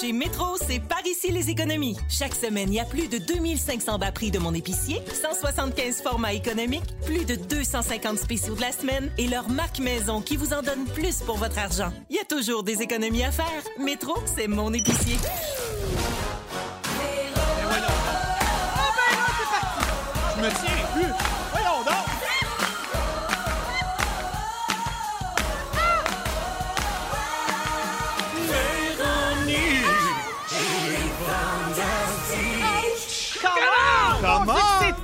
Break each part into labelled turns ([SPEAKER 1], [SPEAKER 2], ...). [SPEAKER 1] Chez Métro, c'est par ici les économies. Chaque semaine, il y a plus de 2500 bas prix de mon épicier, 175 formats économiques, plus de 250 spéciaux de la semaine et leur marque maison qui vous en donne plus pour votre argent. Il y a toujours des économies à faire. Métro, c'est mon épicier.
[SPEAKER 2] Je me tiens plus. Voyons donc.
[SPEAKER 3] Comment?
[SPEAKER 2] Comment?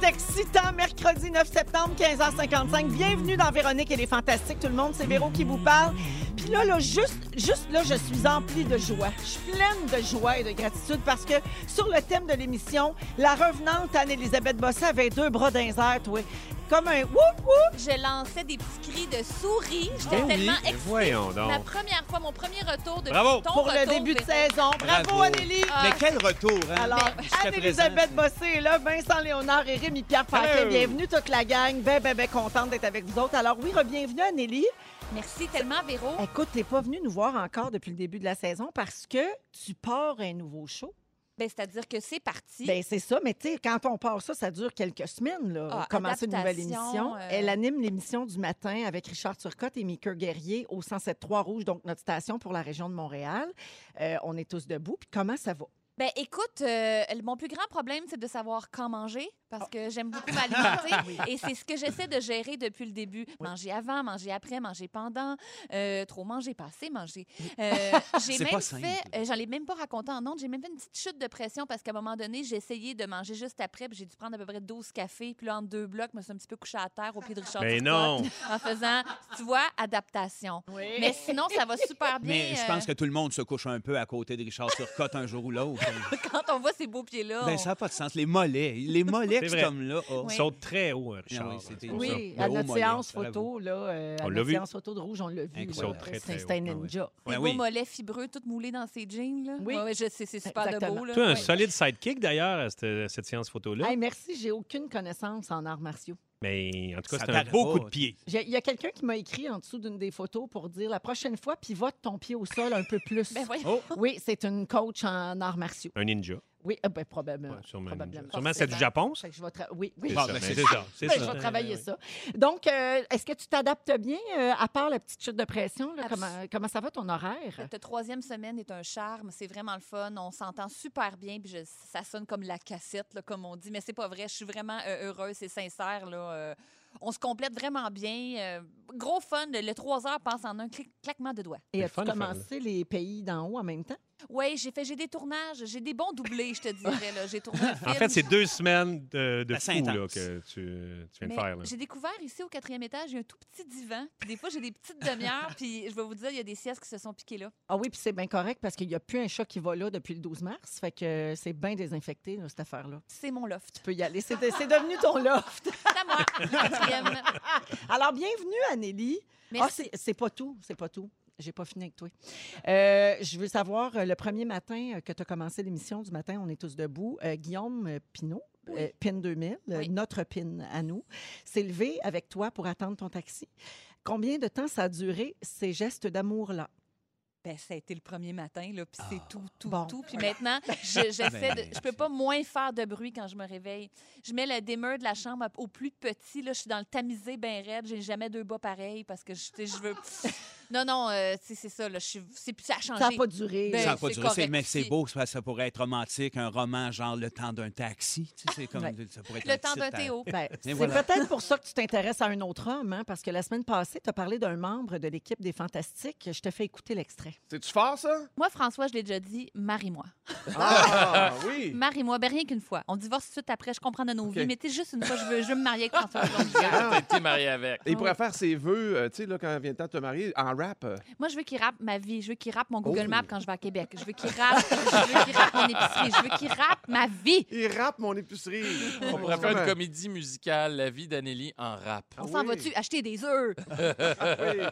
[SPEAKER 3] C'est excitant, mercredi 9 septembre, 15h55. Bienvenue dans Véronique et les Fantastiques, tout le monde. C'est Véro qui vous parle. Puis là, là, juste, juste là, je suis emplie de joie. Je suis pleine de joie et de gratitude parce que sur le thème de l'émission, la revenante Anne-Élisabeth Bossé avait deux bras dans les airs, toi. Comme un whoop whoop.
[SPEAKER 4] Je lançais des petits cris de souris. J'étais
[SPEAKER 2] Oh
[SPEAKER 4] tellement
[SPEAKER 2] oui,
[SPEAKER 4] excitée.
[SPEAKER 2] voyons
[SPEAKER 4] Ma
[SPEAKER 2] donc.
[SPEAKER 4] première fois, mon premier retour de
[SPEAKER 2] Bravo.
[SPEAKER 4] ton
[SPEAKER 3] Ben pour le
[SPEAKER 4] retour,
[SPEAKER 3] début de
[SPEAKER 4] Véro.
[SPEAKER 3] saison. Bravo,
[SPEAKER 2] Bravo.
[SPEAKER 3] Anneli.
[SPEAKER 4] Ah,
[SPEAKER 2] Mais quel retour, hein?
[SPEAKER 3] Alors,
[SPEAKER 2] Jusqu'à
[SPEAKER 3] Anne-Elisabeth Bossé est là, Vincent Léonard et Rémi-Pierre Paquet.
[SPEAKER 2] Hello.
[SPEAKER 3] Bienvenue toute la gang. Ben, ben, ben, contente d'être avec vous autres. Alors oui, bienvenue Anneli.
[SPEAKER 4] Merci tellement, Véro.
[SPEAKER 3] Écoute, t'es pas venu nous voir encore depuis le début de la saison parce que tu pars un nouveau show.
[SPEAKER 4] Ben, C'est-à-dire que c'est parti.
[SPEAKER 3] Ben c'est ça, mais tu sais, quand on part ça, ça dure quelques semaines, là.
[SPEAKER 4] Ah,
[SPEAKER 3] commencer une nouvelle
[SPEAKER 4] adaptation,
[SPEAKER 3] émission.
[SPEAKER 4] euh.
[SPEAKER 3] Elle anime l'émission du matin avec Richard Turcotte et Mika Guerrier au 107.3 Rouge, donc notre station pour la région de Montréal. Euh, on est tous debout. Puis comment ça va?
[SPEAKER 4] Ben, écoute, euh, mon plus grand problème, c'est de savoir quand manger
[SPEAKER 2] Ah.
[SPEAKER 4] parce que j'aime beaucoup m'alimenter et c'est ce que j'essaie de gérer depuis le début. Manger avant, manger après, manger pendant, euh, trop manger, passer, manger. Euh, j'ai
[SPEAKER 2] C'est
[SPEAKER 4] même
[SPEAKER 2] pas simple.
[SPEAKER 4] fait, euh, j'en ai même pas raconté en ondes, j'ai même fait une petite chute de pression parce qu'à un moment donné, j'ai essayé de manger juste après, puis j'ai dû prendre à peu près 12 cafés, puis là, en deux blocs, je me suis un petit peu couchée à terre au pied de Richard
[SPEAKER 2] Mais
[SPEAKER 4] Turcotte
[SPEAKER 2] non.
[SPEAKER 4] en faisant, tu vois, adaptation. Mais sinon, ça va super bien.
[SPEAKER 2] Mais je
[SPEAKER 4] euh,
[SPEAKER 2] pense que tout le monde se couche un peu à côté de Richard Turcotte un jour ou l'autre.
[SPEAKER 4] quand on voit ces beaux pieds-là,
[SPEAKER 2] ben,
[SPEAKER 4] on-
[SPEAKER 2] ça n'a pas de sens. Les mollets, les mollets que
[SPEAKER 5] C'est
[SPEAKER 2] cet
[SPEAKER 5] vrai.
[SPEAKER 2] homme-là a.
[SPEAKER 4] Oui.
[SPEAKER 5] Ils sont très hauts, hein,
[SPEAKER 2] Ah
[SPEAKER 5] Richard.
[SPEAKER 2] oui,
[SPEAKER 5] hein,
[SPEAKER 2] c'était-
[SPEAKER 5] c'est pour
[SPEAKER 3] Oui, ah,
[SPEAKER 2] ça.
[SPEAKER 3] à
[SPEAKER 2] Le
[SPEAKER 3] notre
[SPEAKER 2] haut moyen,
[SPEAKER 3] séance
[SPEAKER 2] ça,
[SPEAKER 3] photo, là, euh, à
[SPEAKER 5] On l'a
[SPEAKER 3] notre
[SPEAKER 5] vu.
[SPEAKER 3] séance photo de rouge, on l'a vu.
[SPEAKER 2] Ils
[SPEAKER 3] là.
[SPEAKER 5] sont très, très
[SPEAKER 3] C'est un
[SPEAKER 5] hauts, ah oui.
[SPEAKER 3] ninja.
[SPEAKER 4] Des
[SPEAKER 2] Ben
[SPEAKER 4] beaux
[SPEAKER 2] oui.
[SPEAKER 4] mollets fibreux, tout moulés dans ses jeans. Là.
[SPEAKER 3] Oui. Ben,
[SPEAKER 4] Ouais, ouais, je sais, c'est super de
[SPEAKER 3] Exactement.
[SPEAKER 4] beau. Là.
[SPEAKER 5] ça. Toi, un
[SPEAKER 4] Ouais.
[SPEAKER 5] solide sidekick, d'ailleurs, à cette, cette séance photo-là.
[SPEAKER 3] Hey, merci, j'ai aucune connaissance en arts martiaux.
[SPEAKER 5] Mais en tout cas,
[SPEAKER 2] Ça
[SPEAKER 5] c'est un
[SPEAKER 2] paraît
[SPEAKER 5] beau
[SPEAKER 2] pas.
[SPEAKER 5] coup de pied.
[SPEAKER 3] J'ai- Il y a quelqu'un qui m'a écrit en dessous d'une des photos pour dire la prochaine fois, pivote ton pied au sol un peu plus.
[SPEAKER 4] Ben voyons.
[SPEAKER 5] Oh,
[SPEAKER 3] oui, c'est une coach en arts martiaux.
[SPEAKER 5] un ninja.
[SPEAKER 3] Oui, euh, ben, probablement.
[SPEAKER 5] Ouais, sûrement, un ninja.
[SPEAKER 3] probablement.
[SPEAKER 5] Sûrement, c'est du
[SPEAKER 4] Forcément.
[SPEAKER 5] Japon, ça.
[SPEAKER 3] Fait que je vais tra- oui, oui.
[SPEAKER 2] Ah,
[SPEAKER 5] ça,
[SPEAKER 2] ben,
[SPEAKER 5] mais
[SPEAKER 2] c'est
[SPEAKER 5] c'est ça. c'est
[SPEAKER 3] Ben,
[SPEAKER 5] ça.
[SPEAKER 3] je vais travailler
[SPEAKER 5] Ouais, ouais.
[SPEAKER 3] ça. Donc, euh, est-ce que tu t'adaptes bien euh, à part la petite chute de pression? là?
[SPEAKER 4] Abs-
[SPEAKER 3] comment, comment ça va ton horaire?
[SPEAKER 4] Cette troisième semaine est un charme, c'est vraiment le fun, on s'entend super bien, puis je- ça sonne comme la cassette, là, comme on dit, mais c'est pas vrai, je suis vraiment euh, heureuse et sincère. Là, euh, on se complète vraiment bien. euh, gros fun, le 3 heures passe en un clic- claquement de doigts.
[SPEAKER 3] Et
[SPEAKER 5] C'est
[SPEAKER 3] as-tu
[SPEAKER 5] fun de faire,
[SPEAKER 3] commencé les pays d'en haut en même temps?
[SPEAKER 4] Oui, j'ai fait, j'ai des tournages, j'ai des bons doublés, je te dirais. là. J'ai tourné un film.
[SPEAKER 5] En fait, c'est deux semaines de, de
[SPEAKER 2] Assez
[SPEAKER 5] fou là,
[SPEAKER 2] intense.
[SPEAKER 5] que tu, tu viens
[SPEAKER 4] Mais
[SPEAKER 5] de faire. là.
[SPEAKER 4] J'ai découvert ici au quatrième étage, il y a un tout petit divan. Puis des fois, j'ai des petites demi-heures. puis je vais vous dire, il y a des siestes qui se sont piquées là.
[SPEAKER 3] Ah oui, puis c'est bien correct parce qu'il n'y a plus un chat qui va là depuis le 12 mars. Fait que euh, c'est bien désinfecté, là, cette affaire-là.
[SPEAKER 4] C'est mon loft.
[SPEAKER 3] Tu peux y aller. C'est c'est devenu ton loft.
[SPEAKER 4] C'est à moi, quatrième.
[SPEAKER 3] Alors, bienvenue, Anélie. Ah,
[SPEAKER 4] Merci.
[SPEAKER 3] c'est- c'est pas tout. C'est pas tout. J'ai pas fini avec toi. Euh, je veux savoir, euh, le premier matin euh, que tu as commencé l'émission du matin, on est tous debout, euh, Guillaume euh, Pinault, euh, PIN 2000, euh,
[SPEAKER 4] Oui.
[SPEAKER 3] notre PIN à nous, s'est levé avec toi pour attendre ton taxi. Combien de temps ça a duré ces gestes d'amour-là?
[SPEAKER 4] Ben, ça a été le premier matin, là, puis c'est tout, tout,
[SPEAKER 3] bon.
[SPEAKER 4] tout. Puis maintenant, je- j'essaie
[SPEAKER 2] Ben,
[SPEAKER 4] de... Je peux pas moins faire de bruit quand je me réveille. Je mets le dimmer de la chambre au plus petit, là. Je suis dans le tamisé bien raide. J'ai jamais deux bas pareils parce que je, tu sais, je veux... Non, non, euh, tu sais, c'est ça, là. Je suis- c'est plus- Ça a changé.
[SPEAKER 3] Ça n'a pas duré.
[SPEAKER 4] Ben,
[SPEAKER 2] Ça n'a pas
[SPEAKER 4] c'est
[SPEAKER 2] duré, c'est-
[SPEAKER 4] correct
[SPEAKER 2] mais c'est
[SPEAKER 4] aussi.
[SPEAKER 2] beau, ça, ça pourrait être romantique, un roman genre Le temps d'un taxi. Tu sais, c'est comme, ça pourrait être
[SPEAKER 4] Le
[SPEAKER 2] un
[SPEAKER 4] temps
[SPEAKER 2] petit
[SPEAKER 4] d'un
[SPEAKER 2] ta-
[SPEAKER 4] Théo.
[SPEAKER 3] Ben, c'est
[SPEAKER 2] voilà.
[SPEAKER 3] peut-être pour ça que tu t'intéresses à un autre homme, hein, parce que la semaine passée, tu as parlé d'un membre de l'équipe des Fantastiques. Je te fais écouter l'extrait.
[SPEAKER 6] C'est-tu fort, ça?
[SPEAKER 4] Moi, François, je l'ai déjà dit, marie-moi.
[SPEAKER 6] Ah, oui!
[SPEAKER 4] Marie-moi, ben rien qu'une fois. On divorce tout de suite après, je comprends de nos
[SPEAKER 6] OK.
[SPEAKER 4] vies, mais tu sais, juste une fois, je veux, je veux me marier avec François. Hollande.
[SPEAKER 6] Ah.
[SPEAKER 7] T'es marié avec.
[SPEAKER 6] Il pourrait faire ses vœux, euh, tu sais, là, quand vient le temps de te marier, en rap. euh.
[SPEAKER 4] Moi, je veux qu'il rappe ma vie, je veux qu'il rappe mon Google
[SPEAKER 6] Oh.
[SPEAKER 4] Maps quand je vais à Québec, je veux qu'il rappe, je veux qu'il rappe mon épicerie, je veux qu'il rappe ma vie.
[SPEAKER 6] Il rappe mon épicerie.
[SPEAKER 7] On pourrait faire une comédie musicale, La vie d'Anélie en rap.
[SPEAKER 2] Ah
[SPEAKER 4] On s'en va-tu acheter des œufs?
[SPEAKER 6] Ah Oui.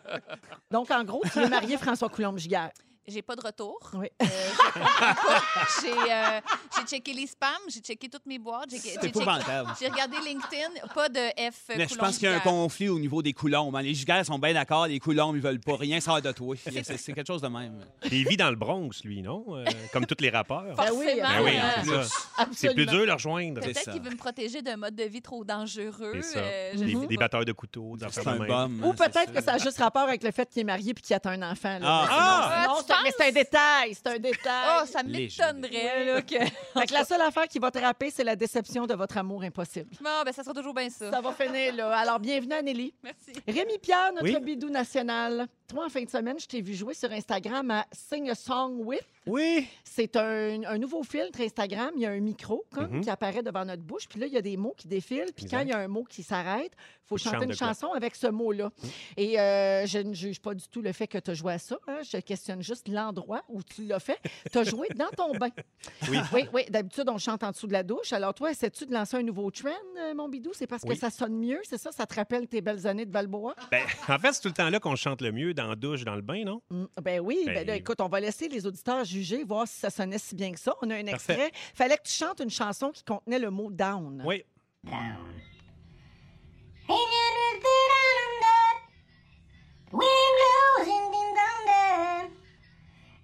[SPEAKER 3] Donc, en gros, tu veux marier François coulombe giguère
[SPEAKER 4] J'ai pas de retour.
[SPEAKER 3] Oui.
[SPEAKER 4] Euh, je comprends pas. j'ai, euh, j'ai checké les spams, j'ai checké toutes mes boîtes, j'ai, j'ai
[SPEAKER 2] C'est
[SPEAKER 4] checké-
[SPEAKER 2] épouvantable.
[SPEAKER 4] j'ai regardé LinkedIn, pas de F. euh,
[SPEAKER 2] Mais je pense qu'il y a un
[SPEAKER 4] Coulon-Giguère.
[SPEAKER 2] conflit au niveau des coulombes. hein. Les gigas sont bien d'accord, les coulombes, ils veulent pas rien savoir de toi. C'est c'est quelque chose de même.
[SPEAKER 5] Puis il vit dans le Bronx, lui, non? Euh, comme tous les rappeurs.
[SPEAKER 3] Ben oui,
[SPEAKER 4] Forcément,
[SPEAKER 5] Ben oui, hein,
[SPEAKER 4] euh,
[SPEAKER 5] c'est ça. C'est plus dur de le rejoindre.
[SPEAKER 2] C'est
[SPEAKER 4] Peut-être
[SPEAKER 2] ça.
[SPEAKER 4] qu'il veut me protéger d'un mode de vie trop dangereux.
[SPEAKER 5] C'est ça.
[SPEAKER 4] euh, je
[SPEAKER 5] Des,
[SPEAKER 4] sais
[SPEAKER 5] des
[SPEAKER 4] pas.
[SPEAKER 5] batteurs de couteaux, des
[SPEAKER 2] C'est
[SPEAKER 5] affaires
[SPEAKER 2] un
[SPEAKER 5] de même.
[SPEAKER 2] bum.
[SPEAKER 3] Ou
[SPEAKER 2] hein, c'est
[SPEAKER 3] peut-être que ça a juste rapport avec le fait qu'il est marié puis qu'il attend un enfant. Là.
[SPEAKER 5] Ah!
[SPEAKER 3] Mais sinon,
[SPEAKER 4] Ah, tu
[SPEAKER 3] c'est- mais c'est un
[SPEAKER 4] penses?
[SPEAKER 3] détail, c'est un détail.
[SPEAKER 4] Oh, ça m'étonnerait.
[SPEAKER 3] Léger.
[SPEAKER 4] Là, que...
[SPEAKER 3] Fait que la seule affaire qui va te rappeler, c'est la déception de votre amour impossible.
[SPEAKER 4] Bon, ben, ça sera toujours bien ça.
[SPEAKER 3] Ça va finir, là. Alors, bienvenue, Nelly.
[SPEAKER 4] Merci.
[SPEAKER 3] Rémi Pierre, notre
[SPEAKER 5] Oui.
[SPEAKER 3] bidou national. Toi, en fin de semaine, je t'ai vu jouer sur Instagram à Sing a Song With.
[SPEAKER 5] Oui.
[SPEAKER 3] C'est un, un nouveau filtre Instagram. Il y a un micro comme,
[SPEAKER 5] Mhm.
[SPEAKER 3] qui apparaît devant notre bouche. Puis là, il y a des mots qui défilent. Puis
[SPEAKER 5] Exact.
[SPEAKER 3] quand il y a un mot qui s'arrête, il faut
[SPEAKER 5] Tu
[SPEAKER 3] chanter
[SPEAKER 5] chantes
[SPEAKER 3] une
[SPEAKER 5] de quoi. Mhm.
[SPEAKER 3] chanson avec ce mot-là. Et euh, je ne juge pas du tout le fait que tu as joué à ça. hein. Je questionne juste l'endroit où tu l'as fait. Tu as joué dans ton bain.
[SPEAKER 5] Oui.
[SPEAKER 3] oui, oui. D'habitude, on chante en dessous de la douche. Alors toi, essaies-tu de lancer un nouveau trend, euh, mon bidou? C'est parce que
[SPEAKER 5] Oui.
[SPEAKER 3] ça sonne mieux, c'est ça? Ça te rappelle tes belles années de Balboa?
[SPEAKER 5] Ben, en fait, c'est tout le temps là qu'on chante le mieux, dans la douche, dans le bain, non?
[SPEAKER 3] Mm, Ben oui, ben
[SPEAKER 5] Ben,
[SPEAKER 3] là,
[SPEAKER 5] il-
[SPEAKER 3] écoute, on va laisser les auditeurs juger, voir si ça sonnait si bien que ça. On a un
[SPEAKER 5] Parfait.
[SPEAKER 3] extrait. Fallait que tu chantes une chanson qui contenait le mot down.
[SPEAKER 5] Oui.
[SPEAKER 8] In your dum we're losing ding dong dum.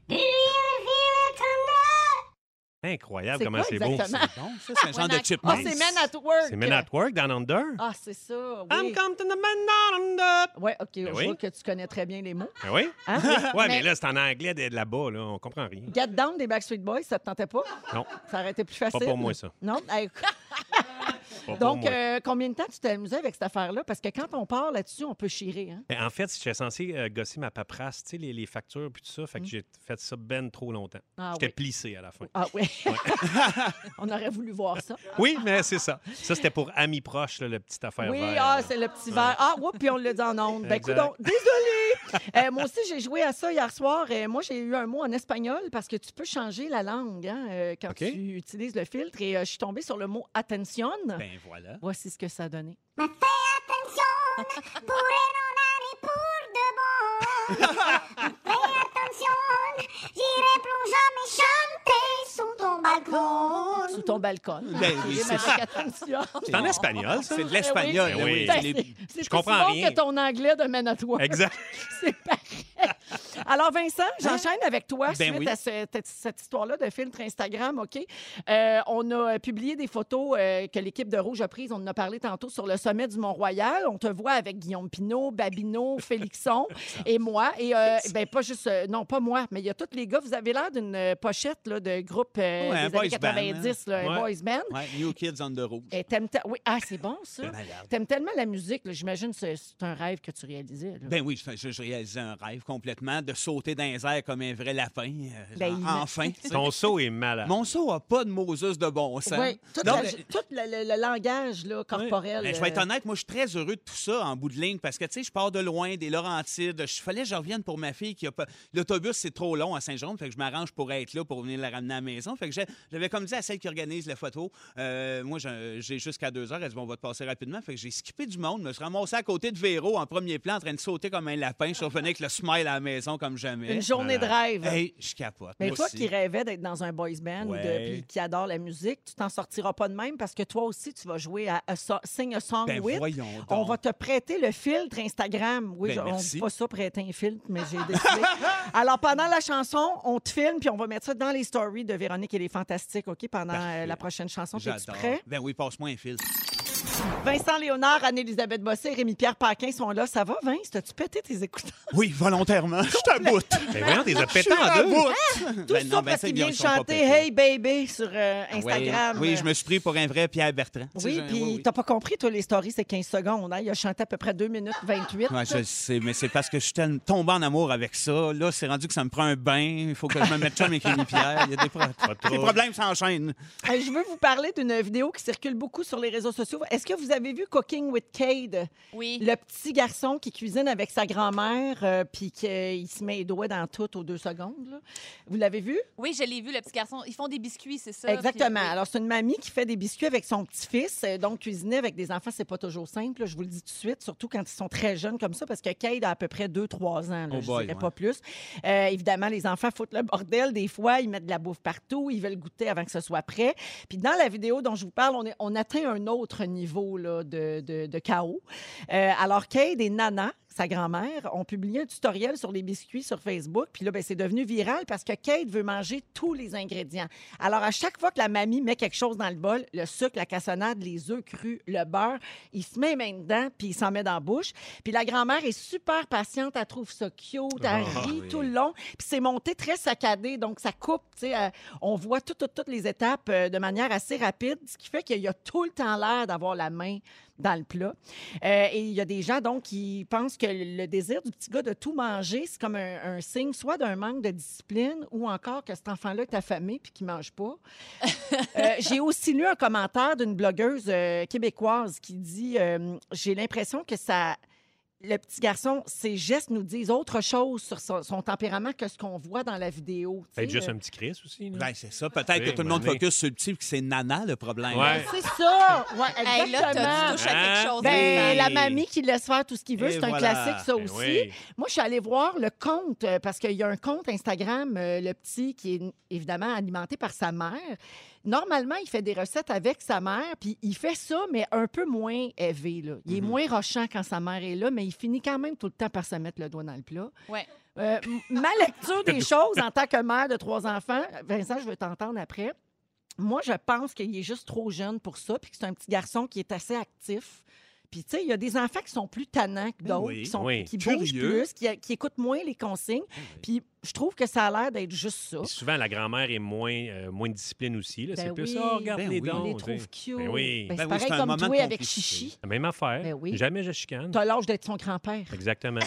[SPEAKER 8] Do you feel the thunder?
[SPEAKER 5] Incroyable
[SPEAKER 3] C'est
[SPEAKER 5] comment
[SPEAKER 3] quoi
[SPEAKER 5] c'est beau.
[SPEAKER 3] exactement?
[SPEAKER 2] bon, ça, c'est un genre de
[SPEAKER 3] Ah,
[SPEAKER 2] chipmunk.
[SPEAKER 3] c'est Men at Work.
[SPEAKER 5] C'est Men at Work, Down Under.
[SPEAKER 3] Ah, c'est ça.
[SPEAKER 5] I'm
[SPEAKER 3] Oui.
[SPEAKER 5] coming to the Men Down Under.
[SPEAKER 3] Ouais, OK, je
[SPEAKER 5] oui.
[SPEAKER 3] vois que tu connais très bien les mots.
[SPEAKER 5] Ben oui?
[SPEAKER 3] Hein?
[SPEAKER 5] Ouais, mais... là, c'est en anglais de de là-bas, là. On comprend rien.
[SPEAKER 3] Get Down des Backstreet Boys, ça te tentait pas?
[SPEAKER 5] Non.
[SPEAKER 3] Ça aurait été plus facile.
[SPEAKER 5] Pas pour moi, ça.
[SPEAKER 3] Non? Hey, écoute,
[SPEAKER 5] Pas pour
[SPEAKER 3] donc,
[SPEAKER 5] moi.
[SPEAKER 3] euh, combien de temps tu t'es amusé avec cette affaire-là? Parce que quand on part là-dessus, on peut chirer. Hein?
[SPEAKER 5] Ben, En fait, j'étais censé euh, gosser ma paperasse, tu sais, les, les factures puis tout ça. Fait que j'ai fait ça ben trop longtemps.
[SPEAKER 3] Mm. Ah
[SPEAKER 5] j'étais
[SPEAKER 3] oui.
[SPEAKER 5] plissé à la fin.
[SPEAKER 3] Ah oui. on aurait voulu voir ça.
[SPEAKER 5] Oui, mais c'est ça. Ça, c'était pour amis proches, là, le petite affaire.
[SPEAKER 3] Oui,
[SPEAKER 5] vert,
[SPEAKER 3] ah,
[SPEAKER 5] là.
[SPEAKER 3] c'est le petit verre. Ah, oups, puis on l'a dit en ondes. Ben,
[SPEAKER 5] Exact.
[SPEAKER 3] coudonc, désolé. Euh, moi aussi, j'ai joué à ça hier soir. Euh, moi, j'ai eu un mot en espagnol parce que tu peux changer la langue hein, euh, quand
[SPEAKER 5] OK.
[SPEAKER 3] tu utilises le filtre. Et euh, je suis tombée sur le mot attention.
[SPEAKER 2] Ben voilà.
[SPEAKER 3] Voici ce que ça a donné.
[SPEAKER 8] Pour un an et pour de bon. Fais attention, j'irai plus jamais chanter sous ton balcon.
[SPEAKER 3] Sous ton balcon.
[SPEAKER 2] Ben oui,
[SPEAKER 3] J'ai
[SPEAKER 2] c'est
[SPEAKER 3] marqué attention.
[SPEAKER 5] C'est en espagnol, ça.
[SPEAKER 2] C'est de l'espagnol.
[SPEAKER 5] Ben oui.
[SPEAKER 2] là,
[SPEAKER 3] Ben,
[SPEAKER 2] oui.
[SPEAKER 3] c'est- C'est
[SPEAKER 5] Je comprends
[SPEAKER 3] aussi bon
[SPEAKER 5] rien.
[SPEAKER 3] que ton anglais de Manitoba.
[SPEAKER 5] Exact.
[SPEAKER 3] C'est pareil. Alors, Vincent, j'enchaîne avec toi
[SPEAKER 2] Ben
[SPEAKER 3] suite
[SPEAKER 2] oui.
[SPEAKER 3] à ce- cette, cette histoire-là de filtre Instagram, OK? Euh, on a publié des photos euh, que l'équipe de Rouge a prises. On en a parlé tantôt sur le sommet du Mont-Royal. On te voit avec Guillaume Pinault, Babineau, Félixon et moi. Et euh, ben pas juste... euh, non, pas moi, mais il y a tous les gars. Vous avez l'air d'une euh, pochette là, de groupe euh,
[SPEAKER 2] Ouais, un
[SPEAKER 3] des années
[SPEAKER 2] boys band, hein.
[SPEAKER 3] 90, là, un
[SPEAKER 5] Ouais.
[SPEAKER 3] boys band.
[SPEAKER 2] Ouais, New Kids on the Road.
[SPEAKER 3] Et t'aimes ta- Oui, ah, c'est bon, ça.
[SPEAKER 2] Malade.
[SPEAKER 3] T'aimes tellement la musique, là, j'imagine que c'est c'est un rêve que tu réalisais. là.
[SPEAKER 2] Ben oui, je, je- je réalisais un rêve complètement de sauter dans les airs comme un vrai lapin. euh,
[SPEAKER 3] Ben,
[SPEAKER 2] genre,
[SPEAKER 3] il-
[SPEAKER 2] enfin. tu sais.
[SPEAKER 5] Ton saut est malade.
[SPEAKER 2] Mon saut a pas de Moses de bon sens.
[SPEAKER 3] Oui, tout,
[SPEAKER 2] Non,
[SPEAKER 3] la-
[SPEAKER 2] mais-
[SPEAKER 3] tout le, le- le langage là, corporel.
[SPEAKER 2] Ben, je vais être
[SPEAKER 3] euh,
[SPEAKER 2] honnête, moi, je suis très heureux de tout ça en bout de ligne parce que, tu sais, je pars de loin, des Laurentides. Je fallait que je revienne pour ma fille qui a pas. L'autobus, c'est trop long à Saint-Jean, fait que je m'arrange pour être là pour venir la ramener à la maison. Fait que j'ai- j'avais comme dit à celle qui organise la photo, euh, moi, j'ai j'ai jusqu'à deux heures. Elle dit, bon, on va te passer rapidement. Fait que j'ai skippé du monde, me suis ramassé à côté de Véro en premier plan en train de sauter comme un lapin. Je suis revenu avec le smile à la maison comme jamais.
[SPEAKER 3] Une journée de rêve.
[SPEAKER 2] Hey, je capote.
[SPEAKER 3] Mais
[SPEAKER 2] Moi
[SPEAKER 3] toi
[SPEAKER 2] aussi. Ben,
[SPEAKER 3] qui rêvais d'être dans un boys band ou de-
[SPEAKER 2] Ouais.
[SPEAKER 3] puis qui adore la musique, tu t'en sortiras pas de même parce que toi aussi, tu vas jouer à A So- Sing a Song
[SPEAKER 2] Ben,
[SPEAKER 3] With.
[SPEAKER 2] voyons donc.
[SPEAKER 3] On va te prêter le filtre Instagram. Oui,
[SPEAKER 2] Ben,
[SPEAKER 3] je- on
[SPEAKER 2] merci.
[SPEAKER 3] dit pas ça, prêter un filtre, mais j'ai décidé. Alors, pendant la chanson, on te filme puis on va mettre ça dans les stories de Véronique et les Fantastiques, OK, pendant euh,
[SPEAKER 2] Parfait.
[SPEAKER 3] la prochaine chanson. Es-tu
[SPEAKER 2] J'adore.
[SPEAKER 3] prêt?
[SPEAKER 2] Ben oui, passe-moi un fil.
[SPEAKER 3] Vincent Léonard, Anne-Élisabeth Bossé, Rémi-Pierre Paquin sont là. Ça va, Vince? T'as-tu pété tes écouteurs?
[SPEAKER 2] Oui, volontairement. Je t'aboute.
[SPEAKER 5] Mais Ben voyons, t'es pété
[SPEAKER 2] Je suis
[SPEAKER 5] en
[SPEAKER 2] à
[SPEAKER 5] deux.
[SPEAKER 2] bout.
[SPEAKER 3] Tout
[SPEAKER 2] Ben
[SPEAKER 3] ça
[SPEAKER 2] non, ben
[SPEAKER 3] parce
[SPEAKER 2] c'est
[SPEAKER 3] qu'il
[SPEAKER 2] bien,
[SPEAKER 3] vient de
[SPEAKER 2] ils sont pas
[SPEAKER 3] chanter
[SPEAKER 2] pétés.
[SPEAKER 3] Hey Baby sur euh, Instagram.
[SPEAKER 2] Oui, je me suis pris pour un vrai Pierre Bertrand. Tu sais,
[SPEAKER 3] Oui,
[SPEAKER 2] j'ai-
[SPEAKER 3] puis
[SPEAKER 2] oui, oui.
[SPEAKER 3] t'as pas compris, toi, les stories, c'est 15 secondes. hein. Il a chanté à peu près 2 minutes 28.
[SPEAKER 2] Ouais, je le sais, mais c'est parce que je suis tellement tombé en amour avec ça. Là, c'est rendu que ça me prend un bain. Il faut que je me mette chum avec Rémi Pierre. Il y a des, pro-
[SPEAKER 5] trop.
[SPEAKER 2] les problèmes s'enchaînent.
[SPEAKER 3] Euh, Hey, je veux vous parler d'une vidéo qui circule beaucoup sur les réseaux sociaux. Est-ce que vous avez vu Cooking with Cade?
[SPEAKER 4] Oui.
[SPEAKER 3] Le petit garçon qui cuisine avec sa grand-mère, euh, puis qu'il se met les doigts dans tout aux deux secondes. là. Vous l'avez vu?
[SPEAKER 4] Oui, je l'ai vu, le petit garçon. Ils font des biscuits, c'est ça?
[SPEAKER 3] Exactement.
[SPEAKER 4] puis- oui.
[SPEAKER 3] Alors, c'est une mamie qui fait des biscuits avec son petit-fils. Euh, Donc, cuisiner avec des enfants, c'est pas toujours simple. là, Je vous le dis tout de suite, surtout quand ils sont très jeunes comme ça, parce que Cade a à peu près 2-3 ans. là,
[SPEAKER 2] Oh
[SPEAKER 3] je
[SPEAKER 2] boy,
[SPEAKER 3] dirais
[SPEAKER 2] ouais.
[SPEAKER 3] pas plus. Euh, évidemment, les enfants foutent le bordel. Des fois, ils mettent de la bouffe partout. Ils veulent goûter avant que ce soit prêt. Puis dans la vidéo dont je vous parle, on, est- on atteint un autre niveau là, de, de- de chaos. Euh, alors, Cade et Nana, sa grand-mère, ont publié un tutoriel sur les biscuits sur Facebook. Puis là, ben, c'est devenu viral parce que Cade veut manger tous les ingrédients. Alors, à chaque fois que la mamie met quelque chose dans le bol, le sucre, la cassonade, les œufs crus, le beurre, il se met même dedans, puis il s'en met dans la bouche. Puis la grand-mère est super patiente, elle trouve ça cute, elle
[SPEAKER 5] Ah,
[SPEAKER 3] rit
[SPEAKER 2] oui.
[SPEAKER 3] tout le long. Puis c'est monté très saccadé, donc ça coupe, tu sais, euh, on voit tout- tout- toutes les étapes euh, de manière assez rapide, ce qui fait qu'il y a tout le temps l'air d'avoir la main dans le plat. Euh, et il y a des gens, donc, qui pensent que le le désir du petit gars de tout manger, c'est comme un, un signe soit d'un manque de discipline ou encore que cet enfant-là est affamé puis qu'il mange pas. Euh, J'ai aussi lu un commentaire d'une blogueuse euh, québécoise qui dit euh, J'ai l'impression que ça. Le petit garçon, ses gestes nous disent autre chose sur son, son tempérament que ce qu'on voit dans la vidéo. tu sais,
[SPEAKER 5] Peut-être juste
[SPEAKER 3] euh,
[SPEAKER 5] un petit Chris aussi. là.
[SPEAKER 2] Ben, c'est ça. Peut-être que
[SPEAKER 5] Oui,
[SPEAKER 2] tout le monde
[SPEAKER 5] mané.
[SPEAKER 2] focus sur le petit, puis que c'est Nana le problème.
[SPEAKER 5] Ouais.
[SPEAKER 3] C'est ça! Ouais, exactement.
[SPEAKER 4] Hey, là, t'as- tu touches à quelque
[SPEAKER 5] Hein?
[SPEAKER 4] chose.
[SPEAKER 3] Ben,
[SPEAKER 5] Hey.
[SPEAKER 3] la mamie qui laisse faire tout ce qu'il veut,
[SPEAKER 2] Et
[SPEAKER 3] c'est un
[SPEAKER 2] voilà.
[SPEAKER 3] classique, ça
[SPEAKER 5] Ben
[SPEAKER 3] aussi.
[SPEAKER 5] oui.
[SPEAKER 3] Moi, je suis allée voir le compte, euh, parce qu'il y a un compte Instagram, euh, le petit, qui est évidemment alimenté par sa mère. Normalement, il fait des recettes avec sa mère, puis il fait ça, mais un peu moins élevé. Là. Il est moins rochant quand sa mère est là, mais il finit quand même tout le temps par se mettre le doigt dans le plat.
[SPEAKER 4] Ouais.
[SPEAKER 3] Euh, m- ma lecture des choses en tant que mère de trois enfants, Vincent, je veux t'entendre après. Moi, je pense qu'il est juste trop jeune pour ça, puis que c'est un petit garçon qui est assez actif. Puis, tu sais, il y a des enfants qui sont plus tannants que
[SPEAKER 2] Ben
[SPEAKER 3] d'autres,
[SPEAKER 2] oui,
[SPEAKER 3] qui, sont-
[SPEAKER 5] oui.
[SPEAKER 3] qui bougent
[SPEAKER 2] Curieux. Ah
[SPEAKER 3] plus, qui, qui écoutent moins les consignes. Puis, je trouve que ça a l'air d'être juste ça.
[SPEAKER 5] Puis Souvent, la grand-mère est moins, euh, moins de discipline aussi. là.
[SPEAKER 3] Ben
[SPEAKER 5] c'est plus
[SPEAKER 3] oui.
[SPEAKER 5] oh, regarde
[SPEAKER 2] Ben
[SPEAKER 5] les
[SPEAKER 2] oui.
[SPEAKER 5] dons.
[SPEAKER 3] On les
[SPEAKER 5] tu sais.
[SPEAKER 3] trouve cute.
[SPEAKER 5] Ben oui.
[SPEAKER 3] Ben,
[SPEAKER 2] Ben
[SPEAKER 3] c'est
[SPEAKER 2] oui,
[SPEAKER 3] pareil
[SPEAKER 2] c'est un
[SPEAKER 3] comme
[SPEAKER 2] moment
[SPEAKER 3] toi
[SPEAKER 2] de
[SPEAKER 3] avec
[SPEAKER 2] complicité.
[SPEAKER 3] Chichi.
[SPEAKER 5] La même affaire.
[SPEAKER 3] Ben oui.
[SPEAKER 5] Jamais je chicane.
[SPEAKER 3] T'as l'âge d'être son grand-père.
[SPEAKER 5] Exactement.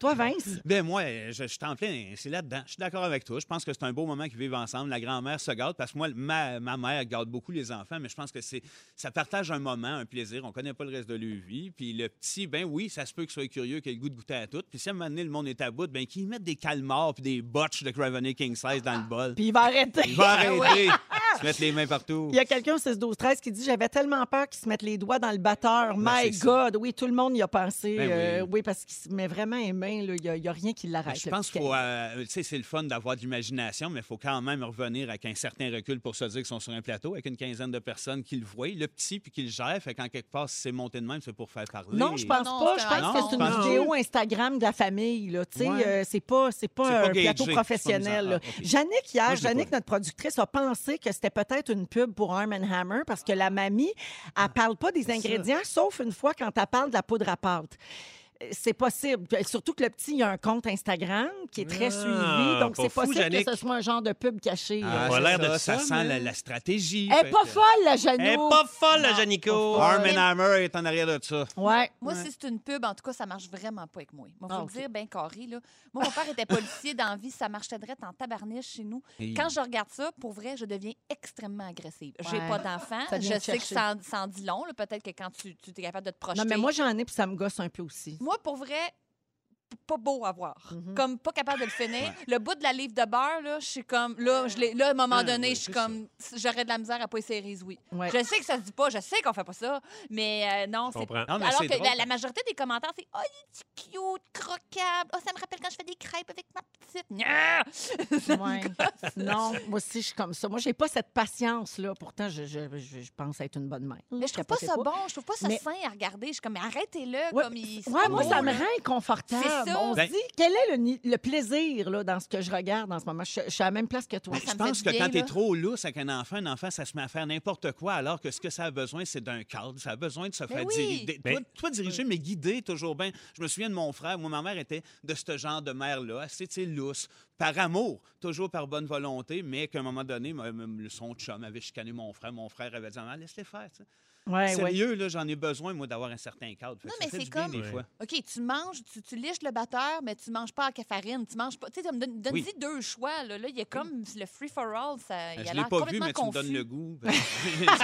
[SPEAKER 3] Toi, Vince,
[SPEAKER 2] Ben moi, je, je suis en plein, c'est là-dedans. Je suis d'accord avec toi. Je pense que c'est un beau moment qu'ils vivent ensemble. La grand-mère se garde parce que moi, ma, ma mère garde beaucoup les enfants, mais je pense que c'est ça partage un moment, un plaisir. On connaît pas le reste de leur vie. Puis le petit, ben oui, ça se peut qu'il soit curieux, qu'il ait le goût de goûter à tout. Puis si à un moment donné, le monde est à bout, ben qu'ils mettent des calmars puis des botches de Craveney King Size dans le bol.
[SPEAKER 3] puis Ah il va arrêter.
[SPEAKER 2] Il va arrêter. Se mettre les mains partout.
[SPEAKER 3] Il y a quelqu'un au 16 12 13 qui dit j'avais tellement peur qu'ils se mettent les doigts dans le batteur.
[SPEAKER 2] Ben,
[SPEAKER 3] My
[SPEAKER 2] c'est ça.
[SPEAKER 3] God, oui, tout le monde y a pensé.
[SPEAKER 2] Ben oui. Ben,
[SPEAKER 3] euh, oui. parce qu'il se met vraiment les mains. là. Il n'y a, rien qui l'arrête.
[SPEAKER 2] Je
[SPEAKER 3] le
[SPEAKER 2] pense
[SPEAKER 3] petit
[SPEAKER 2] qu'il faut. euh, tu sais, c'est le fun d'avoir de l'imagination, mais il faut quand même revenir avec un certain recul pour se dire qu'ils sont sur un plateau avec une quinzaine de personnes qui le voient, le petit, puis qui le gère. Fait qu'en quelque part, si c'est monté de même, c'est pour faire parler.
[SPEAKER 3] Non, je pense
[SPEAKER 4] Non,
[SPEAKER 3] pas.
[SPEAKER 4] c'est
[SPEAKER 3] Je
[SPEAKER 4] un
[SPEAKER 3] pense que c'est
[SPEAKER 2] non.
[SPEAKER 3] une vidéo Instagram de la famille. Là. Tu sais,
[SPEAKER 2] Ouais.
[SPEAKER 3] euh, c'est pas, c'est pas
[SPEAKER 2] C'est pas
[SPEAKER 3] un
[SPEAKER 2] gagé,
[SPEAKER 3] plateau
[SPEAKER 2] c'est pas
[SPEAKER 3] professionnel.
[SPEAKER 2] mis en-
[SPEAKER 3] là.
[SPEAKER 2] ah, ok.
[SPEAKER 3] Jannick,
[SPEAKER 2] Moi,
[SPEAKER 3] hier,
[SPEAKER 2] je l'ai
[SPEAKER 3] Jannick,
[SPEAKER 2] pas
[SPEAKER 3] notre productrice, a pensé que c'était peut-être une pub pour Arm Hammer parce que la mamie,
[SPEAKER 2] Ah.
[SPEAKER 3] elle parle pas des ingrédients, sauf une fois quand elle parle de la poudre à pâte. Euh, C'est possible. Puis, Surtout que le petit, il a un compte Instagram qui est très
[SPEAKER 5] Ah,
[SPEAKER 3] suivi. Donc,
[SPEAKER 5] pas
[SPEAKER 3] c'est
[SPEAKER 5] fou,
[SPEAKER 3] possible
[SPEAKER 5] Jannick.
[SPEAKER 3] que ce soit un genre de pub caché.
[SPEAKER 2] Ah,
[SPEAKER 3] là.
[SPEAKER 5] On a
[SPEAKER 2] c'est
[SPEAKER 5] l'air de
[SPEAKER 2] ça, ça
[SPEAKER 5] ça,
[SPEAKER 2] sent
[SPEAKER 5] mais-
[SPEAKER 2] la, la stratégie.
[SPEAKER 3] euh, Elle
[SPEAKER 2] Fait
[SPEAKER 3] est pas
[SPEAKER 2] que-
[SPEAKER 3] folle, la Janot.
[SPEAKER 5] folle, la Janico.
[SPEAKER 2] Arm and Hammer est en arrière de ça.
[SPEAKER 3] Ouais.
[SPEAKER 4] Moi,
[SPEAKER 2] Ouais.
[SPEAKER 4] si c'est une pub, en tout cas, ça marche vraiment pas avec moi. Moi, faut
[SPEAKER 3] Ah,
[SPEAKER 4] le
[SPEAKER 3] OK.
[SPEAKER 4] dire, ben carré, là. Moi, mon père était policier dans la vie, ça marchait direct en tabarniche chez nous.
[SPEAKER 2] Et-
[SPEAKER 4] Quand je regarde ça, pour vrai, je deviens extrêmement agressive. J'ai
[SPEAKER 3] Ouais.
[SPEAKER 4] pas d'enfant.
[SPEAKER 3] Ça
[SPEAKER 4] Je
[SPEAKER 3] vient
[SPEAKER 4] sais
[SPEAKER 3] te
[SPEAKER 4] que
[SPEAKER 3] chercher.
[SPEAKER 4] ça en, ça en dit long, là. Peut-être que quand tu, tu es capable de te projeter.
[SPEAKER 3] Non, mais moi, j'en ai, puis ça me gosse un peu aussi.
[SPEAKER 4] Moi, pour vrai, p- pas beau à voir.
[SPEAKER 3] Mm-hmm.
[SPEAKER 4] Comme pas capable de le finir. Le bout de la livre de beurre, là, je suis comme. Là, je l'ai- là à un moment
[SPEAKER 2] Ah,
[SPEAKER 4] donné,
[SPEAKER 2] ouais,
[SPEAKER 4] je suis
[SPEAKER 2] c'est ça.
[SPEAKER 4] comme. J'aurais de la misère à pas essayer les oui.
[SPEAKER 3] Ouais.
[SPEAKER 4] Je sais que ça se dit pas, je sais qu'on fait pas ça, mais euh, non, c'est
[SPEAKER 5] comprends.
[SPEAKER 2] Non, mais
[SPEAKER 4] alors
[SPEAKER 2] c'est
[SPEAKER 4] que
[SPEAKER 2] drôle.
[SPEAKER 4] la, la majorité des commentaires, c'est Oh, il est cute, croquable. Oh, ça me rappelle quand je fais des crêpes avec ma petite. Nya!
[SPEAKER 3] Hum, Ouais. non, moi aussi, je suis comme ça. Moi, j'ai pas cette patience-là. Pourtant, je, je, je- je pense être une bonne mère.
[SPEAKER 4] Mais je trouve pas
[SPEAKER 3] Capotez
[SPEAKER 4] ça bon, je trouve pas ça
[SPEAKER 3] Mais-
[SPEAKER 4] sain à regarder. Je suis comme, mais arrêtez-le.
[SPEAKER 3] Ouais,
[SPEAKER 4] comme il... c'est
[SPEAKER 3] Ouais,
[SPEAKER 4] pas
[SPEAKER 3] moi,
[SPEAKER 4] beau,
[SPEAKER 3] ça me
[SPEAKER 4] là.
[SPEAKER 3] rend inconfortable.
[SPEAKER 4] C'est ça.
[SPEAKER 3] On se
[SPEAKER 2] Ben-
[SPEAKER 3] dit, quel est le, ni- le plaisir là, dans ce que je regarde en ce moment? Je, je suis à la même place que toi.
[SPEAKER 2] Mais
[SPEAKER 4] ça
[SPEAKER 2] je
[SPEAKER 4] me fait
[SPEAKER 2] pense
[SPEAKER 4] du
[SPEAKER 2] que
[SPEAKER 4] bien,
[SPEAKER 2] quand tu es
[SPEAKER 4] là.
[SPEAKER 2] trop lousse avec un enfant, un enfant, ça se met à faire n'importe quoi, alors que ce que ça a besoin, c'est d'un cadre. Ça a besoin de se faire
[SPEAKER 4] oui.
[SPEAKER 2] diriger.
[SPEAKER 5] Mais-
[SPEAKER 2] Toi, toi, diriger, mais guider toujours bien. Je me souviens de mon frère. Moi, ma mère était de ce genre de mère-là, assez tu sais, lousse, par amour, toujours par bonne volonté, mais qu'à un moment donné, m- m- son chum avait chicané mon frère. Mon frère avait dit Maman, Laisse-les faire. tu sais.
[SPEAKER 3] Ouais, ouais.
[SPEAKER 2] Sérieux, là, j'en ai besoin, moi, d'avoir un certain cadre. Fait que
[SPEAKER 4] Ben Non,
[SPEAKER 2] ça
[SPEAKER 4] mais
[SPEAKER 2] fait
[SPEAKER 4] c'est
[SPEAKER 2] du bien
[SPEAKER 4] comme-
[SPEAKER 2] des
[SPEAKER 5] Ouais.
[SPEAKER 2] fois.
[SPEAKER 4] OK, tu manges, tu, tu liches le batteur, mais tu manges pas à farine. Tu manges pas. Tu sais, comme donne- donne-y
[SPEAKER 2] Oui.
[SPEAKER 4] deux choix. Là, Là, il y a comme le free-for-all. Ça, il
[SPEAKER 2] Ben, je
[SPEAKER 4] a
[SPEAKER 2] l'ai
[SPEAKER 4] l'air
[SPEAKER 2] pas vu,
[SPEAKER 4] complètement
[SPEAKER 2] mais tu me donnes
[SPEAKER 4] confus.
[SPEAKER 2] le goût.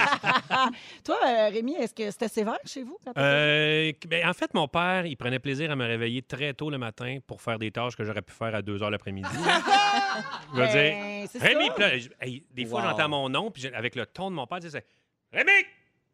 [SPEAKER 3] Toi, euh, Rémi, est-ce que c'était sévère chez vous? quand t'étais-
[SPEAKER 5] Euh, ben, en fait, mon père, il prenait plaisir à me réveiller très tôt le matin pour faire des tâches que j'aurais pu faire à 2 heures l'après-midi. Je veux dire,
[SPEAKER 3] Ben, c'est
[SPEAKER 5] Rémi,
[SPEAKER 3] ça.
[SPEAKER 5] puis là, je- hey, des fois,
[SPEAKER 2] Wow.
[SPEAKER 5] j'entends mon nom, puis j'ai- avec le ton de mon père, je disais Rémi,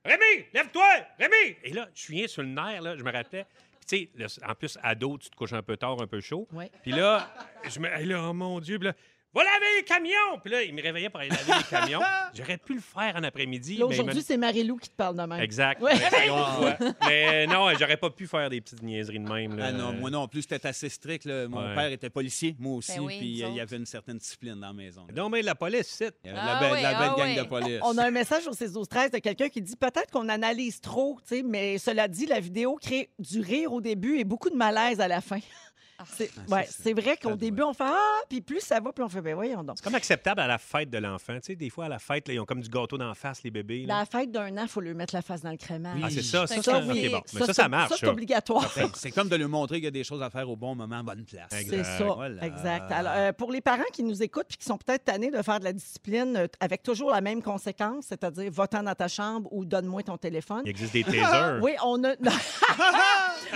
[SPEAKER 5] Rémi, lève-toi, Rémi. Et là, je suis bien sur le nerf, là, je me rappelais. Puis, tu sais, le- en plus, ado, tu te couches un peu tard, un peu chaud.
[SPEAKER 3] Ouais.
[SPEAKER 5] Puis là, je me. hey, là, oh mon Dieu, puis là, va laver les camions. Puis là, il me réveillait pour aller laver les camions. J'aurais pu le faire en après-midi.
[SPEAKER 3] Là,
[SPEAKER 5] mais il me-
[SPEAKER 3] aujourd'hui, c'est Marie-Lou qui te parle de même.
[SPEAKER 5] Exact.
[SPEAKER 3] Ouais.
[SPEAKER 5] Ouais, on le voit. Mais euh, non, j'aurais pas pu faire des petites niaiseries de même. là. euh,
[SPEAKER 2] Ah non, moi non. En plus, c'était assez strict. là. Mon
[SPEAKER 5] Ouais.
[SPEAKER 2] père était policier, moi aussi.
[SPEAKER 4] Ben oui,
[SPEAKER 2] puis euh,
[SPEAKER 4] nous
[SPEAKER 2] il y
[SPEAKER 4] autres.
[SPEAKER 2] avait une certaine discipline dans la maison. là.
[SPEAKER 5] Non, mais la police, c'est.
[SPEAKER 2] Il y avait
[SPEAKER 4] Ah
[SPEAKER 2] la belle,
[SPEAKER 4] oui,
[SPEAKER 2] la belle
[SPEAKER 4] ah
[SPEAKER 2] gang
[SPEAKER 4] oui.
[SPEAKER 2] de police.
[SPEAKER 3] On a un message sur ces 12 13 de quelqu'un qui dit peut-être qu'on analyse trop, tu sais, mais cela dit, la vidéo crée du rire au début et beaucoup de malaise à la fin. C'est
[SPEAKER 5] Ah,
[SPEAKER 2] ça,
[SPEAKER 3] ouais,
[SPEAKER 2] c'est-
[SPEAKER 3] c'est vrai
[SPEAKER 2] ça
[SPEAKER 3] qu'au
[SPEAKER 2] doit.
[SPEAKER 3] début, on fait Ah, puis plus ça va, puis on fait Ben voyons donc.
[SPEAKER 5] C'est comme acceptable à la fête de l'enfant. Tu sais, des fois, à la fête, là, ils ont comme du gâteau d'en face, les bébés. là.
[SPEAKER 3] La fête d'un an, il faut lui mettre la face dans le crémage.
[SPEAKER 5] Ah, c'est ça,
[SPEAKER 4] C'est
[SPEAKER 5] ça,
[SPEAKER 4] un
[SPEAKER 5] ça.
[SPEAKER 4] classique.
[SPEAKER 5] OK, bon. Mais ça, ça marche.
[SPEAKER 3] Ça, c'est
[SPEAKER 5] ça.
[SPEAKER 3] obligatoire.
[SPEAKER 2] Ben, C'est comme de lui montrer qu'il y a des choses à faire au bon moment, à bonne place.
[SPEAKER 3] C'est ça,
[SPEAKER 2] Voilà.
[SPEAKER 3] exact. Alors, euh, pour les parents qui nous écoutent puis qui sont peut-être tannés de faire de la discipline euh, avec toujours la même conséquence, c'est-à-dire va-t'en dans ta chambre ou donne-moi ton téléphone.
[SPEAKER 5] Il existe des tasers.
[SPEAKER 3] Oui, on a...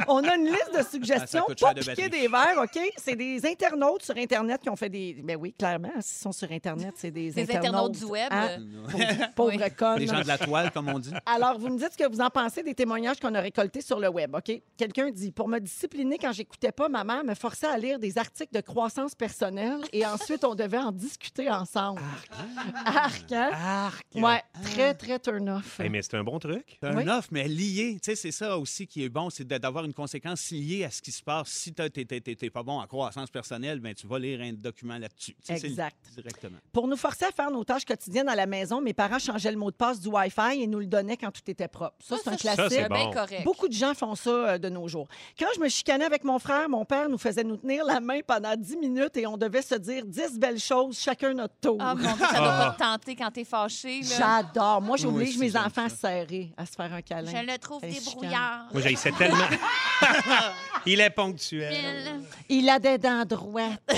[SPEAKER 3] on a une liste de suggestions.
[SPEAKER 2] Ah, ça coûte
[SPEAKER 3] Pas
[SPEAKER 2] cher de
[SPEAKER 3] piquer
[SPEAKER 2] batterie.
[SPEAKER 3] des verres, OK? C'est des internautes sur Internet qui ont fait des... Ben oui, clairement, s'ils sont sur Internet, c'est des
[SPEAKER 4] Des
[SPEAKER 3] internautes.
[SPEAKER 4] internautes du web.
[SPEAKER 3] hein?
[SPEAKER 4] euh,
[SPEAKER 3] Pauvres
[SPEAKER 4] Oui.
[SPEAKER 3] connes.
[SPEAKER 2] Les gens de la toile, comme on dit.
[SPEAKER 3] Alors, vous me dites ce que vous en pensez des témoignages qu'on a récoltés sur le web, OK? Quelqu'un dit Pour me discipliner quand j'écoutais pas, ma mère me forçait à lire des articles de croissance personnelle et ensuite, on devait en discuter ensemble. Arc, hein?
[SPEAKER 5] Arc.
[SPEAKER 3] Ouais, très, très turn-off.
[SPEAKER 2] Eh
[SPEAKER 5] Hey, mais c'est un bon truc.
[SPEAKER 2] C'est un
[SPEAKER 3] Oui.
[SPEAKER 2] offre, mais lié. Tu sais, c'est ça aussi qui est bon, c'est de- d'avoir une conséquence liée à ce qui se passe. Si tu n'es pas bon en croissance personnelle, ben, tu vas lire un document là-dessus. Tu sais, c'est
[SPEAKER 3] Exact.
[SPEAKER 2] Directement.
[SPEAKER 3] Pour nous forcer à faire nos tâches quotidiennes à la maison, mes parents changeaient le mot de passe du Wi-Fi et nous le donnaient quand tout était propre. Ça, c'est un
[SPEAKER 4] je trouve
[SPEAKER 3] classique.
[SPEAKER 5] c'est
[SPEAKER 4] bien
[SPEAKER 5] bon.
[SPEAKER 4] correct.
[SPEAKER 3] Beaucoup de gens font ça euh, de nos jours. Quand je me chicanais avec mon frère, mon père nous faisait nous tenir la main pendant 10 minutes et on devait se dire 10 belles choses chacun notre tour.
[SPEAKER 4] Ah, mon Dieu, ça doit pas te tenter quand t'es fâché. là.
[SPEAKER 3] J'adore. Moi,
[SPEAKER 2] Moi
[SPEAKER 3] j'oblige
[SPEAKER 2] aussi,
[SPEAKER 3] mes
[SPEAKER 2] j'aime
[SPEAKER 3] enfants à
[SPEAKER 2] ça.
[SPEAKER 3] serrer, à se faire un câlin.
[SPEAKER 4] Je le trouve
[SPEAKER 3] Un
[SPEAKER 4] débrouillard.
[SPEAKER 5] Moi, j'haïssais tellement. Il est ponctuel.
[SPEAKER 4] Bill.
[SPEAKER 3] Il a des dents droites.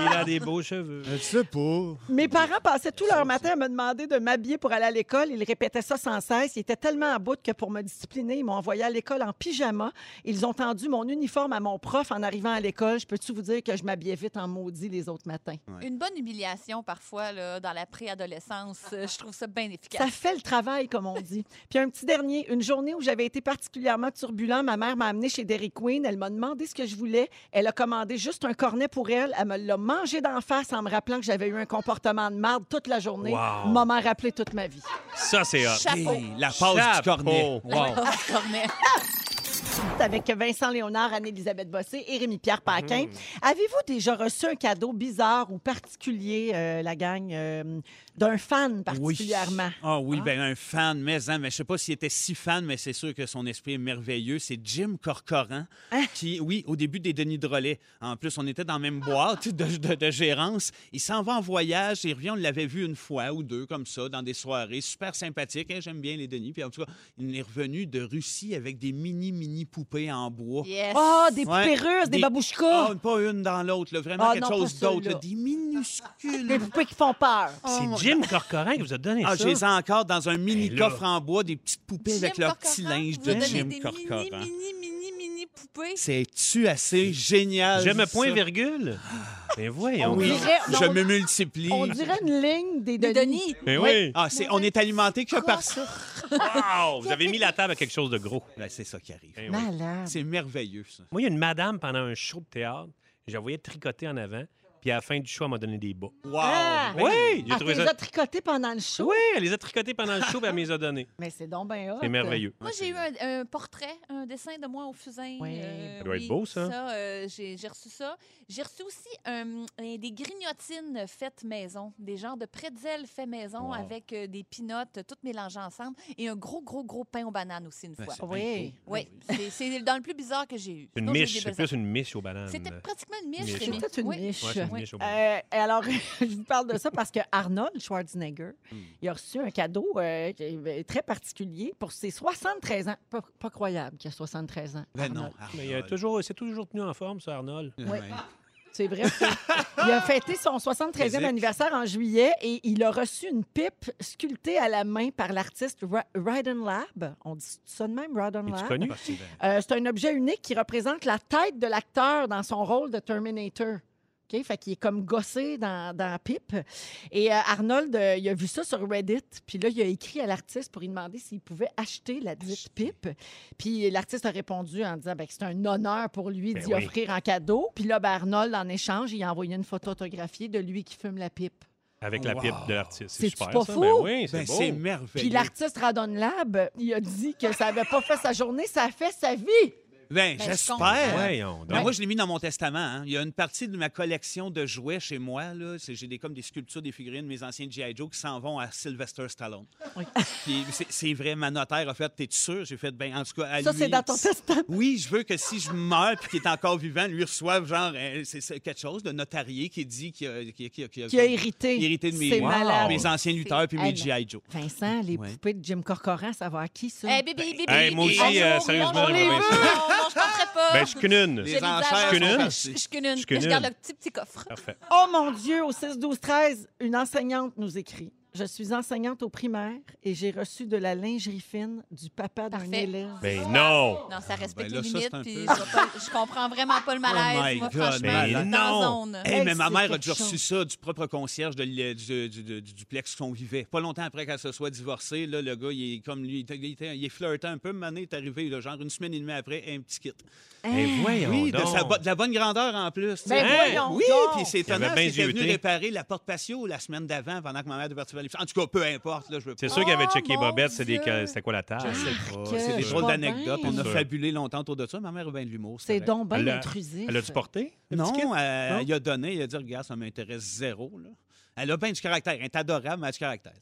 [SPEAKER 5] Il a des beaux cheveux.
[SPEAKER 2] Je sais pas.
[SPEAKER 3] Mes parents passaient tout leur matin à me demander de m'habiller pour aller à l'école. Ils répétaient ça sans cesse. Ils étaient tellement à bout que pour me discipliner, ils m'ont envoyé à l'école en pyjama. Ils ont tendu mon uniforme à mon prof en arrivant à l'école. Je peux-tu vous dire que je m'habillais vite en maudit les autres matins?
[SPEAKER 4] Une bonne humiliation parfois là, dans la préadolescence. Euh, Je trouve ça bien
[SPEAKER 3] Ça
[SPEAKER 4] efficace.
[SPEAKER 3] fait le travail, comme on dit. Puis un petit dernier, une journée où j'avais été particulièrement turbulent, ma mère m'a amenée chez Dairy Queen. Elle m'a demandé ce que je voulais. Elle a commandé juste un cornet pour elle. Elle me l'a mangé d'en face en me rappelant que j'avais eu un comportement de marde toute la journée.
[SPEAKER 5] Wow.
[SPEAKER 3] Maman m'a rappelé toute ma vie.
[SPEAKER 5] Ça, c'est hot.
[SPEAKER 4] Chapeau.
[SPEAKER 2] la passe du
[SPEAKER 5] Chapeau.
[SPEAKER 2] cornet.
[SPEAKER 9] Oh,
[SPEAKER 5] Wow.
[SPEAKER 4] Cornet.
[SPEAKER 3] Avec Vincent Léonard, Anne-Elisabeth Bossé et Rémi-Pierre Paquin. Avez-vous déjà reçu un cadeau bizarre ou particulier, euh, la gang, euh, d'un fan particulièrement?
[SPEAKER 2] Ah oui, ben un fan, mais, hein, mais je sais pas s'il était si fan, mais c'est sûr que son esprit est merveilleux. C'est Jim Corcoran,
[SPEAKER 3] Hein?
[SPEAKER 2] qui, oui, au début des Denis de Relais. En plus, on était dans la même boîte de, de- de gérance. Il s'en va en voyage, il revient, on l'avait vu une fois ou deux comme ça, dans des soirées. Super sympathique, hein, j'aime bien les Denis. Puis en tout cas, il est revenu de Russie avec des mini-mini poupées en bois.
[SPEAKER 4] Yes.
[SPEAKER 3] Oh, des
[SPEAKER 2] Ouais.
[SPEAKER 3] poupées russes, des,
[SPEAKER 2] Des-
[SPEAKER 3] babouchkas,
[SPEAKER 2] Ah, pas une dans l'autre, là, vraiment
[SPEAKER 3] Ah,
[SPEAKER 2] quelque
[SPEAKER 3] non, pas
[SPEAKER 2] chose d'autre.
[SPEAKER 3] celle-là.
[SPEAKER 2] là, Des minuscules.
[SPEAKER 3] des poupées qui font peur.
[SPEAKER 5] C'est Jim Corcoran qui vous a donné
[SPEAKER 2] Ah, je
[SPEAKER 5] ça.
[SPEAKER 2] les ai encore dans un mini
[SPEAKER 5] Ben là.
[SPEAKER 2] coffre en bois, des petites poupées avec leur petit linge de Jim Corcoran.
[SPEAKER 4] Mini, mini, mini, mini poupées.
[SPEAKER 2] C'est-tu assez génial?
[SPEAKER 5] J'aime
[SPEAKER 2] ça? Ah.
[SPEAKER 5] point virgule. Mais voyons.
[SPEAKER 3] Oui.
[SPEAKER 5] donc.
[SPEAKER 3] dirait-
[SPEAKER 2] je
[SPEAKER 3] on-
[SPEAKER 2] me multiplie.
[SPEAKER 3] On dirait une ligne des
[SPEAKER 4] Des
[SPEAKER 3] Denis.
[SPEAKER 4] Denis.
[SPEAKER 5] Mais oui.
[SPEAKER 2] Ah, c'est, on est alimenté que par ça.
[SPEAKER 5] Wow, vous avez mis la table à quelque chose de gros.
[SPEAKER 2] Ben, c'est ça qui arrive.
[SPEAKER 5] Eh oui.
[SPEAKER 3] Malade.
[SPEAKER 2] C'est merveilleux, ça.
[SPEAKER 5] Moi, il y a une madame pendant un show de théâtre, je la voyais tricoter en avant, puis à la fin du show, elle m'a donné des bas.
[SPEAKER 2] Wow!
[SPEAKER 3] Ah!
[SPEAKER 2] Ben,
[SPEAKER 5] Oui, j'ai
[SPEAKER 3] Elle te
[SPEAKER 5] trouvé
[SPEAKER 3] les
[SPEAKER 5] ça.
[SPEAKER 3] a tricotés pendant le show.
[SPEAKER 5] Oui, elle les a tricotés pendant le show, puis elle me les a donnés.
[SPEAKER 3] Mais c'est donc bien hot.
[SPEAKER 5] C'est merveilleux.
[SPEAKER 4] Moi, j'ai eu un, un portrait, un dessin de moi au fusain.
[SPEAKER 3] Ouais.
[SPEAKER 4] Euh,
[SPEAKER 5] Ça doit être
[SPEAKER 4] oui,
[SPEAKER 5] beau, ça.
[SPEAKER 4] euh, j'ai j'ai reçu ça. J'ai reçu aussi euh, euh, des grignotines faites maison, des genres de pretzels faits maison
[SPEAKER 2] Wow.
[SPEAKER 4] avec euh, des pinottes toutes mélangées ensemble et un gros, gros, gros pain aux bananes aussi une
[SPEAKER 2] c'est
[SPEAKER 4] fois.
[SPEAKER 2] bien
[SPEAKER 3] Oui.
[SPEAKER 2] cool.
[SPEAKER 4] Oui, c'est- c'est dans le plus bizarre que j'ai eu.
[SPEAKER 5] Ben, Une
[SPEAKER 4] Sinon, j'ai eu
[SPEAKER 5] miche,
[SPEAKER 4] des
[SPEAKER 5] c'est
[SPEAKER 4] belles
[SPEAKER 5] plus une miche aux bananes.
[SPEAKER 4] C'était pratiquement une miche.
[SPEAKER 5] Euh, Miche.
[SPEAKER 4] Rémi.
[SPEAKER 3] C'est toute une
[SPEAKER 4] Oui.
[SPEAKER 3] niche.
[SPEAKER 5] Ouais, c'est une Devenez
[SPEAKER 4] Oui.
[SPEAKER 5] chaud.
[SPEAKER 3] Euh, et alors, je vous parle de ça parce que Arnold Schwarzenegger,
[SPEAKER 2] Hmm.
[SPEAKER 3] il a reçu un cadeau euh, qui est très particulier pour ses 73 ans. Pas, pas croyable qu'il a 73 ans.
[SPEAKER 2] Ben non,
[SPEAKER 3] Arnold.
[SPEAKER 5] Mais il a
[SPEAKER 2] Arnold.
[SPEAKER 5] toujours, c'est toujours tenu en forme, ça, Arnold.
[SPEAKER 3] Oui.
[SPEAKER 2] Ouais.
[SPEAKER 3] C'est vrai. ça. il a fêté son 73e
[SPEAKER 2] Physique.
[SPEAKER 3] anniversaire en juillet et il a reçu une pipe sculptée à la main par l'artiste Ra- Ryden Lab. On dit ça de même, Ryden
[SPEAKER 5] Es-tu
[SPEAKER 3] Lab?
[SPEAKER 5] connu?
[SPEAKER 2] Parce que, ben,
[SPEAKER 3] Euh, c'est un objet unique qui représente la tête de l'acteur dans son rôle de Terminator. OK? Fait qu'il est comme gossé dans, dans la pipe. Et euh, Arnold, euh, il a vu ça sur Reddit. Puis là, il a écrit à l'artiste pour lui demander s'il pouvait acheter la dite pipe. Puis l'artiste a répondu en disant ben, que c'est un honneur pour lui
[SPEAKER 5] Ben
[SPEAKER 3] d'y
[SPEAKER 5] oui.
[SPEAKER 3] offrir en cadeau. Puis là, ben, Arnold, en échange, il a envoyé une photo autographiée de lui qui fume la pipe.
[SPEAKER 5] Avec la
[SPEAKER 2] Wow.
[SPEAKER 5] pipe de l'artiste. C'est
[SPEAKER 3] C'est-tu
[SPEAKER 5] super,
[SPEAKER 3] pas
[SPEAKER 5] ça.
[SPEAKER 3] fou?
[SPEAKER 5] Ben oui, c'est
[SPEAKER 2] ben,
[SPEAKER 5] beau.
[SPEAKER 2] c'est merveilleux.
[SPEAKER 3] Puis l'artiste Radon Lab, il a dit que ça n'avait pas fait sa journée, ça a fait sa vie.
[SPEAKER 2] Ben,
[SPEAKER 4] je
[SPEAKER 2] j'espère.
[SPEAKER 4] comprends.
[SPEAKER 5] Voyons
[SPEAKER 2] Ben,
[SPEAKER 5] donc.
[SPEAKER 2] Moi, je l'ai mis dans mon testament. hein. Il y a une partie de ma collection de jouets chez moi. là. C'est- J'ai des, comme des sculptures, des figurines de mes anciens G.I. Joe qui s'en vont à Sylvester Stallone.
[SPEAKER 3] Oui.
[SPEAKER 2] Puis c'est- c'est vrai, ma notaire a fait T'es sûr J'ai fait Ben, en tout cas, à
[SPEAKER 3] Ça,
[SPEAKER 2] lui-
[SPEAKER 3] c'est dans ton testament.
[SPEAKER 2] Oui, je veux que si je meurs puis qu'il est encore vivant, lui reçoive genre euh, c'est- c'est quelque chose de notarié qui dit qu'il a, qu'il a- qu'il a- qu'il a-
[SPEAKER 3] qui a hérité.
[SPEAKER 2] hérité de mes,
[SPEAKER 3] C'est
[SPEAKER 2] Wow.
[SPEAKER 3] malade.
[SPEAKER 2] mes anciens lutteurs puis mes
[SPEAKER 3] Hey,
[SPEAKER 2] G.I. Joe.
[SPEAKER 3] Vincent, les
[SPEAKER 2] Ouais.
[SPEAKER 3] poupées de Jim Corcoran, ça va à qui, ça?
[SPEAKER 4] Hey, Euh, bébé, bébé.
[SPEAKER 5] Hey, moi aussi,
[SPEAKER 4] bébé.
[SPEAKER 5] euh,
[SPEAKER 4] Bonjour,
[SPEAKER 5] sérieusement,
[SPEAKER 4] bonjour,
[SPEAKER 5] j'aimerais bien
[SPEAKER 4] bonjour. Non, je comprends pas.
[SPEAKER 5] Ben, je suis qu'une.
[SPEAKER 2] Les
[SPEAKER 4] J'ai mis de la
[SPEAKER 2] enchères
[SPEAKER 4] chance.
[SPEAKER 5] sont
[SPEAKER 4] Je-
[SPEAKER 5] parties.
[SPEAKER 4] Je suis qu'une.
[SPEAKER 5] Je suis
[SPEAKER 4] Je
[SPEAKER 5] qu'une.
[SPEAKER 4] garde le petit, petit coffre.
[SPEAKER 5] Parfait.
[SPEAKER 3] Oh mon Dieu, au 6-12-13, une enseignante nous écrit. Je suis enseignante au primaire et j'ai reçu de la lingerie fine du papa d'un
[SPEAKER 4] Parfait.
[SPEAKER 3] élève.
[SPEAKER 5] Ben non.
[SPEAKER 4] Non, ça respecte
[SPEAKER 2] ben là,
[SPEAKER 4] les
[SPEAKER 2] ça,
[SPEAKER 4] limites,
[SPEAKER 2] c'est un
[SPEAKER 4] puis je,
[SPEAKER 2] peu-
[SPEAKER 4] vais pas- je comprends vraiment
[SPEAKER 5] Oh
[SPEAKER 4] pas le malaise,
[SPEAKER 2] my
[SPEAKER 4] moi,
[SPEAKER 2] God,
[SPEAKER 4] franchement,
[SPEAKER 5] ben
[SPEAKER 4] dans
[SPEAKER 5] non.
[SPEAKER 4] zone.
[SPEAKER 2] Hey,
[SPEAKER 3] Hey,
[SPEAKER 2] Eh, mais ma
[SPEAKER 3] c'est
[SPEAKER 2] mère a
[SPEAKER 3] quelque
[SPEAKER 2] déjà reçu
[SPEAKER 3] chose.
[SPEAKER 2] ça du propre concierge de l'é- du, du- du- du duplex qu'on vivait. Pas longtemps après qu'elle se soit divorcée, là, le gars, il est comme lui, il, était- il était- il est flirtant un peu. Mané est arrivé, là, genre une semaine et demie après, un petit kit.
[SPEAKER 3] Hein?
[SPEAKER 5] Ben voyons
[SPEAKER 2] oui, de,
[SPEAKER 5] donc.
[SPEAKER 2] sa bo- de la bonne grandeur en plus. tu
[SPEAKER 3] Ben
[SPEAKER 2] sais. Hein?
[SPEAKER 3] voyons
[SPEAKER 2] Oui,
[SPEAKER 3] donc.
[SPEAKER 2] puis c'est
[SPEAKER 5] Il avait
[SPEAKER 2] étonnant,
[SPEAKER 5] bien
[SPEAKER 2] c'était venu
[SPEAKER 5] zioté.
[SPEAKER 2] réparer la porte patio la semaine d'avant pendant que ma mère devait retirer les En tout cas, peu importe, là, je veux pas.
[SPEAKER 5] C'est sûr qu'il avait
[SPEAKER 4] Oh,
[SPEAKER 5] checké
[SPEAKER 4] mon
[SPEAKER 5] Bobette, c'est des-
[SPEAKER 4] Dieu.
[SPEAKER 5] c'était quoi la tâche?
[SPEAKER 3] que-
[SPEAKER 2] C'est des
[SPEAKER 3] je
[SPEAKER 2] drôles
[SPEAKER 3] vois
[SPEAKER 2] d'anecdotes.
[SPEAKER 3] bien.
[SPEAKER 2] On a
[SPEAKER 5] Sûr.
[SPEAKER 2] fabulé longtemps autour de ça. Ma mère a bien de l'humour.
[SPEAKER 3] C'est
[SPEAKER 2] correct.
[SPEAKER 3] donc bien
[SPEAKER 5] Elle a-
[SPEAKER 3] intrusif.
[SPEAKER 5] Elle a-tu porté? le petit kit?
[SPEAKER 2] Non, elle,
[SPEAKER 5] Non?
[SPEAKER 2] elle a donné, elle a dit Regarde, ça m'intéresse zéro. Là. Elle a bien du caractère. Elle est adorable, mais elle a du caractère.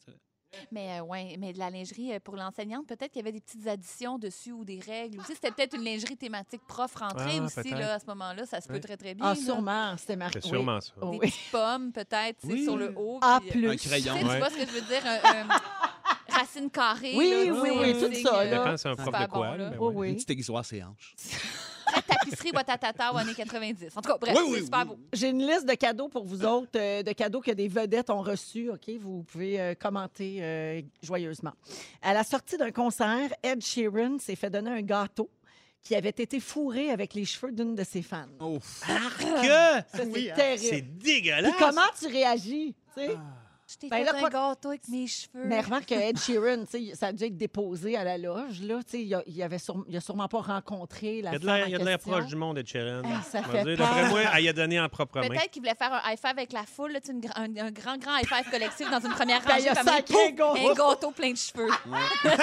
[SPEAKER 4] Mais, euh, ouais, mais de la lingerie euh, pour l'enseignante, peut-être qu'il y avait des petites additions dessus ou des règles. Ou, tu sais, c'était peut-être une lingerie thématique prof-rentrée
[SPEAKER 5] Ah,
[SPEAKER 4] aussi,
[SPEAKER 5] peut-être.
[SPEAKER 4] là, à ce moment-là. Ça se peut
[SPEAKER 5] Ouais.
[SPEAKER 4] très, très bien.
[SPEAKER 3] Ah,
[SPEAKER 4] là.
[SPEAKER 3] sûrement, c'était marqué.
[SPEAKER 5] C'est sûrement ça.
[SPEAKER 4] Des
[SPEAKER 3] Oui. Oui.
[SPEAKER 4] petites pommes, peut-être, tu sais,
[SPEAKER 2] Oui.
[SPEAKER 4] sur le haut.
[SPEAKER 3] Ah,
[SPEAKER 4] puis, euh,
[SPEAKER 3] plus.
[SPEAKER 2] Un
[SPEAKER 4] Tu sais,
[SPEAKER 2] crayon.
[SPEAKER 4] tu
[SPEAKER 5] Ouais.
[SPEAKER 4] vois ce que je veux dire? Un- un- racine carrée.
[SPEAKER 3] Oui,
[SPEAKER 4] là, tu
[SPEAKER 3] oui,
[SPEAKER 4] sais,
[SPEAKER 3] oui,
[SPEAKER 4] un
[SPEAKER 3] tout
[SPEAKER 4] signe,
[SPEAKER 3] ça,
[SPEAKER 4] là.
[SPEAKER 5] Ça dépend si c'est un
[SPEAKER 4] C'est
[SPEAKER 5] prof
[SPEAKER 4] pas
[SPEAKER 5] de quoi.
[SPEAKER 4] bon,
[SPEAKER 5] là,
[SPEAKER 4] là.
[SPEAKER 5] ben
[SPEAKER 3] Oui,
[SPEAKER 5] oui.
[SPEAKER 2] Une
[SPEAKER 3] oui.
[SPEAKER 2] petite aiguisoire, ses hanches.
[SPEAKER 4] Très tapisserie, boîte à tata, ou années 90. En tout cas, bref,
[SPEAKER 2] Oui, oui,
[SPEAKER 4] c'est super
[SPEAKER 2] oui.
[SPEAKER 4] beau.
[SPEAKER 3] J'ai une liste de cadeaux pour vous autres, euh, de cadeaux que des vedettes ont reçus. OK, vous pouvez euh, commenter euh, joyeusement. À la sortie d'un concert, Ed Sheeran s'est fait donner un gâteau qui avait été fourré avec les cheveux d'une de ses fans.
[SPEAKER 2] Oh, que
[SPEAKER 3] Ça, c'est terrible.
[SPEAKER 5] Ah hein?
[SPEAKER 3] Puis
[SPEAKER 5] C'est dégueulasse. Ah.
[SPEAKER 3] comment tu réagis? tu sais?
[SPEAKER 4] Je t'ai
[SPEAKER 3] Ben
[SPEAKER 4] fait
[SPEAKER 3] là,
[SPEAKER 4] un
[SPEAKER 3] quoi-
[SPEAKER 4] gâteau avec mes cheveux.
[SPEAKER 3] Mais remarque que Ed Sheeran, tu sais, ça a dû être déposé à la loge. Là, tu sais, il n'a il avait sûre- il a sûrement pas rencontré la
[SPEAKER 5] Il y a de
[SPEAKER 3] femme
[SPEAKER 5] l'air-
[SPEAKER 3] en
[SPEAKER 5] il y a de l'air
[SPEAKER 3] question.
[SPEAKER 5] proche du monde, Ed Sheeran.
[SPEAKER 3] Ah, ça
[SPEAKER 5] Je veux
[SPEAKER 3] fait
[SPEAKER 5] dire,
[SPEAKER 3] peur.
[SPEAKER 5] D'après moi, elle y a donné en propre main.
[SPEAKER 4] Peut-être qu'il voulait faire un high five avec la foule, là, tu sais, une gra- un, un grand, grand high five collectif dans une première
[SPEAKER 3] Ben, il
[SPEAKER 4] rangée.
[SPEAKER 3] a
[SPEAKER 4] puis après,
[SPEAKER 3] sacré
[SPEAKER 4] pouf,
[SPEAKER 3] gâteau.
[SPEAKER 4] un gâteau plein de cheveux.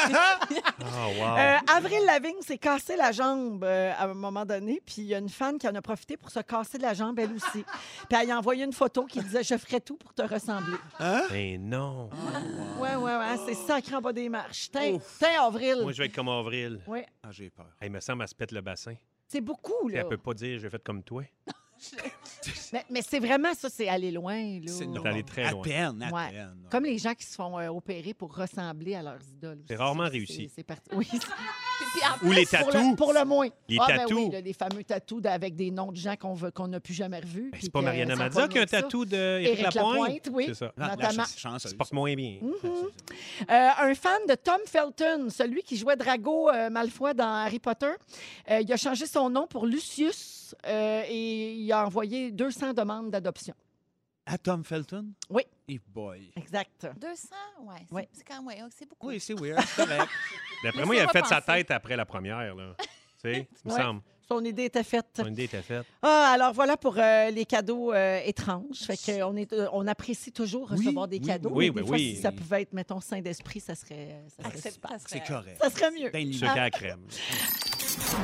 [SPEAKER 5] Oh, wow.
[SPEAKER 3] Euh, Avril Lavigne s'est cassé la jambe euh, à un moment donné, puis il y a une fan qui en a profité pour se casser la jambe elle aussi. Puis elle y a envoyé une photo qui disait Je ferai tout pour te ressembler.
[SPEAKER 5] Mais Ben non.
[SPEAKER 3] Ah. Ouais, ouais, ouais, c'est sacré en bas des marches. T'es t'es Avril.
[SPEAKER 5] Oh. Moi, je vais être comme Avril.
[SPEAKER 3] Ouais.
[SPEAKER 2] Ah, j'ai peur.
[SPEAKER 5] Elle me semble, elle se pète le bassin.
[SPEAKER 3] C'est beaucoup,
[SPEAKER 5] Puis
[SPEAKER 3] là.
[SPEAKER 5] Elle peut pas dire, j'ai fait comme toi.
[SPEAKER 3] Mais, mais c'est vraiment ça, c'est aller loin, là.
[SPEAKER 2] C'est non.
[SPEAKER 5] allé très
[SPEAKER 2] à
[SPEAKER 5] loin.
[SPEAKER 2] peine, à
[SPEAKER 3] Ouais.
[SPEAKER 2] peine.
[SPEAKER 3] Comme les gens qui se font euh, opérer pour ressembler à leurs idoles.
[SPEAKER 5] C'est
[SPEAKER 3] aussi.
[SPEAKER 5] rarement réussi.
[SPEAKER 3] C'est parti. Oui.
[SPEAKER 4] Puis, puis en
[SPEAKER 5] Ou les
[SPEAKER 3] Pour le,
[SPEAKER 5] tatous.
[SPEAKER 3] pour le moins.
[SPEAKER 5] Les
[SPEAKER 3] ah, ben
[SPEAKER 5] tatous.
[SPEAKER 3] oui, là, les fameux tatous avec des noms de gens qu'on veut- qu'on n'a plus jamais revus.
[SPEAKER 5] Ben,
[SPEAKER 3] puis
[SPEAKER 5] c'est pas
[SPEAKER 3] que-
[SPEAKER 5] Mariana
[SPEAKER 3] ils sont
[SPEAKER 5] Mazza
[SPEAKER 3] pas
[SPEAKER 5] qui a un
[SPEAKER 3] nés de ça.
[SPEAKER 5] tatou de Éric
[SPEAKER 3] Éric
[SPEAKER 5] Lapointe.
[SPEAKER 3] Lapointe, oui.
[SPEAKER 5] C'est Ah, ça.
[SPEAKER 2] La- la
[SPEAKER 3] notamment-
[SPEAKER 2] ch- chanceuse.
[SPEAKER 5] Se porte moins bien.
[SPEAKER 2] Mmh.
[SPEAKER 4] Mhm.
[SPEAKER 3] Euh, un fan de Tom Felton, celui qui jouait Drago euh, Malfoy dans Harry Potter, euh, il a changé son nom pour Lucius euh, et il a envoyé 200 demandes d'adoption.
[SPEAKER 2] À Tom Felton?
[SPEAKER 3] Oui.
[SPEAKER 2] Et boy.
[SPEAKER 3] Exact.
[SPEAKER 4] 200, ouais, c'est,
[SPEAKER 3] Ouais.
[SPEAKER 4] c'est quand même ouais, c'est beaucoup.
[SPEAKER 2] Oui, c'est weird, c'est correct.
[SPEAKER 5] D'après
[SPEAKER 4] Mais
[SPEAKER 5] moi, il
[SPEAKER 4] ça
[SPEAKER 5] a
[SPEAKER 4] va
[SPEAKER 5] fait sa
[SPEAKER 4] passer.
[SPEAKER 5] tête après la première. Là. tu sais, il me
[SPEAKER 3] Ouais.
[SPEAKER 5] semble.
[SPEAKER 3] Son idée était faite.
[SPEAKER 5] Son idée était faite.
[SPEAKER 3] Ah, alors voilà pour euh, les cadeaux euh, étranges. Fait que on, est, euh, on apprécie toujours
[SPEAKER 2] Oui,
[SPEAKER 3] recevoir des
[SPEAKER 2] oui,
[SPEAKER 3] cadeaux.
[SPEAKER 5] oui,
[SPEAKER 3] mais des
[SPEAKER 5] oui,
[SPEAKER 3] fois,
[SPEAKER 5] oui.
[SPEAKER 3] si ça pouvait être, mettons, saint d'esprit, ça serait, ça serait
[SPEAKER 4] Accepte-
[SPEAKER 3] super.
[SPEAKER 4] ça serait-
[SPEAKER 2] c'est correct.
[SPEAKER 3] Ça serait mieux.
[SPEAKER 2] Ben, lui-
[SPEAKER 5] Sucre à la crème.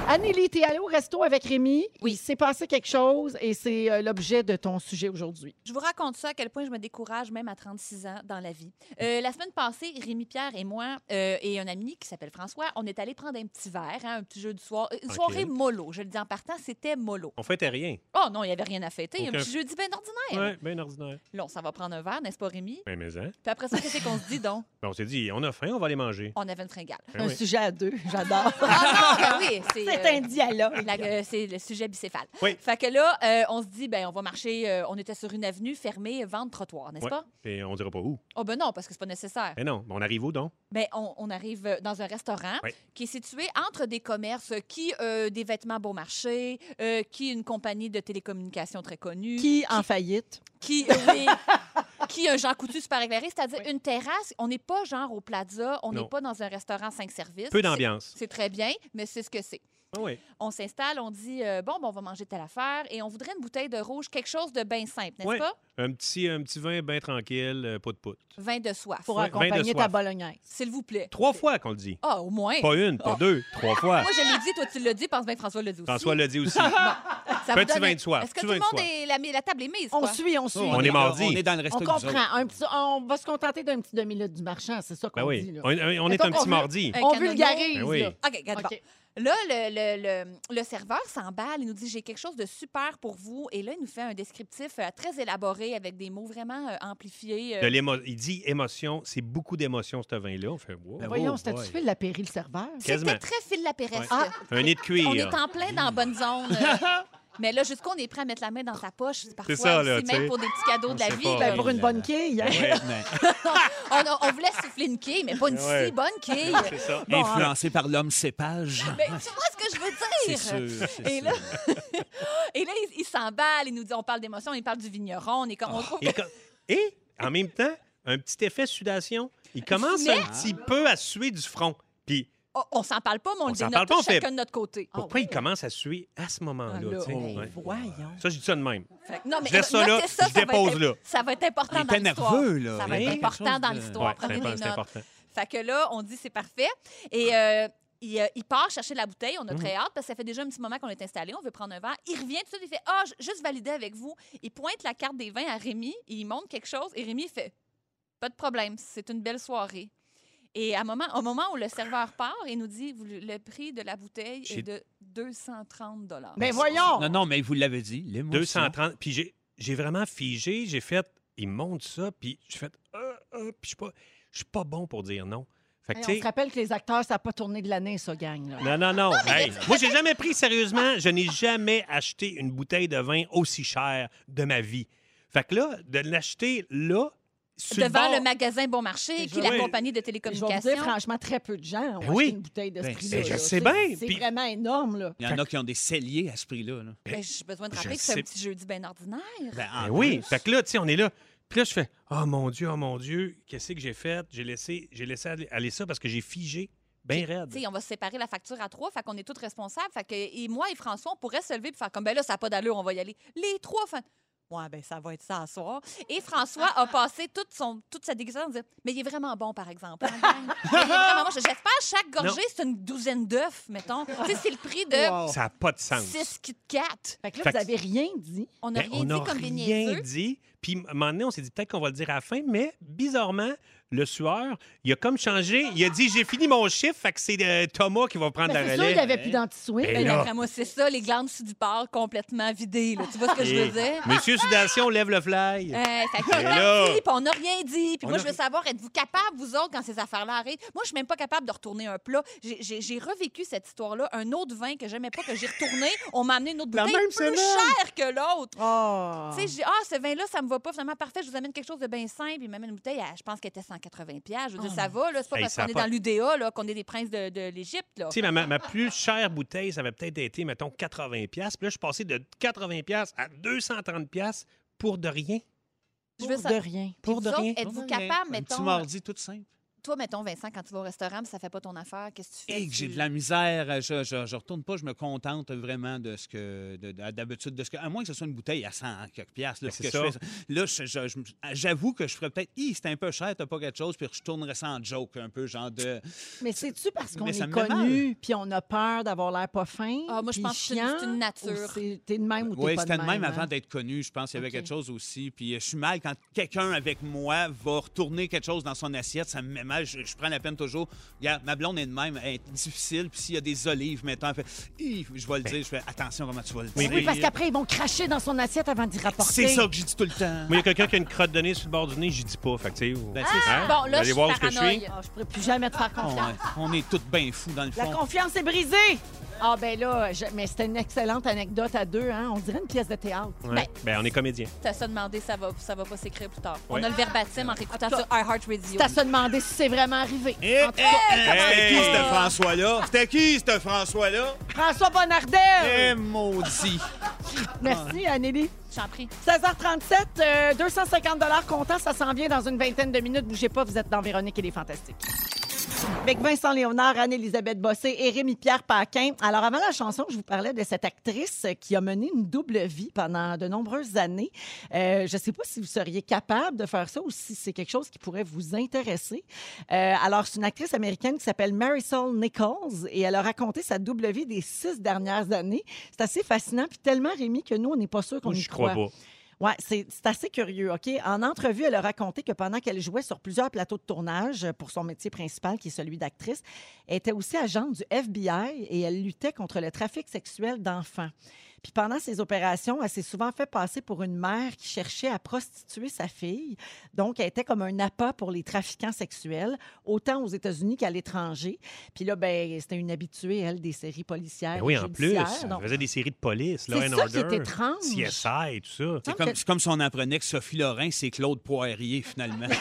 [SPEAKER 3] Annélie, t'es allée au resto avec Rémi.
[SPEAKER 4] Oui.
[SPEAKER 3] Il s'est passé quelque chose et c'est euh, l'objet de ton sujet aujourd'hui.
[SPEAKER 4] Je vous raconte ça à quel point je me décourage même à 36 ans dans la vie. Euh, la semaine passée, Rémi Pierre et moi euh, et un ami qui s'appelle François, on est allés prendre un petit verre, hein, un petit jeu du soir, une
[SPEAKER 5] Tranquille.
[SPEAKER 4] soirée mollo. Je le dis en partant, c'était mollo.
[SPEAKER 5] On fêtait rien.
[SPEAKER 4] Oh non, il n'y avait rien à fêter, un
[SPEAKER 5] Aucun-
[SPEAKER 4] petit jeudi bien ordinaire.
[SPEAKER 5] Ouais, bien ordinaire.
[SPEAKER 4] Là, on s'en va prendre un verre, n'est-ce pas Rémi?
[SPEAKER 5] Ben, mais hein?
[SPEAKER 4] Puis après ça, qu'est-ce qu'on se dit donc?
[SPEAKER 5] Ben, on s'est dit, on a faim, on va aller manger.
[SPEAKER 4] On avait une fringale.
[SPEAKER 5] Ben
[SPEAKER 3] un
[SPEAKER 5] oui.
[SPEAKER 3] sujet à deux, j'adore.
[SPEAKER 4] Ah non, ben oui, c'est...
[SPEAKER 3] c'est
[SPEAKER 4] euh,
[SPEAKER 3] un dialogue.
[SPEAKER 4] la- euh, c'est le sujet bicéphale.
[SPEAKER 5] Oui.
[SPEAKER 4] Fait que là, euh, on se dit, ben, on va marcher. euh, on était sur une avenue fermée, vente trottoir, n'est-ce
[SPEAKER 5] Ouais.
[SPEAKER 4] pas?
[SPEAKER 5] Et on dira pas où.
[SPEAKER 4] Oh, ben non, parce que c'est pas nécessaire.
[SPEAKER 5] Ben non, ben, on arrive où donc?
[SPEAKER 4] Ben, on, on arrive euh, dans un restaurant
[SPEAKER 5] Oui.
[SPEAKER 4] qui est situé entre des commerces euh, qui euh, des vêtements bon marché, euh, qui une compagnie de télécommunications très connue,
[SPEAKER 3] Qui en faillite?
[SPEAKER 4] qui, euh, oui, qui un Jean Coutu super éclairé, c'est-à-dire une terrasse. On n'est pas genre au Plaza, on
[SPEAKER 5] Non.
[SPEAKER 4] n'est pas dans un restaurant cinq services.
[SPEAKER 5] Peu
[SPEAKER 4] C'est-
[SPEAKER 5] d'ambiance.
[SPEAKER 4] C'est très bien, mais c'est ce que c'est.
[SPEAKER 5] Ah oui.
[SPEAKER 4] On s'installe, on dit euh, bon, ben, on va manger telle affaire et on voudrait une bouteille de rouge, quelque chose de bien simple, n'est-ce
[SPEAKER 5] Oui.
[SPEAKER 4] pas
[SPEAKER 5] Un petit, un petit vin bien tranquille, euh, pas de poutre.
[SPEAKER 4] Vin de soif,
[SPEAKER 3] Pour
[SPEAKER 5] Ouais, vin de
[SPEAKER 3] accompagner
[SPEAKER 5] soif.
[SPEAKER 3] ta bolognaise.
[SPEAKER 4] s'il vous plaît.
[SPEAKER 5] Trois fois qu'on le dit.
[SPEAKER 4] Ah, au moins.
[SPEAKER 5] Pas une, pas
[SPEAKER 4] Oh.
[SPEAKER 5] deux, trois fois.
[SPEAKER 4] Moi, je l'ai dit, toi, tu l'as dit, pense bien que François l'a dit aussi.
[SPEAKER 5] François l'a dit aussi.
[SPEAKER 4] Ça vous
[SPEAKER 5] Petit
[SPEAKER 4] donne
[SPEAKER 5] vin
[SPEAKER 4] un-
[SPEAKER 5] de soir,
[SPEAKER 4] Est-ce que tout
[SPEAKER 5] petit vin
[SPEAKER 4] le
[SPEAKER 5] de
[SPEAKER 4] monde
[SPEAKER 5] soir.
[SPEAKER 4] est la, mi- la table est mise?
[SPEAKER 3] Ah! On
[SPEAKER 4] quoi?
[SPEAKER 3] suit, on suit.
[SPEAKER 5] Oh, on est mardi.
[SPEAKER 2] On est dans le resto
[SPEAKER 3] On
[SPEAKER 2] du zoo.
[SPEAKER 3] comprend. Un petit- on va se contenter d'un petit deux minutes du marchand, c'est ça qu'on
[SPEAKER 5] Ben
[SPEAKER 3] dit.
[SPEAKER 5] oui.
[SPEAKER 3] Là.
[SPEAKER 5] On, on- on est
[SPEAKER 3] Mettons
[SPEAKER 5] un
[SPEAKER 3] qu'on
[SPEAKER 5] petit
[SPEAKER 3] veut-
[SPEAKER 5] mardi.
[SPEAKER 4] Un
[SPEAKER 3] On
[SPEAKER 4] canonnier.
[SPEAKER 3] vulgarise.
[SPEAKER 5] Ben oui.
[SPEAKER 3] là.
[SPEAKER 4] OK, regarde, bon.
[SPEAKER 3] OK.
[SPEAKER 4] Là, le, le- le- le serveur s'emballe. Il nous dit J'ai quelque chose de super pour vous. Et là, il nous fait un descriptif euh, très élaboré avec des mots vraiment euh, amplifiés. euh,
[SPEAKER 5] De l'émo- Il dit émotion. C'est beaucoup d'émotion, ce vin-là. On fait wow,
[SPEAKER 2] Ben
[SPEAKER 3] Voyons,
[SPEAKER 5] Oh, boy.
[SPEAKER 3] c'était-tu fait l'apéri, le serveur?
[SPEAKER 5] quasiment.
[SPEAKER 4] C'était très fil la péresse.
[SPEAKER 3] Ah,
[SPEAKER 5] Un nez de cuir.
[SPEAKER 4] On est en plein dans la bonne zone. euh, Mais là, jusqu'où on est prêt à mettre la main dans sa poche, parfois,
[SPEAKER 5] ça, là,
[SPEAKER 4] aussi,
[SPEAKER 5] tu sais.
[SPEAKER 4] même pour des petits cadeaux de la
[SPEAKER 5] sait
[SPEAKER 4] vie.
[SPEAKER 5] pas.
[SPEAKER 4] là.
[SPEAKER 3] Ben, pour une
[SPEAKER 2] là, là.
[SPEAKER 3] bonne quille. hein.
[SPEAKER 5] Ouais.
[SPEAKER 2] Mais
[SPEAKER 4] on, on voulait souffler une quille, mais pas une
[SPEAKER 5] Ouais.
[SPEAKER 4] si bonne quille.
[SPEAKER 5] C'est ça.
[SPEAKER 4] hein.
[SPEAKER 2] influencé par l'homme cépage.
[SPEAKER 4] Mais tu vois ce que je veux
[SPEAKER 2] C'est sûr.
[SPEAKER 4] dire?
[SPEAKER 2] c'est
[SPEAKER 4] Et là,
[SPEAKER 2] sûr.
[SPEAKER 4] et là, il, il s'emballe, il nous dit, on parle d'émotion, il parle du vigneron, on est comme, on trouve
[SPEAKER 5] Et, com- et, en même temps, un petit effet de sudation. Il commence
[SPEAKER 4] Mais-
[SPEAKER 5] un petit peu à suer du front. Puis
[SPEAKER 4] On- On s'en parle pas, mais on,
[SPEAKER 5] On
[SPEAKER 4] le
[SPEAKER 5] s'en
[SPEAKER 4] dénote
[SPEAKER 5] parle pas,
[SPEAKER 4] tous
[SPEAKER 5] on fait- Ah.
[SPEAKER 4] chacun de notre côté.
[SPEAKER 5] pourquoi il commence à suer à ce moment-là?
[SPEAKER 4] Ah, là,
[SPEAKER 5] tu sais?
[SPEAKER 4] oh,
[SPEAKER 5] Ouais.
[SPEAKER 3] Voyons.
[SPEAKER 5] Ça, je dis ça de même.
[SPEAKER 4] Fait que- non, mais euh,
[SPEAKER 5] Je laisse ça là,
[SPEAKER 4] notez
[SPEAKER 5] je dépose
[SPEAKER 4] va être,
[SPEAKER 5] là.
[SPEAKER 4] Ça va être important
[SPEAKER 2] Il
[SPEAKER 4] dans
[SPEAKER 2] était
[SPEAKER 4] l'histoire.
[SPEAKER 2] nerveux, là.
[SPEAKER 4] Ça va
[SPEAKER 5] Il y
[SPEAKER 4] être
[SPEAKER 5] a quelque
[SPEAKER 4] important
[SPEAKER 2] chose
[SPEAKER 4] dans
[SPEAKER 2] de-
[SPEAKER 4] l'histoire.
[SPEAKER 5] Ouais, c'est
[SPEAKER 4] Prenez
[SPEAKER 5] important,
[SPEAKER 4] des
[SPEAKER 5] c'est
[SPEAKER 4] notes.
[SPEAKER 5] important.
[SPEAKER 4] Fait que là, on dit, c'est parfait. Et euh, il, euh, il part chercher la bouteille,
[SPEAKER 5] Mhm.
[SPEAKER 4] on a très hâte, parce que ça fait déjà un petit moment qu'on est installé, on veut prendre un verre. Il revient tout de suite, il fait, ah, ju- juste valider avec vous. Il pointe la carte des vins à Rémi, il montre quelque chose, et Rémi il fait, pas de problème, c'est une belle soirée. Et à un moment, au moment où le serveur part, il nous dit, Vous- le prix de la bouteille est
[SPEAKER 5] J'ai-
[SPEAKER 4] de 230 dollars.
[SPEAKER 3] Mais voyons!
[SPEAKER 2] Non, non, mais vous l'avez dit, l'émotion.
[SPEAKER 5] 230. Puis j'ai- j'ai vraiment figé. J'ai fait, il me montre ça. Puis j'ai fait, euh, euh, puis je suis pas, je suis pas bon pour dire non. Fait que,
[SPEAKER 3] Hey,
[SPEAKER 5] tu
[SPEAKER 3] on
[SPEAKER 5] sais,
[SPEAKER 3] se rappelle que les acteurs, ça n'a pas tourné de l'année, ça, gang. Là.
[SPEAKER 5] Non, non, non. Hey, moi, j'ai jamais pris sérieusement. Je n'ai jamais acheté une bouteille de vin aussi chère de ma vie. Fait que là, de l'acheter là, sur le
[SPEAKER 4] devant
[SPEAKER 5] bord-
[SPEAKER 4] le magasin Bon Marché,
[SPEAKER 3] Mais
[SPEAKER 4] qui est
[SPEAKER 5] je-
[SPEAKER 4] la
[SPEAKER 5] oui.
[SPEAKER 4] compagnie de
[SPEAKER 3] Je vais vous dire,
[SPEAKER 4] télécommunications.
[SPEAKER 3] franchement, très peu de gens ont
[SPEAKER 5] Ben
[SPEAKER 3] acheté
[SPEAKER 5] oui.
[SPEAKER 3] une bouteille de ce
[SPEAKER 2] Ben,
[SPEAKER 3] prix-là.
[SPEAKER 5] ben, je
[SPEAKER 3] là,
[SPEAKER 5] sais
[SPEAKER 3] tu
[SPEAKER 5] bien,
[SPEAKER 3] C'est
[SPEAKER 5] puis-
[SPEAKER 3] vraiment énorme, là.
[SPEAKER 2] Il y en a qui ont des celliers à ce prix-là. là.
[SPEAKER 4] Ben, J'ai besoin de
[SPEAKER 5] Je
[SPEAKER 4] rappeler que c'est un
[SPEAKER 5] sais-
[SPEAKER 4] petit jeudi bien ordinaire.
[SPEAKER 2] Ben, en
[SPEAKER 5] Ben oui.
[SPEAKER 2] plus.
[SPEAKER 5] Fait que là, tu sais, on est là. Puis là, je fais Oh mon Dieu, oh mon Dieu, qu'est-ce que j'ai fait? J'ai laissé, j'ai laissé aller, aller ça parce que j'ai figé bien raide.
[SPEAKER 4] Tu sais, on va se séparer la facture à trois, fait qu'on est tous responsables. Fait que et moi et François, on pourrait se lever et faire comme, ben là, ça n'a pas d'allure, on va y aller. Les trois, fin... Ouais, ben ça va être ça à soir. Et François a passé toute, son, toute sa déguisation en disant, mais il est vraiment bon, par exemple. hein, gang? Mais il est vraiment bon. J'espère que chaque gorgée, c'est une douzaine d'œufs, mettons. Tu sais, c'est le prix
[SPEAKER 3] Euh,
[SPEAKER 4] de
[SPEAKER 5] Ça n'a pas de sens.
[SPEAKER 4] six Kit Kat.
[SPEAKER 3] Fait que là,
[SPEAKER 5] Fait
[SPEAKER 3] vous
[SPEAKER 5] que-
[SPEAKER 3] n'avez rien dit.
[SPEAKER 4] On n'a
[SPEAKER 5] Ben,
[SPEAKER 4] rien
[SPEAKER 5] on
[SPEAKER 4] dit
[SPEAKER 5] a
[SPEAKER 4] comme des
[SPEAKER 5] rien
[SPEAKER 4] niaiseux.
[SPEAKER 5] dit. Puis, à un moment donné, on s'est dit peut-être qu'on va le dire à la fin, mais bizarrement, le sueur, il a comme changé. Il a dit J'ai fini mon chiffre, fait que c'est euh, Thomas qui va prendre
[SPEAKER 3] Ben,
[SPEAKER 5] la
[SPEAKER 3] c'est sûr, il
[SPEAKER 5] relève.
[SPEAKER 3] n'y avait plus d'anti-swing.
[SPEAKER 5] Ben
[SPEAKER 4] Ben,
[SPEAKER 5] Et là-
[SPEAKER 4] d'après moi, c'est ça, les glandes sous du porc complètement vidées. là. Tu vois ce que je veux
[SPEAKER 5] Et
[SPEAKER 4] dire?
[SPEAKER 5] Monsieur Sudation lève le fly.
[SPEAKER 4] Euh, fait qu'on
[SPEAKER 5] Et
[SPEAKER 4] est
[SPEAKER 5] là-
[SPEAKER 4] parti, puis on n'a rien dit. Puis
[SPEAKER 5] On
[SPEAKER 4] moi,
[SPEAKER 5] a
[SPEAKER 4] je veux
[SPEAKER 5] ri-
[SPEAKER 4] savoir, êtes-vous capable, vous autres, quand ces affaires-là arrivent? Moi, je suis même pas capable de retourner un plat. J'ai- J'ai j'ai revécu cette histoire-là. Un autre vin que j'aimais pas, que j'ai retourné, on m'a amené une autre
[SPEAKER 2] La
[SPEAKER 4] bouteille
[SPEAKER 2] même
[SPEAKER 4] plus
[SPEAKER 2] semaine.
[SPEAKER 4] chère que l'autre.
[SPEAKER 3] Oh.
[SPEAKER 4] Tu sais, j'ai dit, ah, ce vin-là, ça me va pas. Finalement, parfait, je vous amène quelque chose de bien simple. Il m'amène une bouteille à, je pense qu'elle était 180$. piastres. Je veux dire, ça va, là. C'est pas
[SPEAKER 5] Hey,
[SPEAKER 4] parce
[SPEAKER 5] ça
[SPEAKER 4] qu'on
[SPEAKER 5] a
[SPEAKER 4] est
[SPEAKER 5] pas-
[SPEAKER 4] dans l'UDA, là, qu'on est des princes de, de l'Égypte, là.
[SPEAKER 5] Tu sais, ma- ma, ma plus chère bouteille, ça avait peut-être été, mettons, 80$. Puis là, je suis passé de 80$ à 230$ pour de rien.
[SPEAKER 4] Je veux
[SPEAKER 3] Pour
[SPEAKER 4] ça.
[SPEAKER 3] de rien.
[SPEAKER 5] Pour de
[SPEAKER 4] Vous autres,
[SPEAKER 5] rien.
[SPEAKER 4] Êtes-vous
[SPEAKER 2] Pour de rien.
[SPEAKER 4] capable,
[SPEAKER 2] Un petit
[SPEAKER 4] mettons.
[SPEAKER 2] mardi tout simple.
[SPEAKER 4] Toi, mettons, Vincent, quand tu vas au restaurant, puis ça fait pas ton affaire, qu'est-ce que tu fais?
[SPEAKER 2] Et que j'ai
[SPEAKER 4] Tu-
[SPEAKER 2] de la misère. Je, je, je retourne pas, je me contente vraiment de ce que de- de- d'habitude de ce que. À moins que ce soit une bouteille à 100 quelques piastres. Là,
[SPEAKER 5] Ben,
[SPEAKER 2] que
[SPEAKER 5] c'est
[SPEAKER 2] je
[SPEAKER 5] ça.
[SPEAKER 2] fais. Là, je- je- je me- j'avoue que je ferais peut-être. Hi, c'est un peu cher, t'as pas quelque chose, puis je tournerais sans joke, un peu, genre de.
[SPEAKER 3] Mais c'est-tu parce qu'on
[SPEAKER 2] Mais ça
[SPEAKER 3] est
[SPEAKER 2] me met
[SPEAKER 3] connu, puis on a peur d'avoir l'air pas fin?
[SPEAKER 4] Ah, moi, je
[SPEAKER 3] puis
[SPEAKER 4] pense que c'est une-
[SPEAKER 3] chiant,
[SPEAKER 4] c'est une nature.
[SPEAKER 3] ou c'est- T'es de même ou t'es
[SPEAKER 2] Oui,
[SPEAKER 3] pas de
[SPEAKER 2] c'était
[SPEAKER 3] même?
[SPEAKER 2] le même
[SPEAKER 3] hein?
[SPEAKER 2] avant d'être connu. Je pense qu'il y avait
[SPEAKER 4] OK.
[SPEAKER 2] quelque chose aussi. Puis euh, je suis mal quand quelqu'un avec moi va retourner quelque chose dans son assiette. Ça me met mal. Je, je prends la peine toujours. Regarde, ma blonde est de même. Elle est difficile. Puis s'il y a des olives, mettons, elle fait Hi, je vais le dire. Je fais attention comment tu vas le
[SPEAKER 5] Ben Oui,
[SPEAKER 2] dire.
[SPEAKER 3] Oui, parce qu'après, ils vont cracher dans son assiette avant d'y rapporter.
[SPEAKER 2] C'est ça que j'ai dit tout le temps.
[SPEAKER 5] Moi, il y a quelqu'un qui a une crotte de nez sur le bord du nez, j'y dis pas. Fait que, tu sais, vous-
[SPEAKER 2] Ben, c'est
[SPEAKER 5] hein?
[SPEAKER 4] Bon, là,
[SPEAKER 5] Vous allez
[SPEAKER 4] je suis
[SPEAKER 5] voir ce que je suis.
[SPEAKER 4] paranoïa.
[SPEAKER 3] Ah, je pourrais plus jamais te faire
[SPEAKER 2] On,
[SPEAKER 3] confiance.
[SPEAKER 2] on est tous bien fous dans le
[SPEAKER 3] La
[SPEAKER 2] fond.
[SPEAKER 3] confiance est brisée! Ah, ben là, je- mais c'était une excellente anecdote à deux, hein? On dirait une pièce de théâtre.
[SPEAKER 5] Ouais. Ben, on est comédien.
[SPEAKER 4] T'as ça demandé, ça va, ça va pas s'écrire plus tard. On
[SPEAKER 5] Ouais.
[SPEAKER 4] a le verbatim en réécoutant sur iHeartRadio.
[SPEAKER 3] T'as se demander si c'est vraiment arrivé.
[SPEAKER 2] Eh, eh, C'était qui,
[SPEAKER 5] Hey!
[SPEAKER 2] ce François-là? C'était qui, ce François-là?
[SPEAKER 3] François Bonnardel!
[SPEAKER 2] Eh, maudit!
[SPEAKER 3] Merci, Anneli.
[SPEAKER 4] J'en prie.
[SPEAKER 3] 16h37, euh, 250 comptant, ça s'en vient dans une vingtaine de minutes. Bougez pas, vous êtes dans Véronique et les Fantastiques. Avec Vincent Léonard, Anne-Élisabeth Bossé et Rémi-Pierre Paquin. Alors, avant la chanson, je vous parlais de cette actrice qui a mené une double vie pendant de nombreuses années. Euh, je ne sais pas si vous seriez capable de faire ça ou si c'est quelque chose qui pourrait vous intéresser. Euh, alors, c'est une actrice américaine qui s'appelle Marisol Nichols et elle a raconté sa double vie des six dernières années. C'est assez fascinant, puis tellement, Rémi, que nous, on n'est pas sûr qu'on
[SPEAKER 5] Moi,
[SPEAKER 3] y
[SPEAKER 5] je crois
[SPEAKER 3] croit.
[SPEAKER 5] pas.
[SPEAKER 3] Oui, c'est c'est assez curieux, OK? En entrevue, elle a raconté que pendant qu'elle jouait sur plusieurs plateaux de tournage pour son métier principal, qui est celui d'actrice, elle était aussi agente du FBI et elle luttait contre le trafic sexuel d'enfants. Puis pendant ces opérations, elle s'est souvent fait passer pour une mère qui cherchait à prostituer sa fille. Donc, elle était comme un appât pour les trafiquants sexuels, autant aux États-Unis qu'à l'étranger. Puis là, ben, c'était une habituée, elle, des séries policières.
[SPEAKER 5] Ben oui, en plus,
[SPEAKER 3] judiciaires.
[SPEAKER 5] on
[SPEAKER 3] Donc,
[SPEAKER 5] faisait des séries de police, Law
[SPEAKER 3] C'est
[SPEAKER 5] and
[SPEAKER 3] ça qui est
[SPEAKER 5] Order,
[SPEAKER 3] étrange.
[SPEAKER 5] CSI, tout ça.
[SPEAKER 2] C'est comme, c'est comme si on apprenait que Sophie Laurent, c'est Claude Poirier, finalement.
[SPEAKER 4] Ben,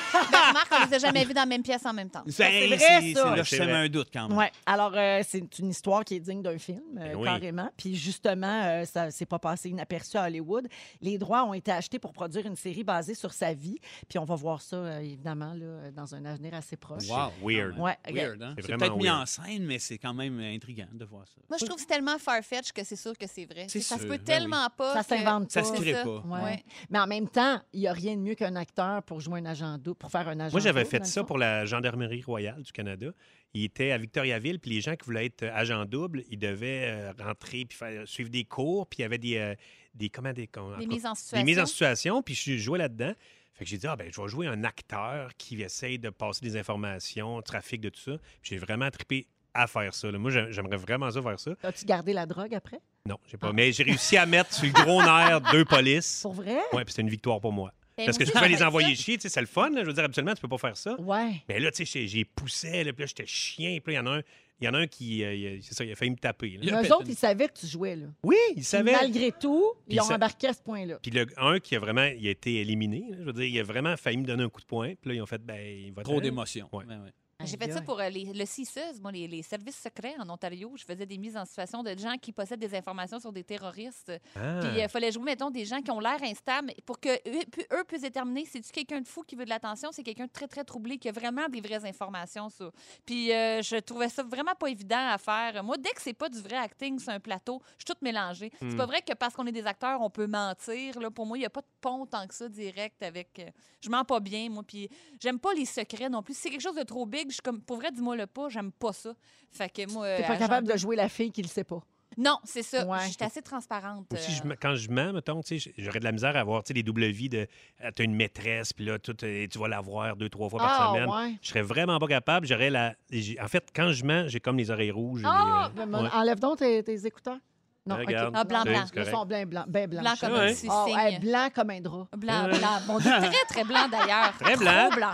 [SPEAKER 4] remarque, on les a jamais vus dans la même pièce en même temps.
[SPEAKER 2] Ben,
[SPEAKER 3] vrai,
[SPEAKER 2] c'est-
[SPEAKER 3] ça.
[SPEAKER 2] Là, je
[SPEAKER 5] C'est
[SPEAKER 2] sème
[SPEAKER 5] vrai.
[SPEAKER 2] un doute quand même.
[SPEAKER 3] Ouais. Alors, euh, c'est une histoire qui est digne d'un film, euh,
[SPEAKER 5] Ben oui.
[SPEAKER 3] carrément. Puis justement, euh, ça s'est pas passé inaperçu à Hollywood. Les droits ont été achetés pour produire une série basée sur sa vie. Puis on va voir ça, euh, évidemment, là, dans un avenir assez proche.
[SPEAKER 5] Wow. Weird.
[SPEAKER 3] Ouais,
[SPEAKER 2] Weird, hein?
[SPEAKER 5] C'est
[SPEAKER 2] C'est
[SPEAKER 5] vraiment
[SPEAKER 2] peut-être mis
[SPEAKER 5] weird.
[SPEAKER 2] en scène, mais c'est quand même intriguant de voir ça.
[SPEAKER 4] Moi, je trouve que c'est tellement farfetch que c'est sûr que c'est vrai.
[SPEAKER 2] C'est
[SPEAKER 4] ça se
[SPEAKER 2] sûr,
[SPEAKER 4] peut
[SPEAKER 2] ben oui.
[SPEAKER 4] tellement pas.
[SPEAKER 3] Ça
[SPEAKER 4] que-
[SPEAKER 3] s'invente
[SPEAKER 2] Ça
[SPEAKER 3] pas.
[SPEAKER 2] se
[SPEAKER 4] C'est
[SPEAKER 2] crée
[SPEAKER 4] ça.
[SPEAKER 2] pas.
[SPEAKER 3] Ouais.
[SPEAKER 4] Ouais.
[SPEAKER 3] Mais en même temps, il n'y a rien de mieux qu'un acteur pour jouer un agent double, pour faire un agent
[SPEAKER 5] Moi, j'avais
[SPEAKER 3] double, dans
[SPEAKER 5] fait
[SPEAKER 3] le
[SPEAKER 5] ça
[SPEAKER 3] fond.
[SPEAKER 5] pour la Gendarmerie royale du Canada. Il était à Victoriaville, puis les gens qui voulaient être euh, agents doubles, ils devaient euh, rentrer puis faire- suivre des cours, puis il y avait des, euh, des, comment, des, comment-
[SPEAKER 4] Des mises en situation. Ben,
[SPEAKER 5] des mises en situation, puis je jouais là-dedans. Fait que j'ai dit, ah ben, je vais jouer un acteur qui essaye de passer des informations, trafic de tout ça. Puis J'ai vraiment trippé à faire ça. là. Moi, j'a- j'aimerais vraiment ça faire ça.
[SPEAKER 3] As-tu gardé la drogue après?
[SPEAKER 5] Non, j'ai pas. Mais j'ai réussi à mettre sur le gros nerf deux polices.
[SPEAKER 3] Pour vrai?
[SPEAKER 5] Ouais, puis c'était une victoire pour moi.
[SPEAKER 4] Ben,
[SPEAKER 5] Parce
[SPEAKER 4] moi
[SPEAKER 5] que je
[SPEAKER 4] aussi,
[SPEAKER 5] pouvais les
[SPEAKER 4] j'aurais
[SPEAKER 5] envoyer
[SPEAKER 4] ça.
[SPEAKER 5] chier, tu sais, c'est le fun. là. Je veux dire, habituellement, tu peux pas faire ça.
[SPEAKER 3] Ouais.
[SPEAKER 5] Mais Ben là, tu sais, j'ai- j'ai poussé, là, puis là, j'étais chien. Puis là, il y en a un, il y en a un qui, euh, il a- c'est ça, il a failli me taper. là.
[SPEAKER 2] Il a
[SPEAKER 3] Mais
[SPEAKER 2] pété
[SPEAKER 3] eux autres,
[SPEAKER 2] une-
[SPEAKER 3] ils savaient que tu jouais, là.
[SPEAKER 5] Oui, il
[SPEAKER 3] Puis
[SPEAKER 5] savait.
[SPEAKER 3] Malgré tout,
[SPEAKER 5] Puis
[SPEAKER 3] ils ont
[SPEAKER 5] ça-
[SPEAKER 3] embarqué à ce point-là.
[SPEAKER 5] Puis le un qui a vraiment, il a été éliminé. là. Je veux dire, il a vraiment failli me donner un coup de poing. Puis là, ils ont fait, ben, il va
[SPEAKER 2] Trop
[SPEAKER 5] t'en-
[SPEAKER 2] d'émotions.
[SPEAKER 5] Ouais.
[SPEAKER 2] Ben ouais.
[SPEAKER 4] J'ai fait ça pour euh, les, le CISEUS, moi, les, les services secrets en Ontario. Je faisais des mises en situation de gens qui possèdent des informations sur des terroristes.
[SPEAKER 5] Ah.
[SPEAKER 4] Puis il
[SPEAKER 3] euh,
[SPEAKER 4] fallait jouer, mettons, des gens qui ont l'air instables pour que eux, pu- eux puissent déterminer si tu quelqu'un de fou qui veut de l'attention, c'est quelqu'un de très, très troublé qui a vraiment des vraies informations, ça. Puis euh, je trouvais ça vraiment pas évident à faire. Moi, dès que c'est pas du vrai acting, c'est un plateau, je suis toute mélangée.
[SPEAKER 5] Hmm.
[SPEAKER 4] C'est pas vrai que parce qu'on est des acteurs, on peut mentir. Là. Pour moi, il y a pas de pont tant que ça direct avec. euh, je mens pas bien, moi. Puis j'aime pas les secrets non plus. Si c'est quelque chose de trop big, je suis comme. Pour vrai, dis-moi le pas, j'aime pas ça. Fait que moi.
[SPEAKER 3] T'es
[SPEAKER 4] euh,
[SPEAKER 3] pas
[SPEAKER 4] agent-
[SPEAKER 3] capable de jouer la fille qui le sait pas.
[SPEAKER 4] Non, c'est ça.
[SPEAKER 3] Ouais.
[SPEAKER 4] J'étais assez transparente.
[SPEAKER 5] Aussi, je
[SPEAKER 4] euh,
[SPEAKER 5] me- quand je mens, mettons, tu sais, j'aurais de la misère à avoir tu sais, des doubles vies de ah, t'as une maîtresse, puis là, tout, euh, tu vas la voir deux, trois fois
[SPEAKER 3] Ah,
[SPEAKER 5] par semaine.
[SPEAKER 3] ouais.
[SPEAKER 5] Je serais vraiment pas capable. J'aurais la. j'ai- En fait, quand je mens, j'ai comme les oreilles rouges. et
[SPEAKER 3] Ah,
[SPEAKER 5] les, euh,
[SPEAKER 3] ben, mon-
[SPEAKER 5] ouais.
[SPEAKER 3] enlève donc tes, tes écouteurs. Non,
[SPEAKER 5] Regarde.
[SPEAKER 4] Ah, blanc,
[SPEAKER 3] Non,
[SPEAKER 4] blanc.
[SPEAKER 5] C'est
[SPEAKER 3] Ils
[SPEAKER 5] correct.
[SPEAKER 3] sont bien blancs. bien blancs.
[SPEAKER 4] Blanc
[SPEAKER 3] je
[SPEAKER 4] comme
[SPEAKER 5] Ouais.
[SPEAKER 4] un
[SPEAKER 3] sais. Ah,
[SPEAKER 4] sucing.
[SPEAKER 3] ouais, blanc comme un drap.
[SPEAKER 4] Blanc,
[SPEAKER 2] Euh.
[SPEAKER 5] Ouais.
[SPEAKER 4] blanc. Mon Dieu, très, très blanc d'ailleurs.
[SPEAKER 5] Très blanc.
[SPEAKER 4] Trop blanc.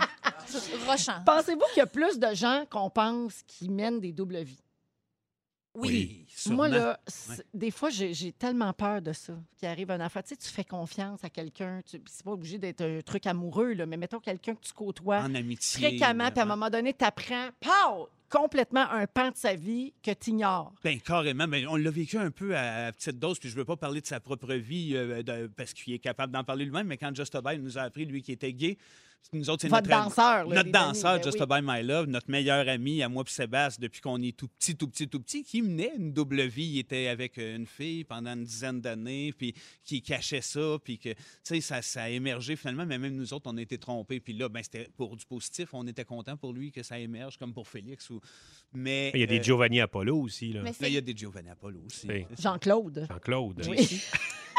[SPEAKER 4] Rochant.
[SPEAKER 3] Pensez-vous qu'il y a plus de gens qu'on pense qui mènent des doubles vies?
[SPEAKER 2] Oui, sûrement.
[SPEAKER 3] Moi, là, c'est-
[SPEAKER 2] Ouais.
[SPEAKER 3] des fois, j'ai j'ai tellement peur de ça, qu'il arrive un affaire. Tu sais, tu fais confiance à quelqu'un. tu- C'est pas obligé d'être un truc amoureux, là, mais mettons quelqu'un que tu côtoies
[SPEAKER 2] en amitié. ben,
[SPEAKER 3] fréquemment, puis à un
[SPEAKER 2] vraiment.
[SPEAKER 3] moment donné, t'apprends, pow, complètement un pan de sa vie que t'ignores.
[SPEAKER 2] Ben, carrément. Ben, on l'a vécu un peu à, à petite dose, puis je veux pas parler de sa propre vie euh, de- parce qu'il est capable d'en parler lui-même, mais quand Just Biden nous a appris, lui, qui était gay, Nous autres, c'est
[SPEAKER 3] Votre
[SPEAKER 2] notre, ami-
[SPEAKER 3] danseur. là,
[SPEAKER 2] notre
[SPEAKER 3] Léonie,
[SPEAKER 2] danseur,
[SPEAKER 3] ben
[SPEAKER 2] Just
[SPEAKER 3] oui.
[SPEAKER 2] a By My Love, notre meilleur ami à moi puis Sébastien depuis qu'on est tout petit, tout petit, tout petit, qui menait une double vie. Il était avec euh, une fille pendant une dizaine d'années, puis qui cachait ça, puis que, tu sais, ça, ça a émergé finalement, mais même nous autres, on a été trompés. Puis là, ben, c'était pour du positif, on était content pour lui que ça émerge, comme pour Félix. Ou... Mais,
[SPEAKER 5] Il y a des
[SPEAKER 2] euh,
[SPEAKER 5] Giovanni Apollo aussi, là.
[SPEAKER 3] Ben,
[SPEAKER 4] Mais
[SPEAKER 2] là, il y a
[SPEAKER 4] c'est
[SPEAKER 2] des Giovanni Apollo aussi.
[SPEAKER 5] Oui.
[SPEAKER 3] Jean-Claude.
[SPEAKER 5] Jean-Claude.
[SPEAKER 3] Oui.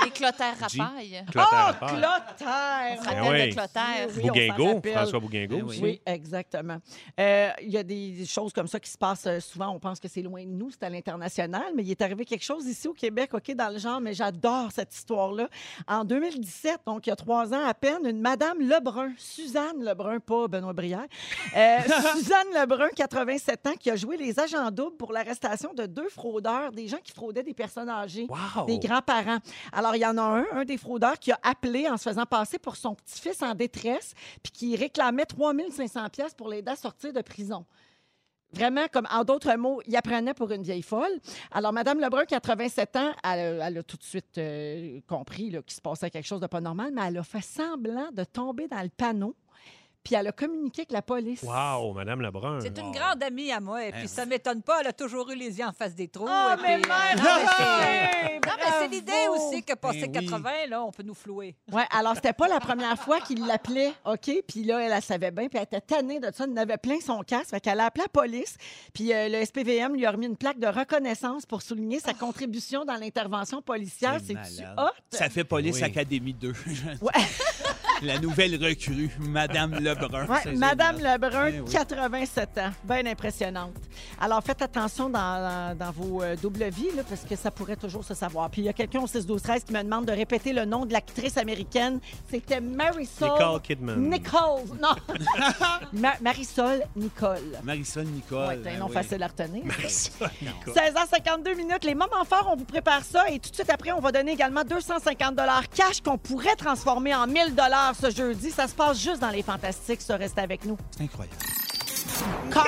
[SPEAKER 4] des Clotaire
[SPEAKER 5] G.
[SPEAKER 4] Rapaille.
[SPEAKER 2] Ah
[SPEAKER 3] Oh,
[SPEAKER 5] Clotaire Appert.
[SPEAKER 4] On se
[SPEAKER 3] Clotaire!
[SPEAKER 5] Ben
[SPEAKER 4] rappelle
[SPEAKER 5] oui.
[SPEAKER 4] de Clotaire.
[SPEAKER 3] Oui, oui. on s'en
[SPEAKER 5] Bouguingo,
[SPEAKER 3] rappelle.
[SPEAKER 5] François Bouguingo
[SPEAKER 2] Ben oui.
[SPEAKER 5] aussi.
[SPEAKER 3] Eh Oui, exactement. Euh, Il y a des des choses comme ça qui se passent euh, souvent. On pense que c'est loin de nous, c'est à l'international, mais il est arrivé quelque chose ici au Québec, OK, dans le genre, mais j'adore cette histoire-là. En 2017, donc il y a trois ans à peine, une Madame Lebrun, Suzanne Lebrun, pas Benoît Brière, euh, Suzanne Lebrun, 87 ans, qui a joué les agents doubles pour l'arrestation de deux fraudeurs, des gens qui fraudaient des personnes âgées
[SPEAKER 5] Wow!
[SPEAKER 3] des grands-parents. Alors, il y en a un, un des fraudeurs, qui a appelé en se faisant passer pour son petit-fils en détresse, puis qui réclamait 3500 pièces pour l'aider à sortir de prison. Vraiment, comme en d'autres mots, il apprenait pour une vieille folle. Alors, Madame Lebrun, 87 ans, elle, elle a tout de suite euh, compris là, qu'il se passait quelque chose de pas normal, mais elle a fait semblant de tomber dans le panneau, puis elle a communiqué avec la police.
[SPEAKER 5] Wow, Madame Lebrun.
[SPEAKER 9] C'est une
[SPEAKER 5] Wow.
[SPEAKER 9] grande amie à moi, et puis
[SPEAKER 2] Hein.
[SPEAKER 9] ça m'étonne pas, elle a toujours eu les yeux en face des trous.
[SPEAKER 3] Ah,
[SPEAKER 9] et
[SPEAKER 3] mais ah,
[SPEAKER 9] puis, euh,
[SPEAKER 3] merde!
[SPEAKER 9] non, mais c'est-
[SPEAKER 3] Hey,
[SPEAKER 9] non, mais c'est
[SPEAKER 3] bravo!
[SPEAKER 9] l'idée aussi que passer
[SPEAKER 2] Eh oui.
[SPEAKER 9] 80, là, on peut nous flouer.
[SPEAKER 3] Oui, alors c'était pas la première fois qu'il l'appelait, OK? Puis là, elle, elle savait bien, puis elle était tannée de ça, elle en avait plein son casque, fait qu'elle a appelé la police, puis euh, le SPVM lui a remis une plaque de reconnaissance pour souligner sa contribution dans l'intervention policière.
[SPEAKER 2] C'est
[SPEAKER 3] C'est-tu
[SPEAKER 2] malade.
[SPEAKER 3] hot?
[SPEAKER 2] Ça fait Police
[SPEAKER 5] Oui.
[SPEAKER 2] Académie 2. La nouvelle recrue, Madame Lebrun.
[SPEAKER 3] Ouais,
[SPEAKER 2] C'est
[SPEAKER 3] Madame
[SPEAKER 2] génial.
[SPEAKER 3] Lebrun,
[SPEAKER 2] Eh oui.
[SPEAKER 3] 87 ans. Bien impressionnante. Alors, faites attention dans, dans vos euh, doubles vies, là, parce que ça pourrait toujours se savoir. Puis, il y a quelqu'un au 6-12-13 qui me demande de répéter le nom de l'actrice américaine. C'était Marisol
[SPEAKER 5] Nicole
[SPEAKER 2] Euh,
[SPEAKER 5] Kidman.
[SPEAKER 3] Nichols. Non. Ma- Marisol Nicole.
[SPEAKER 2] Marisol Nicole.
[SPEAKER 3] Ouais, c'est un
[SPEAKER 2] ben
[SPEAKER 3] nom
[SPEAKER 2] oui. Ben
[SPEAKER 3] facile à retenir.
[SPEAKER 5] Marisol Nicole.
[SPEAKER 3] 16h52 minutes, les moments forts, on vous prépare ça et tout de suite après, on va donner également 250 dollars cash qu'on pourrait transformer en 1000 dollars ce jeudi. Ça se passe juste dans les fantastiques, ça reste avec nous.
[SPEAKER 2] C'est incroyable.
[SPEAKER 3] Comment?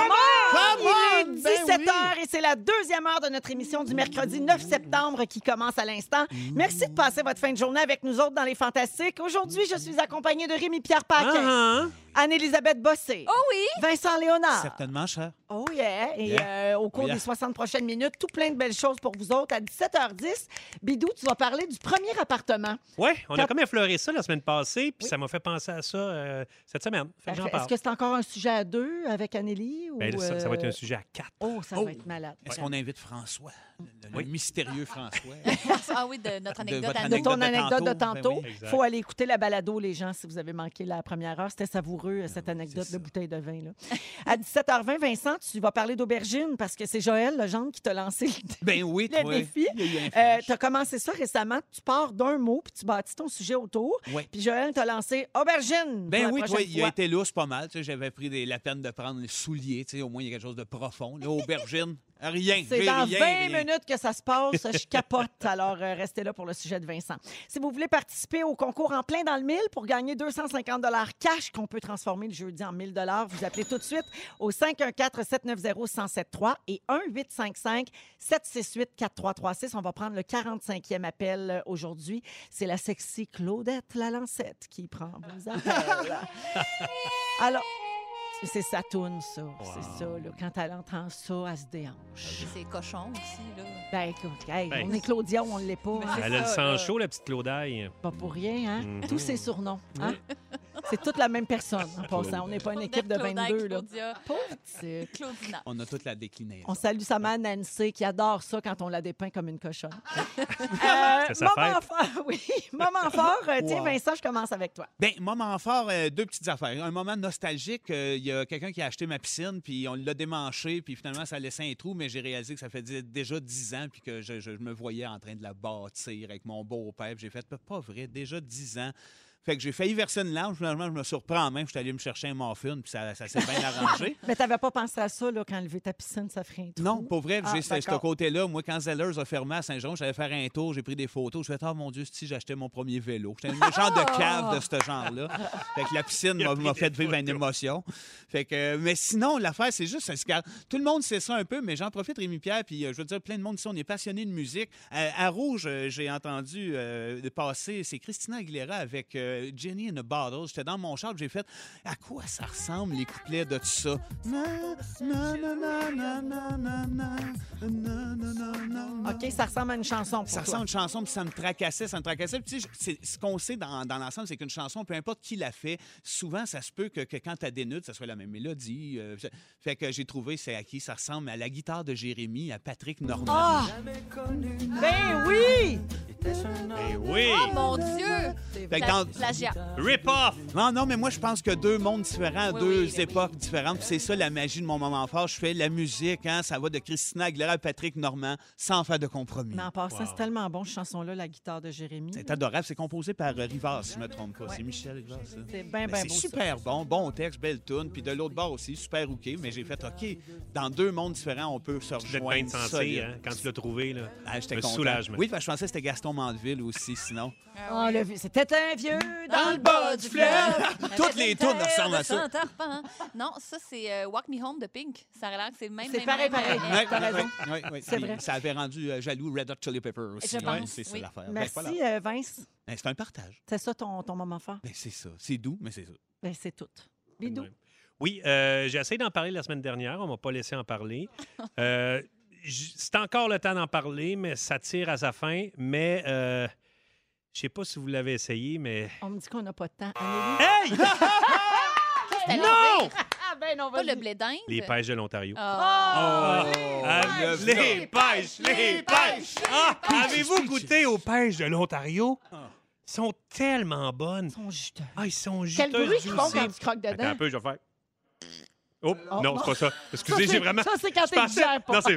[SPEAKER 6] Ah
[SPEAKER 2] Come on!
[SPEAKER 3] Il est
[SPEAKER 2] Ben
[SPEAKER 3] 17h
[SPEAKER 2] oui.
[SPEAKER 3] et c'est la deuxième heure de notre émission du mercredi 9 septembre qui commence à l'instant. Merci de passer votre fin de journée avec nous autres dans les fantastiques. Aujourd'hui, je suis accompagnée de Rémi-Pierre Paquin,
[SPEAKER 2] hein?
[SPEAKER 5] Ah, ah.
[SPEAKER 3] Anne-Élisabeth Bossé,
[SPEAKER 4] Oh oui!
[SPEAKER 3] Vincent Léonard.
[SPEAKER 2] Certainement cher.
[SPEAKER 3] Oh yeah! Et
[SPEAKER 2] Yeah.
[SPEAKER 3] euh, au cours
[SPEAKER 2] Oh yeah.
[SPEAKER 3] des 60 prochaines minutes, tout plein de belles choses pour vous autres. À 17h10, Bidou, tu vas parler du premier appartement.
[SPEAKER 5] Ouais, on
[SPEAKER 3] Quand-
[SPEAKER 5] a comme effleuré ça la semaine passée, puis
[SPEAKER 3] Oui.
[SPEAKER 5] ça m'a fait penser à ça euh, cette semaine. Fait que j'en
[SPEAKER 3] Est-ce
[SPEAKER 5] parle.
[SPEAKER 3] que c'est encore un sujet à deux avec Anneli? Ou,
[SPEAKER 5] Ben, ça, ça va être
[SPEAKER 3] euh,
[SPEAKER 5] un sujet à quatre.
[SPEAKER 3] Oh, ça
[SPEAKER 2] Oh!
[SPEAKER 3] va être malade.
[SPEAKER 2] Est-ce
[SPEAKER 3] vraiment.
[SPEAKER 2] qu'on invite François? Le, le
[SPEAKER 5] Oui.
[SPEAKER 2] mystérieux François.
[SPEAKER 4] Ah oui, de notre
[SPEAKER 2] De
[SPEAKER 4] anecdote
[SPEAKER 2] votre
[SPEAKER 4] à
[SPEAKER 3] de
[SPEAKER 4] nous.
[SPEAKER 3] ton
[SPEAKER 2] Anecdote de
[SPEAKER 3] anecdote de
[SPEAKER 2] tantôt,
[SPEAKER 3] tantôt.
[SPEAKER 5] ben oui. Exact.
[SPEAKER 3] faut aller écouter la balado, les gens, si vous avez manqué la première heure. C'était savoureux,
[SPEAKER 5] Ben
[SPEAKER 3] cette anecdote
[SPEAKER 2] c'est
[SPEAKER 3] de
[SPEAKER 2] ça.
[SPEAKER 3] bouteille de vin. Là. à 17h20, Vincent, tu vas parler d'aubergine parce que c'est Joël Legendre qui t'a lancé l'idée.
[SPEAKER 2] ben oui,
[SPEAKER 3] Le
[SPEAKER 2] toi.
[SPEAKER 3] défi.
[SPEAKER 2] Il y a eu un
[SPEAKER 3] Euh,
[SPEAKER 2] flash.
[SPEAKER 3] tu as commencé ça récemment. Tu pars d'un mot, puis tu bâtis ton sujet autour.
[SPEAKER 2] Ouais.
[SPEAKER 3] Puis Joël t'a lancé aubergine.
[SPEAKER 2] Ben
[SPEAKER 3] pour la
[SPEAKER 2] oui,
[SPEAKER 3] prochaine
[SPEAKER 2] toi, il a
[SPEAKER 3] fois.
[SPEAKER 2] été lousse pas mal. Tu sais, J'avais pris des- la peine de prendre les souliers. Tu sais, au moins, il y a quelque chose de profond. Là, aubergine, rien.
[SPEAKER 3] C'est
[SPEAKER 2] j'ai
[SPEAKER 3] dans 20
[SPEAKER 2] rien, rien.
[SPEAKER 3] minutes que ça se passe. Je capote. Alors, euh, restez là pour le sujet de Vincent. Si vous voulez participer au concours en plein dans le mille pour gagner 250 cash qu'on peut transformer le jeudi en 1000 vous appelez tout de suite au 514-790-1073 et 1-855-768-4336. On va prendre le 45e appel euh, aujourd'hui. C'est la sexy Claudette Lalancette qui prend vos appels. Alors, c'est sa toune, ça. C'est ça. là. Quand elle entend ça, elle se déhanche.
[SPEAKER 4] C'est cochon aussi, là.
[SPEAKER 3] Ben écoute, hey,
[SPEAKER 5] Ben.
[SPEAKER 3] on est Claudion, on l'est pas. hein.
[SPEAKER 5] Elle a le
[SPEAKER 9] ça,
[SPEAKER 5] sang
[SPEAKER 9] là.
[SPEAKER 5] chaud, la petite Claudaille.
[SPEAKER 3] Pas pour rien, hein?
[SPEAKER 5] Mhm.
[SPEAKER 3] Tous ces surnoms, hein? C'est toute la même personne, en passant. On n'est pas une équipe de
[SPEAKER 4] Claudette,
[SPEAKER 3] 22, là.
[SPEAKER 4] Claudia,
[SPEAKER 3] Pauvre petite.
[SPEAKER 4] Claudina.
[SPEAKER 2] On a toute la déclinaison.
[SPEAKER 3] On salue sa mère Nancy, qui adore ça quand on la dépeint comme une cochonne. Euh,
[SPEAKER 5] C'est sa
[SPEAKER 3] moment fort, oui. Moment fort. Euh, Tiens,
[SPEAKER 2] Wow.
[SPEAKER 3] Vincent, je commence avec toi.
[SPEAKER 2] Ben, moment fort, euh, deux petites affaires. Un moment nostalgique, euh, il y a quelqu'un qui a acheté ma piscine, puis on l'a démanché, puis finalement, ça laissait un trou, mais j'ai réalisé que ça fait dix- déjà dix ans, puis que je, je me voyais en train de la bâtir avec mon beau-père. Puis J'ai fait, pas vrai, déjà dix ans. Fait que j'ai failli verser une larme, finalement, je me surprends en main, je suis allé me chercher un morphine, puis ça, ça s'est bien arrangé.
[SPEAKER 3] Mais t'avais pas pensé à ça, là, quand lever ta piscine, ça ferait un trou.
[SPEAKER 2] Non, pour vrai,
[SPEAKER 3] Ah,
[SPEAKER 2] j'ai ce- ce
[SPEAKER 3] d'accord.
[SPEAKER 2] côté-là. Moi, quand Zellers a fermé à Saint-Jean, j'allais faire un tour, j'ai pris des photos. Je fais, ah mon Dieu, si j'achetais mon premier vélo. J'étais un genre de cave de ce genre-là. Fait que la piscine
[SPEAKER 5] Il a
[SPEAKER 2] m'a-
[SPEAKER 5] pris
[SPEAKER 2] m'a
[SPEAKER 5] des
[SPEAKER 2] fait vivre une
[SPEAKER 5] photos.
[SPEAKER 2] émotion. Fait que, euh, mais sinon, l'affaire, c'est juste un scandale. Tout le monde sait ça un peu, mais j'en profite, Rémi Pierre, puis euh, je veux dire, plein de monde ici, on est passionné de musique. À, à Rouge, euh, j'ai entendu euh, passer, c'est Christina Aguilera avec euh, euh, Jenny in a Bottle. J'étais dans mon char, puis j'ai fait à quoi ça ressemble les couplets de tout ça. Na, na, na, na, na, na, na, na, na, na, na, na.
[SPEAKER 3] OK, ça ressemble à une chanson pour
[SPEAKER 2] Ça
[SPEAKER 3] toi.
[SPEAKER 2] ressemble à une chanson, puis ça me tracassait, ça me tracassait. Puis, tu sais, je- c'est- ce qu'on sait dans, dans l'ensemble, c'est qu'une chanson, peu importe qui la fait, souvent, ça se peut que, que quand tu dénude, ça soit la même mélodie. euh, ça- fait que j'ai trouvé, c'est à qui ça ressemble à la guitare de Jérémy, à Patrick Normand.
[SPEAKER 3] Ah! Ben oui!
[SPEAKER 5] Eh oui!
[SPEAKER 4] Oh mon Dieu!
[SPEAKER 2] Fait que
[SPEAKER 4] Pla-
[SPEAKER 2] dans-
[SPEAKER 4] plagiat.
[SPEAKER 5] Rip-off!
[SPEAKER 2] Non, non, mais moi, je pense que deux mondes différents,
[SPEAKER 4] Oui,
[SPEAKER 2] deux
[SPEAKER 4] oui, ben
[SPEAKER 2] époques différentes. puis C'est ça la magie de mon moment fort. Je fais la musique, hein, ça va de Christina Aguilera à Patrick Normand, sans faire de compromis.
[SPEAKER 3] Mais en passant, c'est tellement bon, cette chanson-là, la guitare de Jérémy.
[SPEAKER 2] C'est adorable. C'est composé par euh, Rivard, si je ne me trompe pas.
[SPEAKER 3] Ouais.
[SPEAKER 2] C'est Michel Rivard, ça.
[SPEAKER 3] C'est bien,
[SPEAKER 2] Mais
[SPEAKER 3] bien
[SPEAKER 2] c'est
[SPEAKER 3] beau.
[SPEAKER 2] super bon, bon texte, belle tune. Puis de l'autre bord aussi, super OK. Mais j'ai fait OK, dans deux mondes différents, on peut se
[SPEAKER 5] Je devais bien
[SPEAKER 2] rejoindre.
[SPEAKER 5] te sentir
[SPEAKER 2] solide.
[SPEAKER 5] hein, quand tu l'as trouvé. Là.
[SPEAKER 2] Ah, j'étais
[SPEAKER 5] Le
[SPEAKER 2] content.
[SPEAKER 5] soulagement.
[SPEAKER 2] Oui, parce que je pensais que c'était Gaston Mandeville aussi, sinon.
[SPEAKER 3] Ah, le vieux- C'était un vieux dans le
[SPEAKER 2] bas du fleuve! Toutes les
[SPEAKER 4] tours
[SPEAKER 2] tunes ressemblent à ça.
[SPEAKER 4] hein. Non, ça, c'est euh, Walk Me Home de Pink. Ça a l'air que c'est le même.
[SPEAKER 3] C'est
[SPEAKER 4] même,
[SPEAKER 3] pareil,
[SPEAKER 4] même,
[SPEAKER 3] pareil.
[SPEAKER 4] même.
[SPEAKER 2] Oui,
[SPEAKER 3] t'as raison.
[SPEAKER 2] oui, oui, oui.
[SPEAKER 3] C'est
[SPEAKER 2] Puis
[SPEAKER 3] vrai.
[SPEAKER 2] Ça avait rendu euh, jaloux Red Hot Chili Peppers aussi.
[SPEAKER 4] Je pense,
[SPEAKER 2] c'est ça
[SPEAKER 4] oui.
[SPEAKER 2] l'affaire. Ben,
[SPEAKER 3] Merci,
[SPEAKER 2] voilà.
[SPEAKER 3] euh, Vince.
[SPEAKER 2] Ben, c'est un partage.
[SPEAKER 3] C'est ça ton, ton moment fort?
[SPEAKER 2] Ben, c'est ça. C'est doux, mais c'est ça.
[SPEAKER 3] Ben, c'est tout. Bidou.
[SPEAKER 5] Ouais. Oui, euh, j'ai essayé d'en parler la semaine dernière. On m'a pas laissé en parler. Euh, j- c'est encore le temps d'en parler, mais ça tire à sa fin. Mais euh, je sais pas si vous l'avez essayé, mais.
[SPEAKER 3] On me dit qu'on n'a pas de temps. Amélie?
[SPEAKER 5] Hey!
[SPEAKER 4] C'était
[SPEAKER 5] non!
[SPEAKER 3] Ah, ben non,
[SPEAKER 4] Pas le blé d'Inde.
[SPEAKER 5] Les pêches de l'Ontario.
[SPEAKER 3] Oh!
[SPEAKER 4] Ah.
[SPEAKER 5] Ah,
[SPEAKER 2] les
[SPEAKER 5] les, pêches, les pêches! Ah, avez-vous goûté aux pêches de l'Ontario? Ils sont tellement bonnes.
[SPEAKER 3] Son juteux.
[SPEAKER 5] Ah, ils sont
[SPEAKER 3] Quel
[SPEAKER 5] juteuses
[SPEAKER 3] bruit qu'ils font
[SPEAKER 5] juicy.
[SPEAKER 3] quand tu croques
[SPEAKER 5] Attends
[SPEAKER 3] dedans?
[SPEAKER 5] un peu, je vais faire. Oh, non,
[SPEAKER 3] non.
[SPEAKER 5] c'est pas ça. Excusez,
[SPEAKER 3] Ça,
[SPEAKER 5] j'ai
[SPEAKER 3] c'est-
[SPEAKER 5] vraiment.
[SPEAKER 3] Ça, c'est quand
[SPEAKER 5] Je
[SPEAKER 3] t'es
[SPEAKER 5] pensais-
[SPEAKER 3] digère pas.
[SPEAKER 5] Non, c'est.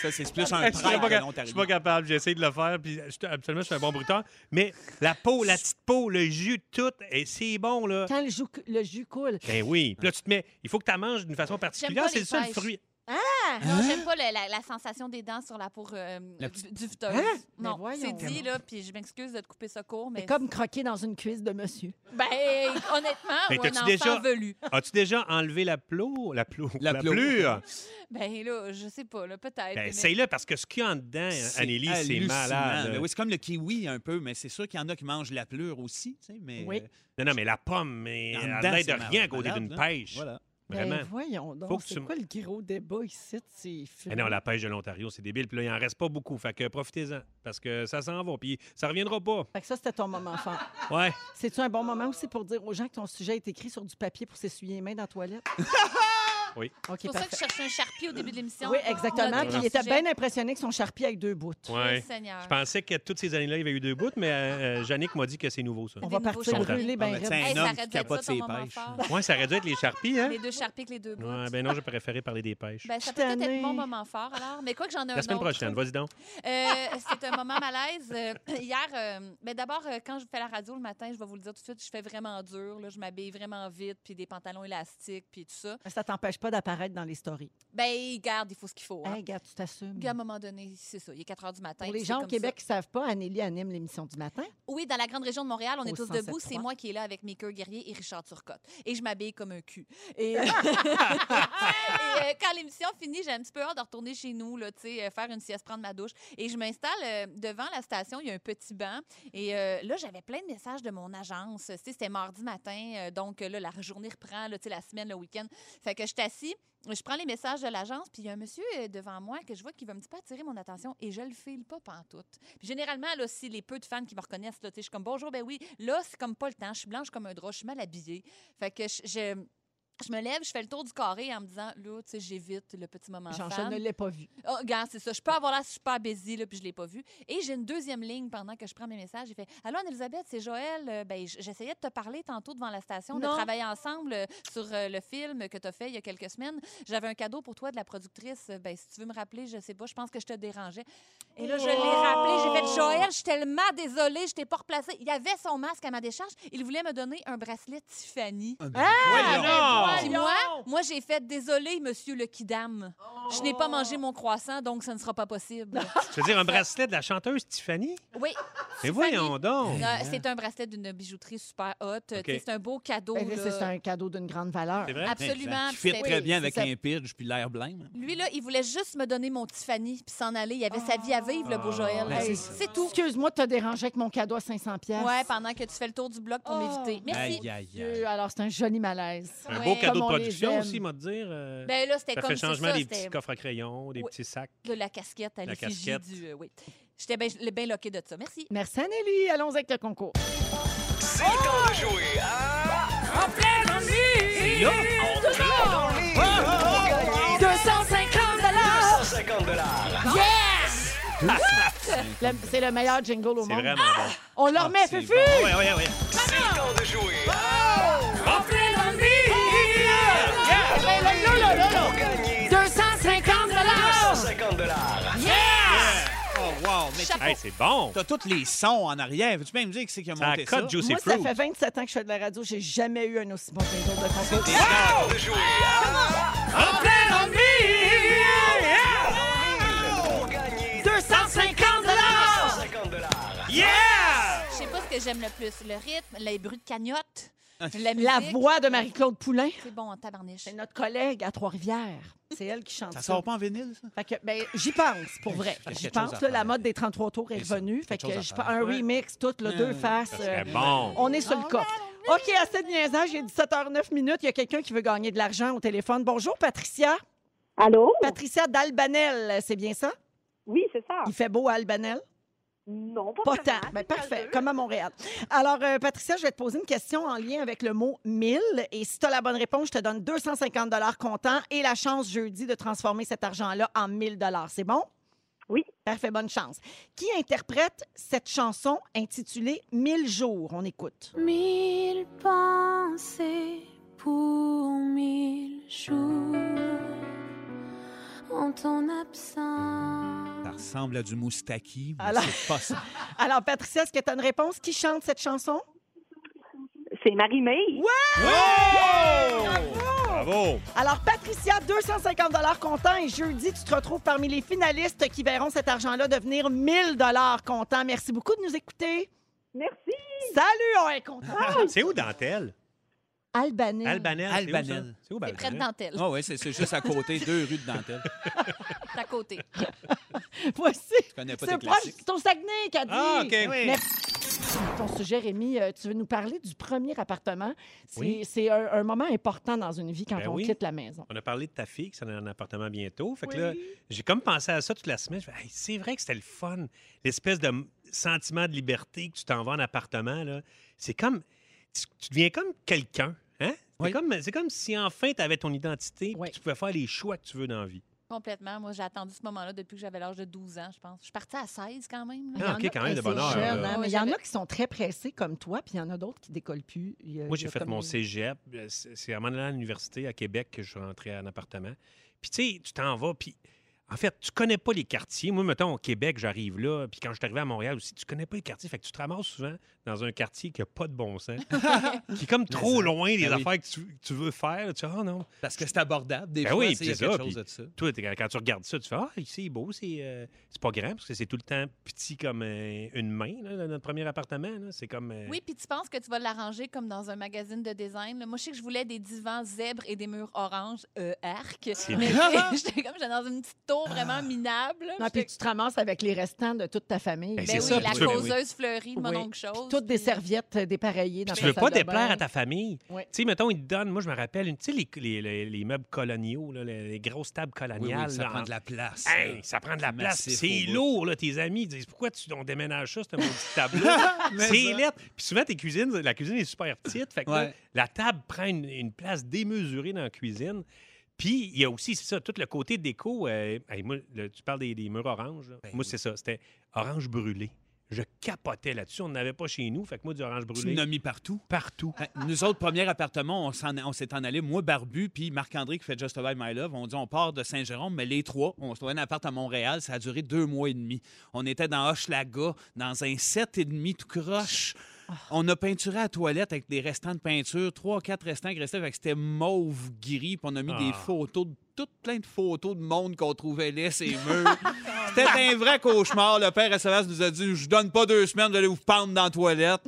[SPEAKER 2] Ça, c'est plus un
[SPEAKER 5] Hey, Je suis pas,
[SPEAKER 2] prêtre
[SPEAKER 5] capable-
[SPEAKER 2] de
[SPEAKER 5] je
[SPEAKER 2] l'Ontario.
[SPEAKER 5] suis pas capable. J'essaie de le faire. Puis, je- absolument, je suis un bon bruteur. Mais la peau, la petite peau, le jus, tout, et c'est bon, là.
[SPEAKER 3] Quand le jus, le jus coule.
[SPEAKER 5] Ben oui. Puis là, tu te mets. Il faut que tu la manges d'une façon particulière.
[SPEAKER 4] pas
[SPEAKER 5] C'est
[SPEAKER 4] les
[SPEAKER 5] le seul
[SPEAKER 4] pêches.
[SPEAKER 5] fruit.
[SPEAKER 4] Ah, Non, j'aime pas le- la, la sensation des dents sur la peau euh,
[SPEAKER 2] La
[SPEAKER 4] du, du futeuse.
[SPEAKER 3] Hein? Mais
[SPEAKER 4] Non,
[SPEAKER 3] voyons
[SPEAKER 4] c'est
[SPEAKER 3] donc.
[SPEAKER 4] dit, là, puis je m'excuse de te couper ça court, mais...
[SPEAKER 3] C'est comme croquer dans une cuisse de monsieur.
[SPEAKER 4] Ben, honnêtement,
[SPEAKER 5] Mais
[SPEAKER 4] ou un
[SPEAKER 5] t'as-tu
[SPEAKER 4] enfant
[SPEAKER 5] déjà-
[SPEAKER 4] velu.
[SPEAKER 5] As-tu déjà enlevé la plou? La plou.
[SPEAKER 2] La plou.
[SPEAKER 5] plure?
[SPEAKER 4] Ben là, je sais pas, là, peut-être.
[SPEAKER 5] Ben,
[SPEAKER 4] Eh, mais-
[SPEAKER 5] essaye-le parce que ce qu'il y a en dedans,
[SPEAKER 2] C'est
[SPEAKER 5] Anélie, c'est
[SPEAKER 2] hallucinant,
[SPEAKER 5] malade.
[SPEAKER 2] là. Oui, c'est comme le kiwi un peu, mais c'est sûr qu'il y en a qui mangent la pleure aussi. tu sais, Mais
[SPEAKER 3] Oui.
[SPEAKER 2] euh,
[SPEAKER 5] Non, non, mais la pomme, mais
[SPEAKER 2] en
[SPEAKER 5] elle
[SPEAKER 2] dedans,
[SPEAKER 5] n'aide
[SPEAKER 2] c'est
[SPEAKER 5] de rien à côté
[SPEAKER 2] malade,
[SPEAKER 5] d'une
[SPEAKER 2] là.
[SPEAKER 5] pêche.
[SPEAKER 2] voilà.
[SPEAKER 5] Vraiment.
[SPEAKER 3] Ben voyons
[SPEAKER 5] Faut
[SPEAKER 3] donc,
[SPEAKER 5] que
[SPEAKER 3] c'est
[SPEAKER 5] tu m-
[SPEAKER 3] quoi le gros débat ici? C'est
[SPEAKER 5] Eh non, la pêche de l'Ontario, c'est débile. Puis là, il en reste pas beaucoup. Fait que profitez-en parce que ça s'en va. Puis ça reviendra pas.
[SPEAKER 3] Fait que ça, c'était ton moment fort.
[SPEAKER 5] Ouais.
[SPEAKER 3] C'est-tu un bon moment aussi pour dire aux gens que ton sujet est écrit sur du papier pour s'essuyer les mains dans la toilette?
[SPEAKER 5] Oui.
[SPEAKER 3] OK,
[SPEAKER 4] C'est pour ça
[SPEAKER 3] parfait.
[SPEAKER 4] que je cherchais un charpie au début de l'émission.
[SPEAKER 3] Oui, exactement.
[SPEAKER 4] Noter
[SPEAKER 3] Puis il
[SPEAKER 4] le
[SPEAKER 3] était
[SPEAKER 4] sujet.
[SPEAKER 3] bien impressionné que son charpie avec deux bouts.
[SPEAKER 5] Ouais.
[SPEAKER 4] Seigneur.
[SPEAKER 5] Je pensais que toutes ces années-là, il y avait eu deux bouts, mais euh, euh, Yannick m'a dit que c'est nouveau, ça.
[SPEAKER 3] On
[SPEAKER 4] Des
[SPEAKER 3] va
[SPEAKER 4] nouveaux
[SPEAKER 3] partir
[SPEAKER 5] charpies.
[SPEAKER 3] brûler
[SPEAKER 2] Ah,
[SPEAKER 3] ben
[SPEAKER 2] ben,
[SPEAKER 3] raide.
[SPEAKER 2] tiens,
[SPEAKER 4] Eh Hey,
[SPEAKER 2] un
[SPEAKER 4] ça
[SPEAKER 2] homme
[SPEAKER 4] aurait
[SPEAKER 2] qui
[SPEAKER 4] dû être
[SPEAKER 2] capote
[SPEAKER 4] ça,
[SPEAKER 2] ses
[SPEAKER 4] ton moment
[SPEAKER 2] pêches.
[SPEAKER 4] fort.
[SPEAKER 5] Ouais, ça aurait dû être les charpies, hein?
[SPEAKER 4] Les deux charpies avec les deux bouts.
[SPEAKER 5] Ouais, ben non, je préférais parler des pêches.
[SPEAKER 4] Ben, ça peut peut-être
[SPEAKER 3] Tannée.
[SPEAKER 4] être mon moment fort, alors. Mais quoi que j'en ai un
[SPEAKER 5] La semaine
[SPEAKER 4] autre.
[SPEAKER 5] prochaine, vas-y donc.
[SPEAKER 4] Euh, c'est un moment malaise. Euh, hier, euh, ben d'abord, euh, quand je fais la radio le matin, je vais vous le dire tout de suite, je fais vraiment dur. Là, je m'habille vraiment vite, puis des pantalons élastiques, puis tout ça.
[SPEAKER 3] Ça t'empêche pas d'apparaître dans les stories.
[SPEAKER 4] Ben, garde, il faut ce qu'il faut. hein.
[SPEAKER 3] Hey, gars, tu t'assumes.
[SPEAKER 4] Puis à un moment donné, c'est ça. Il est 4 heures du matin.
[SPEAKER 3] Pour
[SPEAKER 4] puis
[SPEAKER 3] les
[SPEAKER 4] c'est
[SPEAKER 3] gens au
[SPEAKER 4] comme
[SPEAKER 3] Québec
[SPEAKER 4] ça.
[SPEAKER 3] qui ne savent pas, Anélie anime l'émission du matin.
[SPEAKER 4] Oui, dans la grande région de Montréal, on
[SPEAKER 3] Au
[SPEAKER 4] est tous debout.
[SPEAKER 3] 107.3.
[SPEAKER 4] C'est moi qui est là avec Maker Guerrier et Richard Turcotte. Et je m'habille comme un cul. Et, Et, euh, quand l'émission finit, j'ai un petit peu hâte de retourner chez nous, là, tu sais, euh, faire une sieste, prendre ma douche. Et je m'installe euh, devant la station. Il y a un petit banc. Et euh, là, j'avais plein de messages de mon agence. Tu sais, C'était mardi matin. euh, donc euh, là, la journée reprend, là, tu sais, la semaine, le week-end. Fait que je t'assis. Je prends les messages de l'agence, puis il y a un monsieur euh, devant moi que je vois qui veut un petit peu attirer mon attention et je le file pas pantoute. Puis généralement, là, si les peu de fans qui me reconnaissent, là, tu sais, je suis comme bonjour, ben oui. Là, c'est comme pas le temps. Je suis blanche comme un drap, je suis mal habillée. Fait que je, je, je me lève, je fais le tour du carré en me disant, là, tu sais, j'évite le petit moment.
[SPEAKER 3] Jean, je
[SPEAKER 4] fan.
[SPEAKER 3] ne l'ai pas vu.
[SPEAKER 4] Oh, regarde, c'est ça. Je peux avoir l'air super busy, là, puis je l'ai pas vu. Et j'ai une deuxième ligne pendant que je prends mes messages. J'ai fait Allô, Anne-Elisabeth, c'est Joël. Euh, Ben, j- j'essayais de te parler tantôt devant la station.
[SPEAKER 3] Non.
[SPEAKER 4] On a travaillé ensemble euh, sur euh, le film que tu as fait il y a quelques semaines. J'avais un cadeau pour toi de la productrice. Euh, Ben, si tu veux me rappeler, je sais pas, je pense que je te dérangeais. Et là, je l'ai rappelé. J'ai fait Joël, je suis tellement désolée, je t'ai pas replacée. Il y avait son masque à ma décharge. Il voulait me donner un bracelet Tiffany.
[SPEAKER 2] Ah, ben, hein. voyons.
[SPEAKER 4] Puis moi, moi j'ai fait désolé, monsieur le Kidam. Je n'ai pas mangé mon croissant, donc ça ne sera pas possible.
[SPEAKER 5] Je veux dire, un bracelet de la chanteuse Tiffany?
[SPEAKER 4] Oui. Tiffany,
[SPEAKER 5] Mais voyons donc!
[SPEAKER 4] euh, C'est un bracelet d'une bijouterie super haute. C'est un beau cadeau.
[SPEAKER 3] Ben là,
[SPEAKER 4] là.
[SPEAKER 3] c'est un cadeau d'une grande valeur.
[SPEAKER 5] C'est vrai?
[SPEAKER 4] Absolument.
[SPEAKER 2] Tu fit
[SPEAKER 4] Puis
[SPEAKER 2] très
[SPEAKER 4] c'est-
[SPEAKER 2] bien avec
[SPEAKER 3] ça-
[SPEAKER 2] un pidge puis l'air blême.
[SPEAKER 4] Lui, là, il voulait juste me donner mon Tiffany puis s'en aller. Il avait sa vie à vivre, le beau Joël.
[SPEAKER 5] Ben,
[SPEAKER 4] Hey,
[SPEAKER 5] c'est ça.
[SPEAKER 4] c'est tout.
[SPEAKER 3] Excuse-moi de te déranger avec mon cadeau à 500 pièces.
[SPEAKER 4] Ouais, pendant que tu fais le tour du bloc pour
[SPEAKER 3] Oh.
[SPEAKER 4] m'éviter. Merci.
[SPEAKER 2] Aïe, aïe, aïe.
[SPEAKER 3] Dieu, alors c'est un joli malaise.
[SPEAKER 5] C'est un
[SPEAKER 4] Ouais.
[SPEAKER 5] beau cadeau de
[SPEAKER 3] Comme on les
[SPEAKER 5] production
[SPEAKER 3] aime.
[SPEAKER 5] aussi, m'a dire. euh,
[SPEAKER 4] Ben là, c'était
[SPEAKER 5] ça
[SPEAKER 4] comme
[SPEAKER 5] fait
[SPEAKER 4] c'est
[SPEAKER 5] changement
[SPEAKER 4] ça,
[SPEAKER 5] des
[SPEAKER 4] c'était
[SPEAKER 5] petits coffres à crayons, des
[SPEAKER 4] Oui.
[SPEAKER 5] petits sacs.
[SPEAKER 4] de la casquette à
[SPEAKER 5] La
[SPEAKER 4] l'effigie
[SPEAKER 5] casquette.
[SPEAKER 4] du... euh, oui. J'étais bien bien loquée de ça. Merci.
[SPEAKER 3] Merci, Anneli. Allons avec le concours.
[SPEAKER 10] C'est le temps de jouer à...
[SPEAKER 2] Là, on-
[SPEAKER 10] Pour gagner 250
[SPEAKER 3] Le- C'est le meilleur jingle au
[SPEAKER 5] C'est Ah,
[SPEAKER 3] monde.
[SPEAKER 5] vraiment bon.
[SPEAKER 3] On le remet,
[SPEAKER 2] c'est
[SPEAKER 3] Fufu!
[SPEAKER 2] bon.
[SPEAKER 4] Ah!
[SPEAKER 2] Ouais, ouais, ouais.
[SPEAKER 10] C'est le temps de jouer à...
[SPEAKER 3] Ben là, là, là, là, là.
[SPEAKER 10] Pour gagner
[SPEAKER 3] 250
[SPEAKER 10] 250
[SPEAKER 2] Oh, wow. Mais t'as-
[SPEAKER 5] Hey, c'est bon!
[SPEAKER 2] t'as tous les sons en arrière. Veux-tu même dire qui c'est qui a
[SPEAKER 5] Ça
[SPEAKER 2] monté ça?
[SPEAKER 5] cote Juicy
[SPEAKER 3] Moi, ça
[SPEAKER 5] Fruit.
[SPEAKER 3] fait 27 ans que je fais de la radio. J'ai jamais eu un aussi bon jingle de concours.
[SPEAKER 2] Des gars,
[SPEAKER 10] de jouer à... Pour gagner 250
[SPEAKER 4] Je sais pas ce que j'aime le plus. Le rythme, les bruits de cagnotte,
[SPEAKER 2] Ah.
[SPEAKER 4] la musique.
[SPEAKER 3] La voix Ben, de Marie-Claude Poulain.
[SPEAKER 4] C'est bon en tabarniche.
[SPEAKER 3] C'est notre collègue à Trois-Rivières. C'est elle qui chante
[SPEAKER 2] Ça
[SPEAKER 3] ça.
[SPEAKER 2] sort pas en vinyle, ça?
[SPEAKER 3] Fait que, ben, j'y pense, pour vrai.
[SPEAKER 2] Il y a
[SPEAKER 3] J'y
[SPEAKER 2] quelque chose
[SPEAKER 3] pense.
[SPEAKER 2] à
[SPEAKER 3] là,
[SPEAKER 2] faire.
[SPEAKER 3] la mode des 33 tours est
[SPEAKER 2] C'est ça.
[SPEAKER 3] revenue. Fait
[SPEAKER 2] Quelque chose
[SPEAKER 3] que
[SPEAKER 2] à
[SPEAKER 3] je
[SPEAKER 2] faire.
[SPEAKER 3] pense un
[SPEAKER 5] Ouais.
[SPEAKER 3] remix, toutes, les
[SPEAKER 2] Ouais. Hum.
[SPEAKER 3] deux faces.
[SPEAKER 5] Ça serait
[SPEAKER 3] euh,
[SPEAKER 5] bon.
[SPEAKER 3] On est sur le cas. OK, assez de niaisage. Il est 17h09 minutes. Il y a quelqu'un qui veut gagner de l'argent au téléphone. Bonjour, Patricia.
[SPEAKER 11] Allô?
[SPEAKER 3] Patricia d'Albanel, c'est bien ça?
[SPEAKER 11] Oui, c'est ça.
[SPEAKER 3] Il fait beau à Albanel?
[SPEAKER 11] Non, pas,
[SPEAKER 3] Pas
[SPEAKER 11] vraiment,
[SPEAKER 3] tant. Ben,
[SPEAKER 11] c'est
[SPEAKER 3] parfait,
[SPEAKER 11] gazeux.
[SPEAKER 3] comme à Montréal. Alors, euh, Patricia, je vais te poser une question en lien avec le mot 1000. Et si tu as la bonne réponse, je te donne 250 comptant et la chance jeudi de transformer cet argent-là en 1000 C'est bon?
[SPEAKER 11] Oui.
[SPEAKER 3] Parfait, bonne chance. Qui interprète cette chanson intitulée 1000 jours? On écoute.
[SPEAKER 8] Mille pensées pour mille jours en ton absence.
[SPEAKER 2] Ça ressemble à du moustaki, mais
[SPEAKER 3] Alors-
[SPEAKER 2] c'est pas ça.
[SPEAKER 3] Alors, Patricia, est-ce que tu as une réponse? Qui chante cette chanson?
[SPEAKER 11] C'est Marie-May.
[SPEAKER 5] Bravo!
[SPEAKER 3] Alors, Patricia, 250 comptant et jeudi, tu te retrouves parmi les finalistes qui verront cet argent-là devenir 1000 comptant. Merci beaucoup de nous écouter.
[SPEAKER 11] Merci.
[SPEAKER 3] Salut, on est content.
[SPEAKER 5] C'est où Dentelle?
[SPEAKER 3] Albanais.
[SPEAKER 5] Albanel. c'est où, ça?
[SPEAKER 2] Albanel.
[SPEAKER 5] C'est où
[SPEAKER 4] Mm. C'est près de
[SPEAKER 5] Albanel?
[SPEAKER 4] dentelle,
[SPEAKER 2] Ah oui, c'est c'est juste à côté, deux rues de dentelle.
[SPEAKER 4] c'est à côté.
[SPEAKER 3] Voici.
[SPEAKER 2] Je connais pas tes
[SPEAKER 3] C'est proche,
[SPEAKER 2] classiques.
[SPEAKER 3] c'est au Saguenay qu'a dit.
[SPEAKER 5] Ah, OK.
[SPEAKER 3] Mais- Ton sujet, Rémi, euh, tu veux nous parler du premier appartement. C'est
[SPEAKER 5] Oui.
[SPEAKER 3] c'est un, un moment important dans une vie quand
[SPEAKER 5] Ben
[SPEAKER 3] on
[SPEAKER 5] oui.
[SPEAKER 3] quitte la maison.
[SPEAKER 5] On a parlé de ta fille qui s'en a un appartement bientôt. Fait que là, j'ai comme pensé à ça toute la semaine. Je fais, Hey, c'est vrai que c'était le fun. L'espèce de m- sentiment de liberté que tu t'en vas en appartement, là. C'est comme. Tu, tu deviens comme quelqu'un. Hein?
[SPEAKER 2] Oui.
[SPEAKER 5] C'est, comme, c'est comme si enfin tu avais ton identité et
[SPEAKER 3] Oui.
[SPEAKER 5] tu pouvais faire les choix que tu veux dans la vie.
[SPEAKER 4] Complètement. Moi, j'ai attendu ce moment-là depuis que j'avais l'âge de 12 ans, je pense. Je suis partie à 16 quand même. là.
[SPEAKER 5] Ah,
[SPEAKER 3] Il y en
[SPEAKER 5] OK,
[SPEAKER 3] a-
[SPEAKER 5] quand même, de
[SPEAKER 3] c'est
[SPEAKER 5] bonheur. euh,
[SPEAKER 3] jeune,
[SPEAKER 5] là.
[SPEAKER 3] hein,
[SPEAKER 4] Ouais,
[SPEAKER 3] mais il y en a
[SPEAKER 4] j'avais-
[SPEAKER 3] qui sont très pressés comme toi, puis il y en a d'autres qui décollent plus. Il y a-
[SPEAKER 5] Moi,
[SPEAKER 3] il y
[SPEAKER 5] j'ai
[SPEAKER 3] a
[SPEAKER 5] fait
[SPEAKER 3] comme
[SPEAKER 5] mon
[SPEAKER 3] une-
[SPEAKER 5] cégep. Euh, C'est c'est en m'en allant à l'université à Québec que je suis rentré à un appartement. Puis, tu sais, tu t'en vas, puis... En fait, tu connais pas les quartiers. Moi, mettons, au Québec, j'arrive là, puis quand je suis arrivé à Montréal aussi, tu connais pas les quartiers. Fait que tu te ramasses souvent dans un quartier qui a pas de bon sens, qui est comme trop loin des
[SPEAKER 2] Ben oui.
[SPEAKER 5] affaires que, tu, que tu veux faire. Tu fais, ah non.
[SPEAKER 2] Parce que c'est abordable, des
[SPEAKER 5] Ben
[SPEAKER 2] fois,
[SPEAKER 5] oui,
[SPEAKER 2] tu sais, il y a
[SPEAKER 5] puis c'est
[SPEAKER 2] quelque
[SPEAKER 5] ça,
[SPEAKER 2] chose
[SPEAKER 5] puis-
[SPEAKER 2] de ça.
[SPEAKER 5] Toi, t'es- quand tu regardes ça, tu fais, ah, ici, c'est beau, c'est euh, c'est pas grand, parce que c'est tout le temps petit comme euh, une main, là, dans notre premier appartement. là. C'est comme... euh,
[SPEAKER 4] Oui, puis tu penses que tu vas l'arranger comme dans un magazine de design. là. Moi, je sais que je voulais des divans zèbres et des murs orange euh, arc. Mais j'étais comme j'étais dans une petite tour
[SPEAKER 5] Ah.
[SPEAKER 4] vraiment minable. là.
[SPEAKER 3] Non, Ah, puis
[SPEAKER 4] J'étais-
[SPEAKER 3] tu te ramasses avec les restants de toute ta famille.
[SPEAKER 5] Ben,
[SPEAKER 4] Ben
[SPEAKER 5] c'est
[SPEAKER 4] oui,
[SPEAKER 5] ça,
[SPEAKER 4] la
[SPEAKER 5] puis tu-
[SPEAKER 4] causeuse fleurie de mon
[SPEAKER 3] Oui.
[SPEAKER 4] oncle
[SPEAKER 3] Puis
[SPEAKER 4] chose.
[SPEAKER 3] toutes des
[SPEAKER 4] puis-
[SPEAKER 3] serviettes euh, dépareillées dans ta
[SPEAKER 5] Puis tu veux
[SPEAKER 3] salle
[SPEAKER 5] pas
[SPEAKER 3] de
[SPEAKER 5] déplaire
[SPEAKER 3] bain.
[SPEAKER 5] à ta famille.
[SPEAKER 3] Ouais.
[SPEAKER 5] Tu sais, mettons, ils te donnent, moi, je me rappelle, une- tu sais, les, les- les- les meubles coloniaux, là, les, les grosses tables
[SPEAKER 2] Oui,
[SPEAKER 5] coloniales.
[SPEAKER 2] oui, ça
[SPEAKER 5] là,
[SPEAKER 2] prend
[SPEAKER 5] en-
[SPEAKER 2] de la place.
[SPEAKER 5] Hey,
[SPEAKER 2] là.
[SPEAKER 5] ça prend de la place.
[SPEAKER 2] Massif
[SPEAKER 5] puis C'est
[SPEAKER 2] au bout.
[SPEAKER 5] lourd, là. Tes amis ils disent Pourquoi tu on déménage ça, ce petit tableau-là
[SPEAKER 2] Mais
[SPEAKER 5] C'est
[SPEAKER 2] ça-
[SPEAKER 5] lettre. Puis souvent, tes cuisines, la cuisine est super petite. Fait que là,
[SPEAKER 2] Ouais.
[SPEAKER 5] la table prend une, une place démesurée dans la cuisine. Puis il y a aussi, c'est ça, tout le côté déco. euh, hey, moi, le- tu parles des, des murs orange. là.
[SPEAKER 2] Ben
[SPEAKER 5] moi,
[SPEAKER 2] oui.
[SPEAKER 5] c'est ça. C'était orange brûlé. Je capotais là-dessus. On n'avait pas chez nous. Fait que moi, du orange
[SPEAKER 2] Tu
[SPEAKER 5] brûlé.
[SPEAKER 2] l'as mis partout.
[SPEAKER 5] Partout.
[SPEAKER 2] Hey, Ben, Nous autres, premier appartement, on s'en- on s'est en allé, moi, Barbu, puis Marc-André qui fait Just Survive My Love. On dit, on part de Saint-Jérôme, mais les trois, on se trouvait un appart à Montréal. Ça a duré deux mois et demi. On était dans Hochelaga, dans un set et demi tout croche. On a peinturé la toilette avec des restants de peinture, trois, quatre restants qui restaient, fait que c'était mauve gris, puis on a mis des
[SPEAKER 5] Ah.
[SPEAKER 2] photos, de- toutes plein de photos de monde qu'on trouvait laid, ces murs. C'était un vrai cauchemar. Le père SOS nous a dit Je donne pas deux semaines, vous allez vous pendre dans la toilette.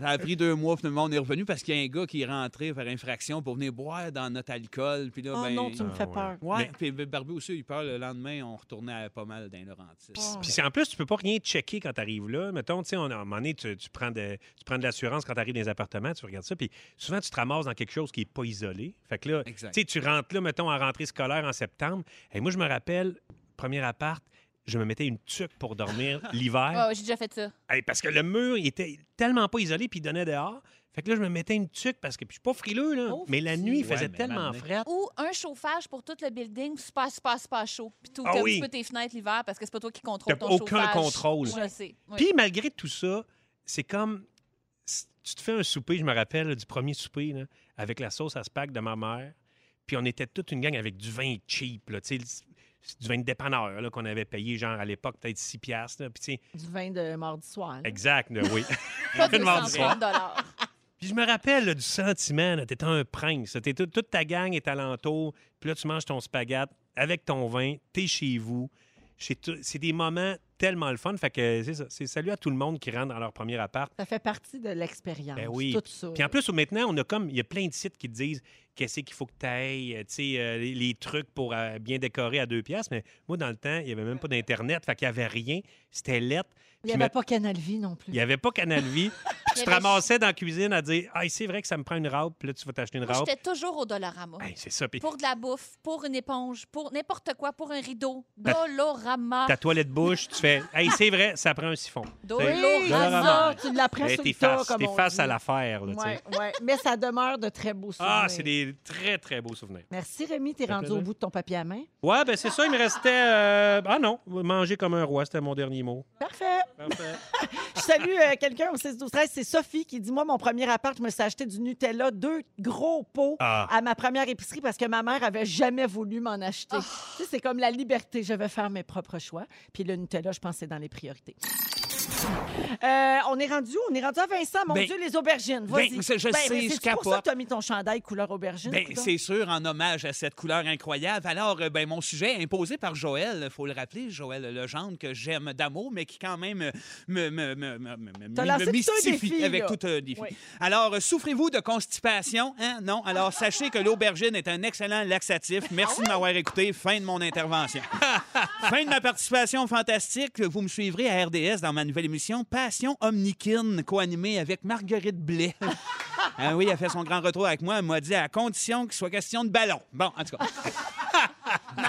[SPEAKER 2] Ça a pris deux mois, finalement, on est revenu parce qu'il y a un gars qui est rentré faire infraction pour venir boire dans notre alcool. Puis là,
[SPEAKER 3] Oh
[SPEAKER 2] ben,
[SPEAKER 3] non, tu me fais Ah ouais. peur.
[SPEAKER 2] Ouais,
[SPEAKER 5] Mais-
[SPEAKER 2] puis Barbu aussi, il peur. Le lendemain, on retournait à pas mal dans Laurentides.
[SPEAKER 3] Oh.
[SPEAKER 5] Puis c'est- en plus, tu peux pas rien checker quand tu arrives là. Mettons, tu sais, on- à un moment donné, tu, tu prends de, tu prends de l'assurance quand tu arrives dans les appartements, tu regardes ça, puis souvent, tu te ramasses dans quelque chose qui est pas isolé. Fait que là, tu
[SPEAKER 2] Exact.
[SPEAKER 5] sais, tu rentres là, mettons, en rentrée scolaire en septembre. Et moi, je me rappelle, premier appart, je me mettais une tuque pour dormir l'hiver.
[SPEAKER 4] Ouais, ouais, j'ai déjà fait ça.
[SPEAKER 5] Hey, parce que le mur, il était tellement pas isolé, puis il donnait dehors. Fait que là, je me mettais une tuque parce que puis je suis pas frileux, là. mais la nuit, il
[SPEAKER 2] Ouais,
[SPEAKER 5] faisait
[SPEAKER 2] mais
[SPEAKER 5] tellement
[SPEAKER 2] maintenant-
[SPEAKER 5] frais.
[SPEAKER 4] Ou un chauffage pour tout le building, super, super, super chaud. Puis tout
[SPEAKER 5] Ah
[SPEAKER 4] un
[SPEAKER 5] oui.
[SPEAKER 4] petit peu tes fenêtres l'hiver parce que c'est pas toi qui contrôle
[SPEAKER 5] T'as
[SPEAKER 4] ton
[SPEAKER 5] aucun
[SPEAKER 4] chauffage.
[SPEAKER 5] contrôle.
[SPEAKER 4] Je sais. oui.
[SPEAKER 5] Puis malgré tout ça, c'est comme si tu te fais un souper, je me rappelle là, du premier souper là, avec la sauce à spag de ma mère. Puis on était toute une gang avec du vin cheap, là, tu sais, le- du vin de dépanneur là, qu'on avait payé genre à l'époque peut-être 6 piastres. là, Puis tu sais,
[SPEAKER 3] Du vin de mardi soir. là.
[SPEAKER 5] exact, là, oui.
[SPEAKER 4] Pas
[SPEAKER 5] Une mardi soir.
[SPEAKER 4] 230 dollars.
[SPEAKER 5] Puis je me rappelle là, du sentiment, là, t'étais un prince. là, t'es tout- toute ta gang est alentour, puis là, tu manges ton spaghetti avec ton vin, t'es chez vous. C'est tout- c'est des moments tellement le fun. Fait que c'est ça. C'est salut à tout le monde qui rentre dans leur premier appart.
[SPEAKER 3] Ça fait partie de l'expérience.
[SPEAKER 5] Ben oui.
[SPEAKER 3] Tout ça.
[SPEAKER 5] Puis en plus, maintenant, on a comme il y a plein de sites qui te disent qu'est-ce qu'il faut que tu ailles, tu sais, euh, les, les trucs pour euh, bien décorer à deux pièces. Mais moi, dans le temps, il n'y avait même pas d'Internet, fait qu'il n'y avait rien. C'était lettre.
[SPEAKER 3] Il n'y avait pas Canal Vie non plus.
[SPEAKER 5] Il n'y avait pas Canal Vie.
[SPEAKER 4] Il
[SPEAKER 5] Puis tu te
[SPEAKER 4] y avait-
[SPEAKER 5] ramassais dans la cuisine à dire Ah, c'est vrai que ça me prend une râpe, puis là, tu vas t'acheter une
[SPEAKER 4] Moi,
[SPEAKER 5] râpe.
[SPEAKER 4] j'étais toujours au Dollarama.
[SPEAKER 5] Hey, c'est ça. Puis
[SPEAKER 4] Pour de la bouffe, pour une éponge, pour n'importe quoi, pour un rideau.
[SPEAKER 5] Ben,
[SPEAKER 4] Dolorama.
[SPEAKER 5] ta toilette bouche, tu fais Hey, c'est vrai, ça prend un siphon.
[SPEAKER 4] Dolorama.
[SPEAKER 5] Oui, Dolorama.
[SPEAKER 3] Tu l'apprends
[SPEAKER 5] Mais
[SPEAKER 3] sur
[SPEAKER 5] Ben, T'es
[SPEAKER 3] le tas,
[SPEAKER 5] face,
[SPEAKER 3] comme
[SPEAKER 5] t'es
[SPEAKER 3] on
[SPEAKER 5] face
[SPEAKER 3] dit.
[SPEAKER 5] à l'affaire. là, tu sais.
[SPEAKER 3] Ouais, ouais. Mais ça demeure de très beaux souvenirs.
[SPEAKER 5] Ah, c'est des très, très beaux souvenirs.
[SPEAKER 3] Merci Rémi, t'es
[SPEAKER 5] Ça fait
[SPEAKER 3] rendu au
[SPEAKER 5] plaisir.
[SPEAKER 3] bout de ton papier à main.
[SPEAKER 5] Ouais, ben c'est ça, il me restait. euh, Ah non, manger comme un roi, c'était mon dernier mot.
[SPEAKER 3] Parfait.
[SPEAKER 5] Parfait.
[SPEAKER 3] Je salue euh, quelqu'un au 6 12 13 c'est Sophie qui dit moi mon premier appart, je me suis acheté du Nutella, deux gros pots
[SPEAKER 5] Ah.
[SPEAKER 3] à ma première épicerie parce que ma mère avait jamais voulu m'en acheter. Tu sais, c'est comme la liberté, je vais faire mes propres choix. Puis le Nutella, je pense que c'est dans les priorités. Euh, on est rendu où? On est rendu à Vincent. Mon
[SPEAKER 2] Ben,
[SPEAKER 3] Dieu, les aubergines.
[SPEAKER 2] ben,
[SPEAKER 3] Vas-y.
[SPEAKER 2] je- je sais, je
[SPEAKER 3] C'est pour ça
[SPEAKER 2] capote.
[SPEAKER 3] que tu as mis ton chandail couleur aubergine.
[SPEAKER 2] Ben,
[SPEAKER 3] coudonc.
[SPEAKER 2] c'est sûr, en hommage à cette couleur incroyable. Alors, euh, ben, mon sujet est imposé par Joël, faut le rappeler, Joël Legendre, que j'aime d'amour, mais qui quand même euh, me, me, me, me, me-
[SPEAKER 3] T'as
[SPEAKER 2] me-
[SPEAKER 3] lancé
[SPEAKER 2] me
[SPEAKER 3] tout un
[SPEAKER 2] mystifie
[SPEAKER 3] défi,
[SPEAKER 2] avec
[SPEAKER 3] là.
[SPEAKER 2] tout un défi.
[SPEAKER 3] Oui.
[SPEAKER 2] Alors, euh, souffrez-vous de constipation? Hein? Non? Alors, sachez que l'aubergine est un excellent laxatif. Merci de m'avoir écouté. Fin de mon intervention. fin de ma participation fantastique. Vous me suivrez à RDS dans ma nouvelle émission Passion Omnikine, co-animée avec Marguerite Blais. Ah oui, elle a fait son grand retour avec moi. Elle m'a dit à condition qu'il soit question de ballon. Bon, en tout cas.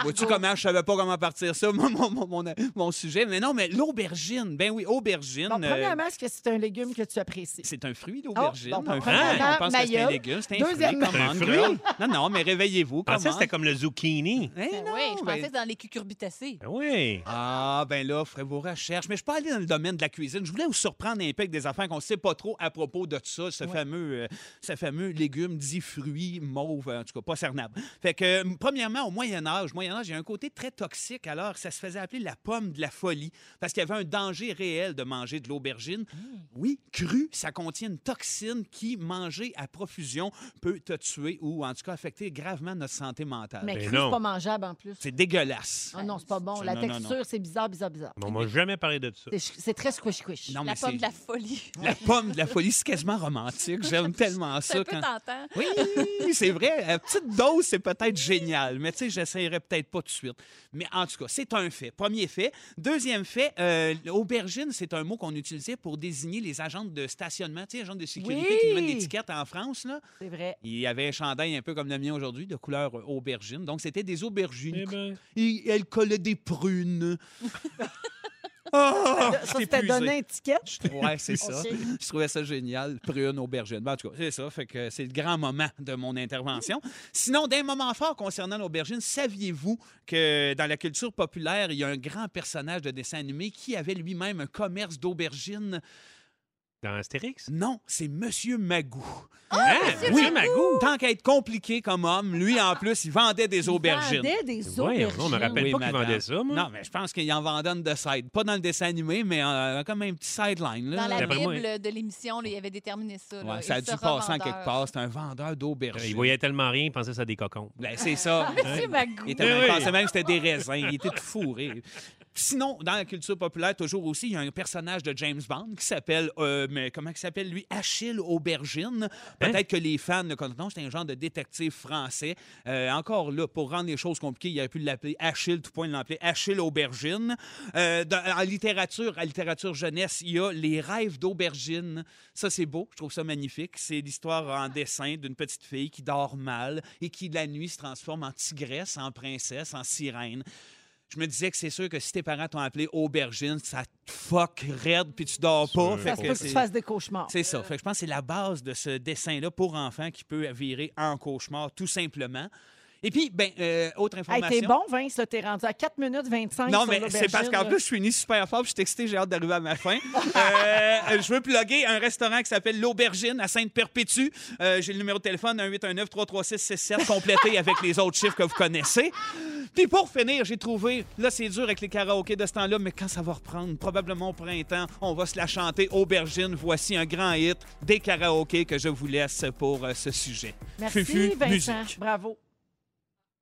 [SPEAKER 2] Vois-tu comment je savais pas comment partir ça, mon, mon- mon- mon- mon sujet? Mais non, mais l'aubergine, ben oui, aubergine.
[SPEAKER 3] Bon,
[SPEAKER 2] euh,
[SPEAKER 3] premièrement, est-ce que c'est un légume que tu apprécies?
[SPEAKER 2] c'est un fruit, l'aubergine.
[SPEAKER 3] Oh, bon,
[SPEAKER 2] un
[SPEAKER 3] bon,
[SPEAKER 2] fruit.
[SPEAKER 3] premièrement,
[SPEAKER 2] On pense que c'est un
[SPEAKER 3] Mayol.
[SPEAKER 2] légume. C'est un fruit.
[SPEAKER 3] Deuxièmement-
[SPEAKER 2] Come on,
[SPEAKER 5] C'est un
[SPEAKER 2] girl. Non, non, mais réveillez-vous.
[SPEAKER 5] Ah, ça,
[SPEAKER 2] comment?
[SPEAKER 5] c'était comme le zucchini.
[SPEAKER 2] Eh
[SPEAKER 4] Ben
[SPEAKER 2] non,
[SPEAKER 4] oui, je
[SPEAKER 2] ben-
[SPEAKER 4] pensais que dans les cucurbitacées.
[SPEAKER 5] Ben oui.
[SPEAKER 2] Ah, ben là, ferez vos recherches. Mais je suis pas allé dans le domaine de la cuisine. Je voulais vous surprendre un peu avec des affaires qu'on sait pas trop à propos de ça, ce, fameux, euh, ce fameux légume dit fruit mauve, en tout cas, pas cernable. Fait que, euh, premièrement, au Moyen-Âge, Moyen-Âge, il y a un côté très toxique. Alors, ça se faisait appeler la pomme de la folie parce qu'il y avait un danger réel de manger de l'aubergine.
[SPEAKER 4] Hmm.
[SPEAKER 2] Oui, cru, ça contient une toxine qui, mangée à profusion, peut te tuer ou, en tout cas, affecter gravement notre santé mentale.
[SPEAKER 3] Mais
[SPEAKER 5] Ben
[SPEAKER 3] cru, c'est
[SPEAKER 5] non.
[SPEAKER 3] pas mangeable en plus.
[SPEAKER 2] Ah, C'est dégueulasse.
[SPEAKER 3] Ah non, c'est pas bon.
[SPEAKER 2] C'est-
[SPEAKER 3] La
[SPEAKER 2] non, non, non.
[SPEAKER 3] texture, c'est bizarre, bizarre, bizarre.
[SPEAKER 5] Mais on m'a jamais parlé de ça.
[SPEAKER 3] C'est ch- C'est très squish-squish.
[SPEAKER 2] Non,
[SPEAKER 4] La
[SPEAKER 2] mais
[SPEAKER 4] pomme
[SPEAKER 2] c'est-
[SPEAKER 4] de la folie.
[SPEAKER 2] La pomme de la folie, c'est quasiment romantique. J'aime tellement
[SPEAKER 4] C'est
[SPEAKER 2] ça.
[SPEAKER 4] un peu
[SPEAKER 2] quand-
[SPEAKER 4] tentant.
[SPEAKER 2] Oui, c'est vrai. À petite dose, c'est peut-être génial, mais tu sais, j'essayerai peut-être pas tout de suite. Mais en tout cas, c'est un fait. Premier fait. Deuxième fait, euh, aubergine, c'est un mot qu'on utilisait pour désigner les agents de stationnement, tu sais, agents de sécurité
[SPEAKER 3] Oui.
[SPEAKER 2] qui nous mettent des tickets en France. Là.
[SPEAKER 3] C'est vrai.
[SPEAKER 2] Il y avait un chandail un peu comme le mien aujourd'hui, de couleur euh, aubergine. Donc, c'était des aubergines.
[SPEAKER 5] Eh ben,
[SPEAKER 2] Et elle collait des prunes. Ah,
[SPEAKER 3] Ça,
[SPEAKER 2] j'étais
[SPEAKER 3] c'était
[SPEAKER 2] épuisé.
[SPEAKER 3] donné étiquette.
[SPEAKER 2] Ouais, c'est ça.
[SPEAKER 3] Ok.
[SPEAKER 2] Je trouvais ça génial. Prune, aubergine. Ben, en tout cas, c'est ça. Fait que c'est le grand moment de mon intervention. Sinon, d'un moment fort concernant l'aubergine, saviez-vous que dans la culture populaire, il y a un grand personnage de dessin animé qui avait lui-même un commerce d'aubergines?
[SPEAKER 5] Dans Astérix?
[SPEAKER 2] Non, c'est Monsieur Magou.
[SPEAKER 5] Ah, Monsieur
[SPEAKER 2] oui,
[SPEAKER 5] Magou!
[SPEAKER 2] Tant qu'à être compliqué comme homme, lui, en plus, il vendait des aubergines.
[SPEAKER 12] vendait des
[SPEAKER 5] Voyons, aubergines. on me rappelle pas qu'il
[SPEAKER 2] madame.
[SPEAKER 5] vendait ça, moi. Euh,
[SPEAKER 2] Non, mais je pense qu'il en vendait une de side. Pas dans le dessin animé, mais euh, comme un petit sideline. là.
[SPEAKER 4] Dans la Bible de l'émission, là, il avait déterminé ça. là.
[SPEAKER 2] Ouais,
[SPEAKER 4] Il
[SPEAKER 2] ça a dû
[SPEAKER 4] sera
[SPEAKER 2] passer en
[SPEAKER 4] vendeur.
[SPEAKER 2] quelque part. C'est un vendeur d'aubergines.
[SPEAKER 5] Il voyait tellement rien, il pensait que c'était des cocons.
[SPEAKER 2] Ben, c'est ça.
[SPEAKER 4] Monsieur Magou.
[SPEAKER 2] Il, était même,
[SPEAKER 5] Oui.
[SPEAKER 2] il pensait même que c'était des raisins. Il était tout fourré. Sinon, dans la culture populaire, toujours aussi, il y a un personnage de James Bond qui s'appelle, euh, mais comment il s'appelle lui? Achille Aubergine.
[SPEAKER 5] Hein?
[SPEAKER 2] Peut-être que les fans ne connaissent pas, c'est un genre de détective français. Euh, encore là, pour rendre les choses compliquées, il aurait pu l'appeler Achille, tout point de l'appeler Achille Aubergine. Euh, dans- en littérature, à littérature jeunesse, il y a Les rêves d'Aubergine. Ça, c'est beau, je trouve ça magnifique. C'est l'histoire en dessin d'une petite fille qui dort mal et qui, la nuit, se transforme en tigresse, en princesse, en sirène. Je me disais que c'est sûr que si tes parents t'ont appelé aubergine, ça te fuck raide puis tu dors pas.
[SPEAKER 3] Ça se peut que tu
[SPEAKER 2] c'est-
[SPEAKER 3] fasses des cauchemars.
[SPEAKER 2] c'est ça. Fait que je pense que c'est la base de ce dessin-là pour enfants qui peut virer en cauchemar, tout simplement. Et puis, ben, euh, autre
[SPEAKER 3] Hey,
[SPEAKER 2] information.
[SPEAKER 3] t'es bon, Vince, là, t'es rendu à 4 minutes 25
[SPEAKER 2] Non,
[SPEAKER 3] sur
[SPEAKER 2] mais
[SPEAKER 3] l'aubergine,
[SPEAKER 2] c'est parce qu'en
[SPEAKER 3] là.
[SPEAKER 2] plus, je finis super fort, puis je suis excité, j'ai hâte d'arriver à ma fin. Euh, je veux plugger un restaurant qui s'appelle L'Aubergine à Sainte-Perpétue. Euh, j'ai le numéro de téléphone 1819-336-67 complété avec les autres chiffres que vous connaissez. Puis pour finir, j'ai trouvé, là c'est dur avec les karaokés de ce temps-là, mais quand ça va reprendre, probablement au printemps, on va se la chanter Aubergine. Voici un grand hit des karaokés que je vous laisse pour euh, ce sujet.
[SPEAKER 3] Merci,
[SPEAKER 2] Fufu,
[SPEAKER 3] Vincent.
[SPEAKER 2] musique.
[SPEAKER 3] Bravo.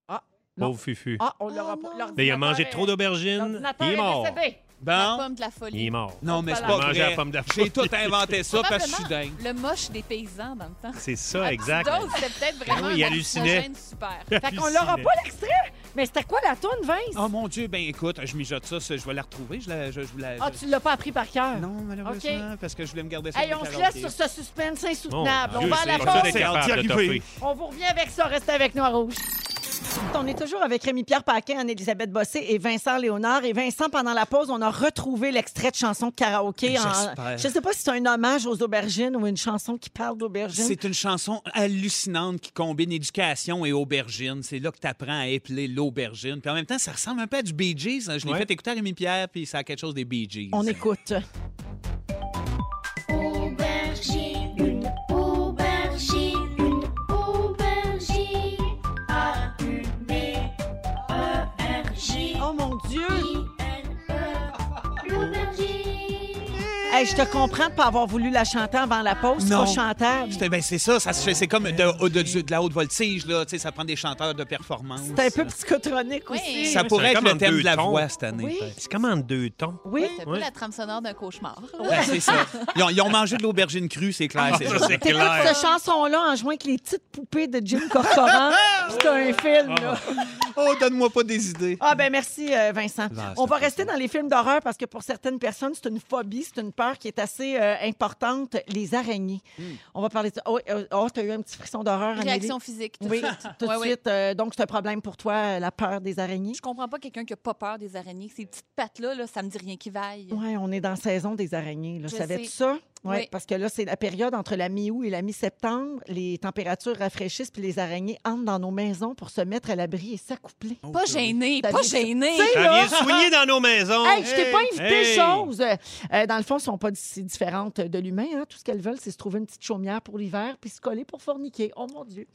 [SPEAKER 3] Ah, non.
[SPEAKER 5] Pauvre Fufu.
[SPEAKER 3] Ah, on l'aura pas.
[SPEAKER 5] Mais il
[SPEAKER 3] l'ordinateur
[SPEAKER 5] a mangé
[SPEAKER 3] est-
[SPEAKER 5] trop d'aubergines.
[SPEAKER 3] l'ordinateur
[SPEAKER 5] Il est
[SPEAKER 3] est
[SPEAKER 5] mort.
[SPEAKER 3] décédé.
[SPEAKER 4] La
[SPEAKER 2] Bon.
[SPEAKER 4] pomme de la folie.
[SPEAKER 5] Il est mort.
[SPEAKER 2] Non, mais c'est pas
[SPEAKER 5] Il a mangé
[SPEAKER 2] vrai.
[SPEAKER 5] la pomme de la
[SPEAKER 2] J'ai
[SPEAKER 5] folie.
[SPEAKER 2] tout inventé ça parce que je suis
[SPEAKER 4] Probablement
[SPEAKER 2] dingue.
[SPEAKER 4] Le moche des paysans dans le temps.
[SPEAKER 5] C'est ça,
[SPEAKER 4] À
[SPEAKER 5] Ah, exact.
[SPEAKER 4] petite dose, c'était peut-être vraiment
[SPEAKER 5] Oui, il
[SPEAKER 4] un
[SPEAKER 5] hallucinait.
[SPEAKER 4] hallucinogène super.
[SPEAKER 5] Il
[SPEAKER 3] Fait qu'on l'aura
[SPEAKER 2] hallucinait.
[SPEAKER 3] pas l'extrait. Mais c'était quoi la toune, Vince?
[SPEAKER 2] Oh mon Dieu, ben écoute, je mijote ça, ça, je vais la retrouver. Je, la, je, je vous la-
[SPEAKER 3] Ah,
[SPEAKER 2] je-
[SPEAKER 3] tu l'as pas appris par cœur.
[SPEAKER 2] Non, malheureusement, parce que je voulais me garder ça.
[SPEAKER 3] Hey,
[SPEAKER 2] pour
[SPEAKER 3] on
[SPEAKER 2] les
[SPEAKER 3] se laisse
[SPEAKER 2] karaokés.
[SPEAKER 3] sur ce suspense insoutenable.
[SPEAKER 2] Mon
[SPEAKER 3] on
[SPEAKER 2] Dieu,
[SPEAKER 3] va à la
[SPEAKER 2] c'est- ça,
[SPEAKER 3] pause.
[SPEAKER 2] c'est capable de topper.
[SPEAKER 3] On vous revient avec ça. Restez avec nous à Rouge. On est toujours avec Rémi-Pierre Paquin, Anne-Élisabeth Bossé et Vincent Léonard. Et Vincent, pendant la pause, on a retrouvé l'extrait de chanson de karaoké.
[SPEAKER 2] J'espère.
[SPEAKER 3] Je sais pas si c'est un hommage aux aubergines ou une chanson qui parle d'aubergines.
[SPEAKER 2] C'est une chanson hallucinante qui combine éducation et aubergine. C'est là que tu apprends à épeler l'aubergine. Puis en même temps, ça ressemble un peu à du Bee Gees. hein. Je l'ai
[SPEAKER 5] Ouais.
[SPEAKER 2] fait écouter à Rémi Pierre, puis ça a quelque chose des Bee Gees.
[SPEAKER 3] On écoute.
[SPEAKER 8] Aubergine, une aubergine, une aubergine. A-U-B-E-R-J.
[SPEAKER 3] Oh mon Dieu!
[SPEAKER 8] L'aubergine.
[SPEAKER 3] Hey, je te comprends de pas avoir voulu la chanter avant la pause. C'est
[SPEAKER 2] Non.
[SPEAKER 3] pas chantable.
[SPEAKER 2] C'était- ben, c'est ça, ça se fait- c'est comme de, de- de- de la haute voltige, là. Tu sais, ça prend des chanteurs de performance.
[SPEAKER 3] C'est un peu psychotronique aussi.
[SPEAKER 2] Ça pourrait
[SPEAKER 5] C'est
[SPEAKER 2] être
[SPEAKER 5] comme
[SPEAKER 2] le
[SPEAKER 5] entre
[SPEAKER 2] thème
[SPEAKER 5] deux
[SPEAKER 2] de la
[SPEAKER 5] tons.
[SPEAKER 2] voix cette année. peut-être.
[SPEAKER 5] C'est comme en deux tons.
[SPEAKER 3] Oui.
[SPEAKER 4] C'est un peu
[SPEAKER 5] Ouais.
[SPEAKER 4] la trame sonore d'un cauchemar.
[SPEAKER 2] Ben, c'est ça. Ils ont, ils ont mangé de l'aubergine crue, c'est clair.
[SPEAKER 5] Ah,
[SPEAKER 2] c'est
[SPEAKER 5] ça,
[SPEAKER 2] ça.
[SPEAKER 5] c'est
[SPEAKER 3] T'écoutes
[SPEAKER 5] clair.
[SPEAKER 3] cette chanson-là en jouant avec les petites poupées de Jim Corcoran. C'est un film,
[SPEAKER 5] Ah,
[SPEAKER 3] là.
[SPEAKER 2] Oh, donne-moi pas des idées.
[SPEAKER 3] Ah ben merci euh, Vincent.
[SPEAKER 2] Non, c'est
[SPEAKER 3] On va
[SPEAKER 2] pas
[SPEAKER 3] rester dans les films d'horreur parce que pour certaines personnes, c'est une phobie, c'est une peur qui est assez euh, importante, les araignées.
[SPEAKER 2] Hmm.
[SPEAKER 3] On va parler de Oh, euh, oh, t'as eu un petit frisson d'horreur Amélie?
[SPEAKER 4] Réaction physique, tout de
[SPEAKER 3] Oui,
[SPEAKER 4] suite.
[SPEAKER 3] tout de
[SPEAKER 4] Ouais, ouais.
[SPEAKER 3] suite. Euh, donc c'est un problème pour toi euh, la peur des araignées.
[SPEAKER 4] Je comprends pas quelqu'un qui a pas peur des araignées. Ces petites pattes-là, là, ça me dit rien qui vaille.
[SPEAKER 3] Ouais, on est dans la saison des araignées. Là.
[SPEAKER 4] Je
[SPEAKER 3] Savais-tu
[SPEAKER 4] sais.
[SPEAKER 3] ça? Ouais,
[SPEAKER 4] Oui.
[SPEAKER 3] Parce que là, c'est la période entre la mi-août et la mi-septembre. Les températures rafraîchissent, puis les araignées entrent dans nos maisons pour se mettre à l'abri et s'accoupler.
[SPEAKER 4] Pas gêné,
[SPEAKER 3] T'as
[SPEAKER 4] pas
[SPEAKER 3] vu ça?
[SPEAKER 4] gêné.
[SPEAKER 3] Tu sais,
[SPEAKER 5] Ça
[SPEAKER 3] là-
[SPEAKER 5] vient soigner dans nos maisons.
[SPEAKER 3] Hey, je t'ai pas invité
[SPEAKER 5] Hey!
[SPEAKER 3] chose. Euh, dans le fond, elles sont pas si différentes de l'humain. hein. Tout ce qu'elles veulent, c'est se trouver une petite chaumière pour l'hiver puis se coller pour forniquer. Oh mon Dieu.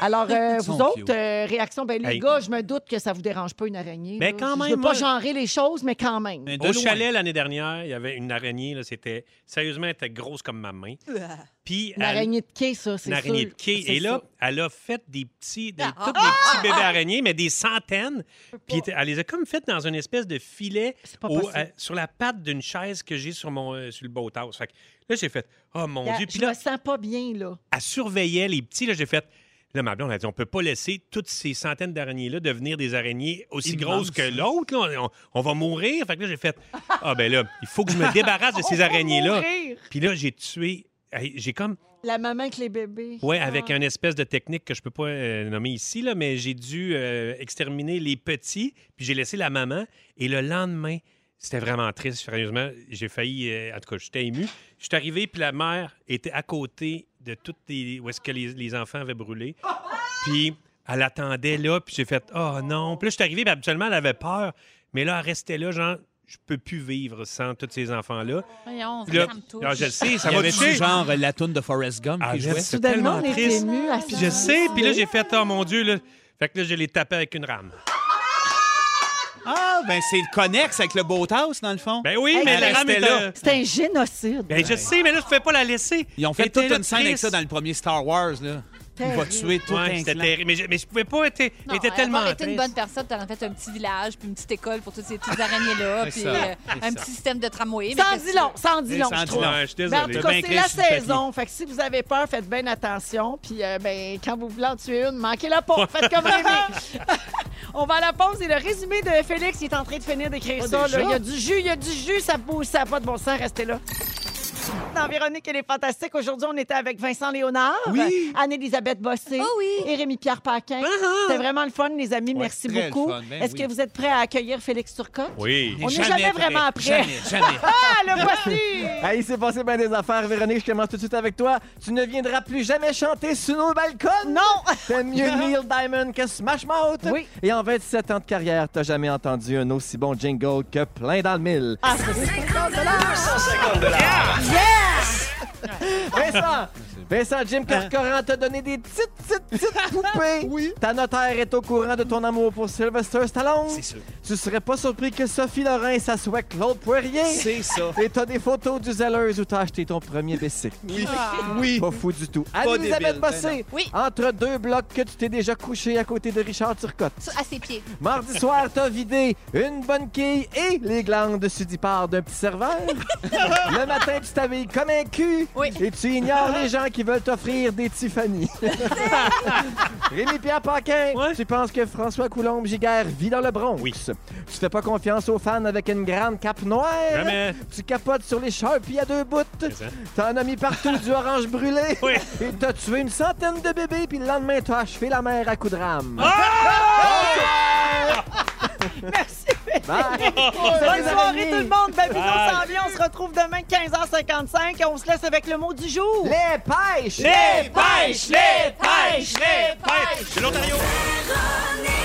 [SPEAKER 3] Alors, euh, vous
[SPEAKER 2] sont
[SPEAKER 3] autres,
[SPEAKER 2] cute.
[SPEAKER 3] euh, réaction, ben, les
[SPEAKER 5] Hey.
[SPEAKER 3] gars, je me doute que ça vous dérange pas une araignée.
[SPEAKER 5] Ben,
[SPEAKER 3] là.
[SPEAKER 5] quand
[SPEAKER 3] Je
[SPEAKER 5] même,
[SPEAKER 3] veux pas
[SPEAKER 5] moi-
[SPEAKER 3] genrer les choses, mais quand même.
[SPEAKER 2] Mais de
[SPEAKER 5] Au
[SPEAKER 2] loin.
[SPEAKER 5] chalet l'année dernière, il y avait une araignée. là, C'était sérieusement, elle était grosse comme ma main. Puis
[SPEAKER 3] Une
[SPEAKER 5] elle-
[SPEAKER 3] araignée de quai, ça, c'est
[SPEAKER 5] une araignée de
[SPEAKER 3] sûr.
[SPEAKER 5] quai.
[SPEAKER 3] C'est
[SPEAKER 5] Et là,
[SPEAKER 3] sûr.
[SPEAKER 5] elle a fait des petits, des,
[SPEAKER 4] Ah!
[SPEAKER 5] tous des petits bébés araignées, mais des centaines. Puis elle les a comme faites dans une espèce de filet
[SPEAKER 3] pas
[SPEAKER 5] au-
[SPEAKER 3] possible.
[SPEAKER 5] euh, sur la patte d'une chaise que j'ai sur mon euh, sur le boathouse. Fait que là, j'ai fait Oh mon
[SPEAKER 3] La-
[SPEAKER 5] Dieu. Puis
[SPEAKER 3] je
[SPEAKER 5] là,
[SPEAKER 3] me sens pas bien, là.
[SPEAKER 5] elle surveillait les petits. Là, j'ai fait. Là, ma blonde a dit, on peut pas laisser toutes ces centaines d'araignées-là devenir des araignées aussi
[SPEAKER 2] Immense.
[SPEAKER 5] grosses que l'autre. là. On, on va mourir. Fait que là, j'ai fait, ah ben là, il faut que je me débarrasse de ces araignées-là.
[SPEAKER 3] Mourir.
[SPEAKER 5] Puis là, j'ai tué, hey, j'ai comme,
[SPEAKER 3] La maman avec les bébés.
[SPEAKER 5] ouais,
[SPEAKER 3] Ah.
[SPEAKER 5] avec une espèce de technique que je peux pas euh, nommer ici, là, mais j'ai dû euh, exterminer les petits, puis j'ai laissé la maman. Et le lendemain, c'était vraiment triste, sérieusement. J'ai failli, euh, en tout cas, j'étais ému. Je suis arrivé, puis la mère était à côté de toutes les. où est-ce que les, les enfants avaient brûlé. Puis elle Ah, attendait là, puis j'ai fait Oh non. Puis là, je suis arrivé, puis habituellement, elle avait peur. Mais là, elle restait là, genre je peux plus vivre sans tous ces enfants-là.
[SPEAKER 4] Voyons,
[SPEAKER 5] Là-
[SPEAKER 4] ça me touche.
[SPEAKER 5] Non, je le sais, ça
[SPEAKER 2] Il y
[SPEAKER 5] va
[SPEAKER 2] avait-tu
[SPEAKER 5] toucher.
[SPEAKER 2] genre la toune de Forrest Gump qui jouait?
[SPEAKER 5] Ah, c'est tellement
[SPEAKER 3] on est
[SPEAKER 5] triste.
[SPEAKER 3] ému à
[SPEAKER 5] Puis je sais, puis là, j'ai fait, oh mon Dieu, là. Fait que là, je l'ai tapé avec une rame.
[SPEAKER 2] Ah, ben c'est le connexe avec le Boathouse, dans le fond.
[SPEAKER 5] Ben oui, mais la rame
[SPEAKER 2] restait
[SPEAKER 5] est là.
[SPEAKER 3] C'est un génocide.
[SPEAKER 5] Ben je sais, mais là, je pouvais pas la laisser.
[SPEAKER 2] Ils ont fait
[SPEAKER 5] Elle
[SPEAKER 2] toute
[SPEAKER 5] était là,
[SPEAKER 2] une scène avec
[SPEAKER 5] triste.
[SPEAKER 2] ça dans le premier Star Wars, là. Il va
[SPEAKER 3] Terrible.
[SPEAKER 2] tuer tout
[SPEAKER 5] Ouais,
[SPEAKER 2] un
[SPEAKER 5] c'était
[SPEAKER 2] clan.
[SPEAKER 5] terrible. Mais je, mais je pouvais pas. Était,
[SPEAKER 4] Non,
[SPEAKER 5] était
[SPEAKER 4] euh,
[SPEAKER 5] tellement
[SPEAKER 4] avoir été une
[SPEAKER 5] triste.
[SPEAKER 4] bonne personne, t'aurais fait un petit village, puis une petite école pour toutes ces petites araignées-là,
[SPEAKER 2] C'est
[SPEAKER 4] puis
[SPEAKER 2] ça,
[SPEAKER 4] euh,
[SPEAKER 2] c'est
[SPEAKER 4] un
[SPEAKER 2] ça.
[SPEAKER 4] petit système de tramway. mais
[SPEAKER 3] Sans
[SPEAKER 4] qu'est-ce
[SPEAKER 3] dis
[SPEAKER 4] que-
[SPEAKER 3] long, sans dis
[SPEAKER 2] Et
[SPEAKER 3] long,
[SPEAKER 2] sans
[SPEAKER 3] je
[SPEAKER 2] dis
[SPEAKER 3] trouve.
[SPEAKER 2] long.
[SPEAKER 5] Ouais, je suis
[SPEAKER 3] Ben, en
[SPEAKER 5] désolé.
[SPEAKER 3] tout
[SPEAKER 2] T'as bien
[SPEAKER 3] cas, c'est
[SPEAKER 2] écrit
[SPEAKER 3] la
[SPEAKER 2] sur le papier.
[SPEAKER 3] saison. Fait que si vous avez peur, faites bien attention. Puis euh, ben, quand vous voulez en tuer une, manquez-la pas. Faites comme Rémi. On va à la pause et le résumé de Félix, il est en train de finir
[SPEAKER 2] Ah,
[SPEAKER 3] d'écrire ça. là. Il y a du jus, il y a du jus, ça bouge, ça n'a pas de bon sens, restez là. Dans Véronique, elle est fantastique. Aujourd'hui, on était avec Vincent Léonard,
[SPEAKER 2] Oui. Ah,
[SPEAKER 3] Anne-Elisabeth Bossé
[SPEAKER 4] Oh oui.
[SPEAKER 3] et Rémi-Pierre Paquin. C'était vraiment le fun, les amis. Merci
[SPEAKER 2] très le
[SPEAKER 3] beaucoup.
[SPEAKER 2] fun, ben
[SPEAKER 3] Est-ce
[SPEAKER 2] oui.
[SPEAKER 3] que vous êtes prêts à accueillir Félix Turcotte?
[SPEAKER 5] Oui.
[SPEAKER 3] On n'est
[SPEAKER 2] Jamais
[SPEAKER 3] jamais,
[SPEAKER 2] prêt.
[SPEAKER 3] vraiment prêt.
[SPEAKER 2] Jamais, jamais.
[SPEAKER 3] Ah, le voici!
[SPEAKER 10] Hey, il s'est passé bien des affaires, Véronique. Je commence tout de suite avec toi. Tu ne viendras plus jamais chanter sous nos balcons.
[SPEAKER 3] Non!
[SPEAKER 10] T'aimes mieux Neil Diamond que Smash Mouth.
[SPEAKER 3] Oui.
[SPEAKER 10] Et en 27 ans de carrière, t'as jamais entendu un aussi bon jingle que plein dans le mille.
[SPEAKER 3] Ah, ça, c'est-
[SPEAKER 10] 150 Vincent! Vincent, Jim Corcoran t'a donné des petites, petites, petites poupées. Oui. Ta notaire est au courant de ton amour pour Sylvester Stallone.
[SPEAKER 2] C'est sûr.
[SPEAKER 10] Tu serais pas surpris que Sophie Lorrain s'assoie Claude Poirier.
[SPEAKER 2] C'est ça.
[SPEAKER 10] Et t'as des photos du zèleuse où t'as acheté ton premier bicycle.
[SPEAKER 2] Oui. Oui.
[SPEAKER 10] Pas fou du tout.
[SPEAKER 2] Pas
[SPEAKER 10] Anne-Elisabeth
[SPEAKER 2] débile, ben
[SPEAKER 10] Bossé,
[SPEAKER 4] non. Oui.
[SPEAKER 10] entre deux blocs que tu t'es déjà couché à côté de Richard Turcotte.
[SPEAKER 4] Sur- À ses pieds.
[SPEAKER 10] Mardi soir, t'as vidé une bonne quille et les glandes de sudipare d'un petit serveur. Le matin, tu t'habilles comme un cul
[SPEAKER 4] Oui.
[SPEAKER 10] et tu ignores les gens qui veulent t'offrir des Tiffany. Rémi-Pierre Paquin,
[SPEAKER 5] Ouais.
[SPEAKER 10] tu penses que François Coulombe-Giguère vit dans le Bronx.
[SPEAKER 5] Oui.
[SPEAKER 10] Tu fais pas confiance aux fans avec une grande cape noire.
[SPEAKER 5] Jamais.
[SPEAKER 10] Tu capotes sur les Sharpies à deux bouts.
[SPEAKER 5] ça.
[SPEAKER 10] T'en as mis partout du orange brûlé.
[SPEAKER 5] Oui.
[SPEAKER 10] Et t'as tué une centaine de bébés, puis le lendemain, t'as achevé la mer à coups de rame.
[SPEAKER 3] Merci.
[SPEAKER 10] Bye.
[SPEAKER 3] Bonne
[SPEAKER 10] les
[SPEAKER 3] soirée
[SPEAKER 10] araignées.
[SPEAKER 3] tout le monde. Ben, puis
[SPEAKER 5] Bye.
[SPEAKER 3] on s'en vient. On se retrouve demain 15h55 et on se laisse avec le mot du jour.
[SPEAKER 10] Les pêches!
[SPEAKER 5] Les pêches, les pêches, les pêches. De l'Ontario.
[SPEAKER 8] Véronique!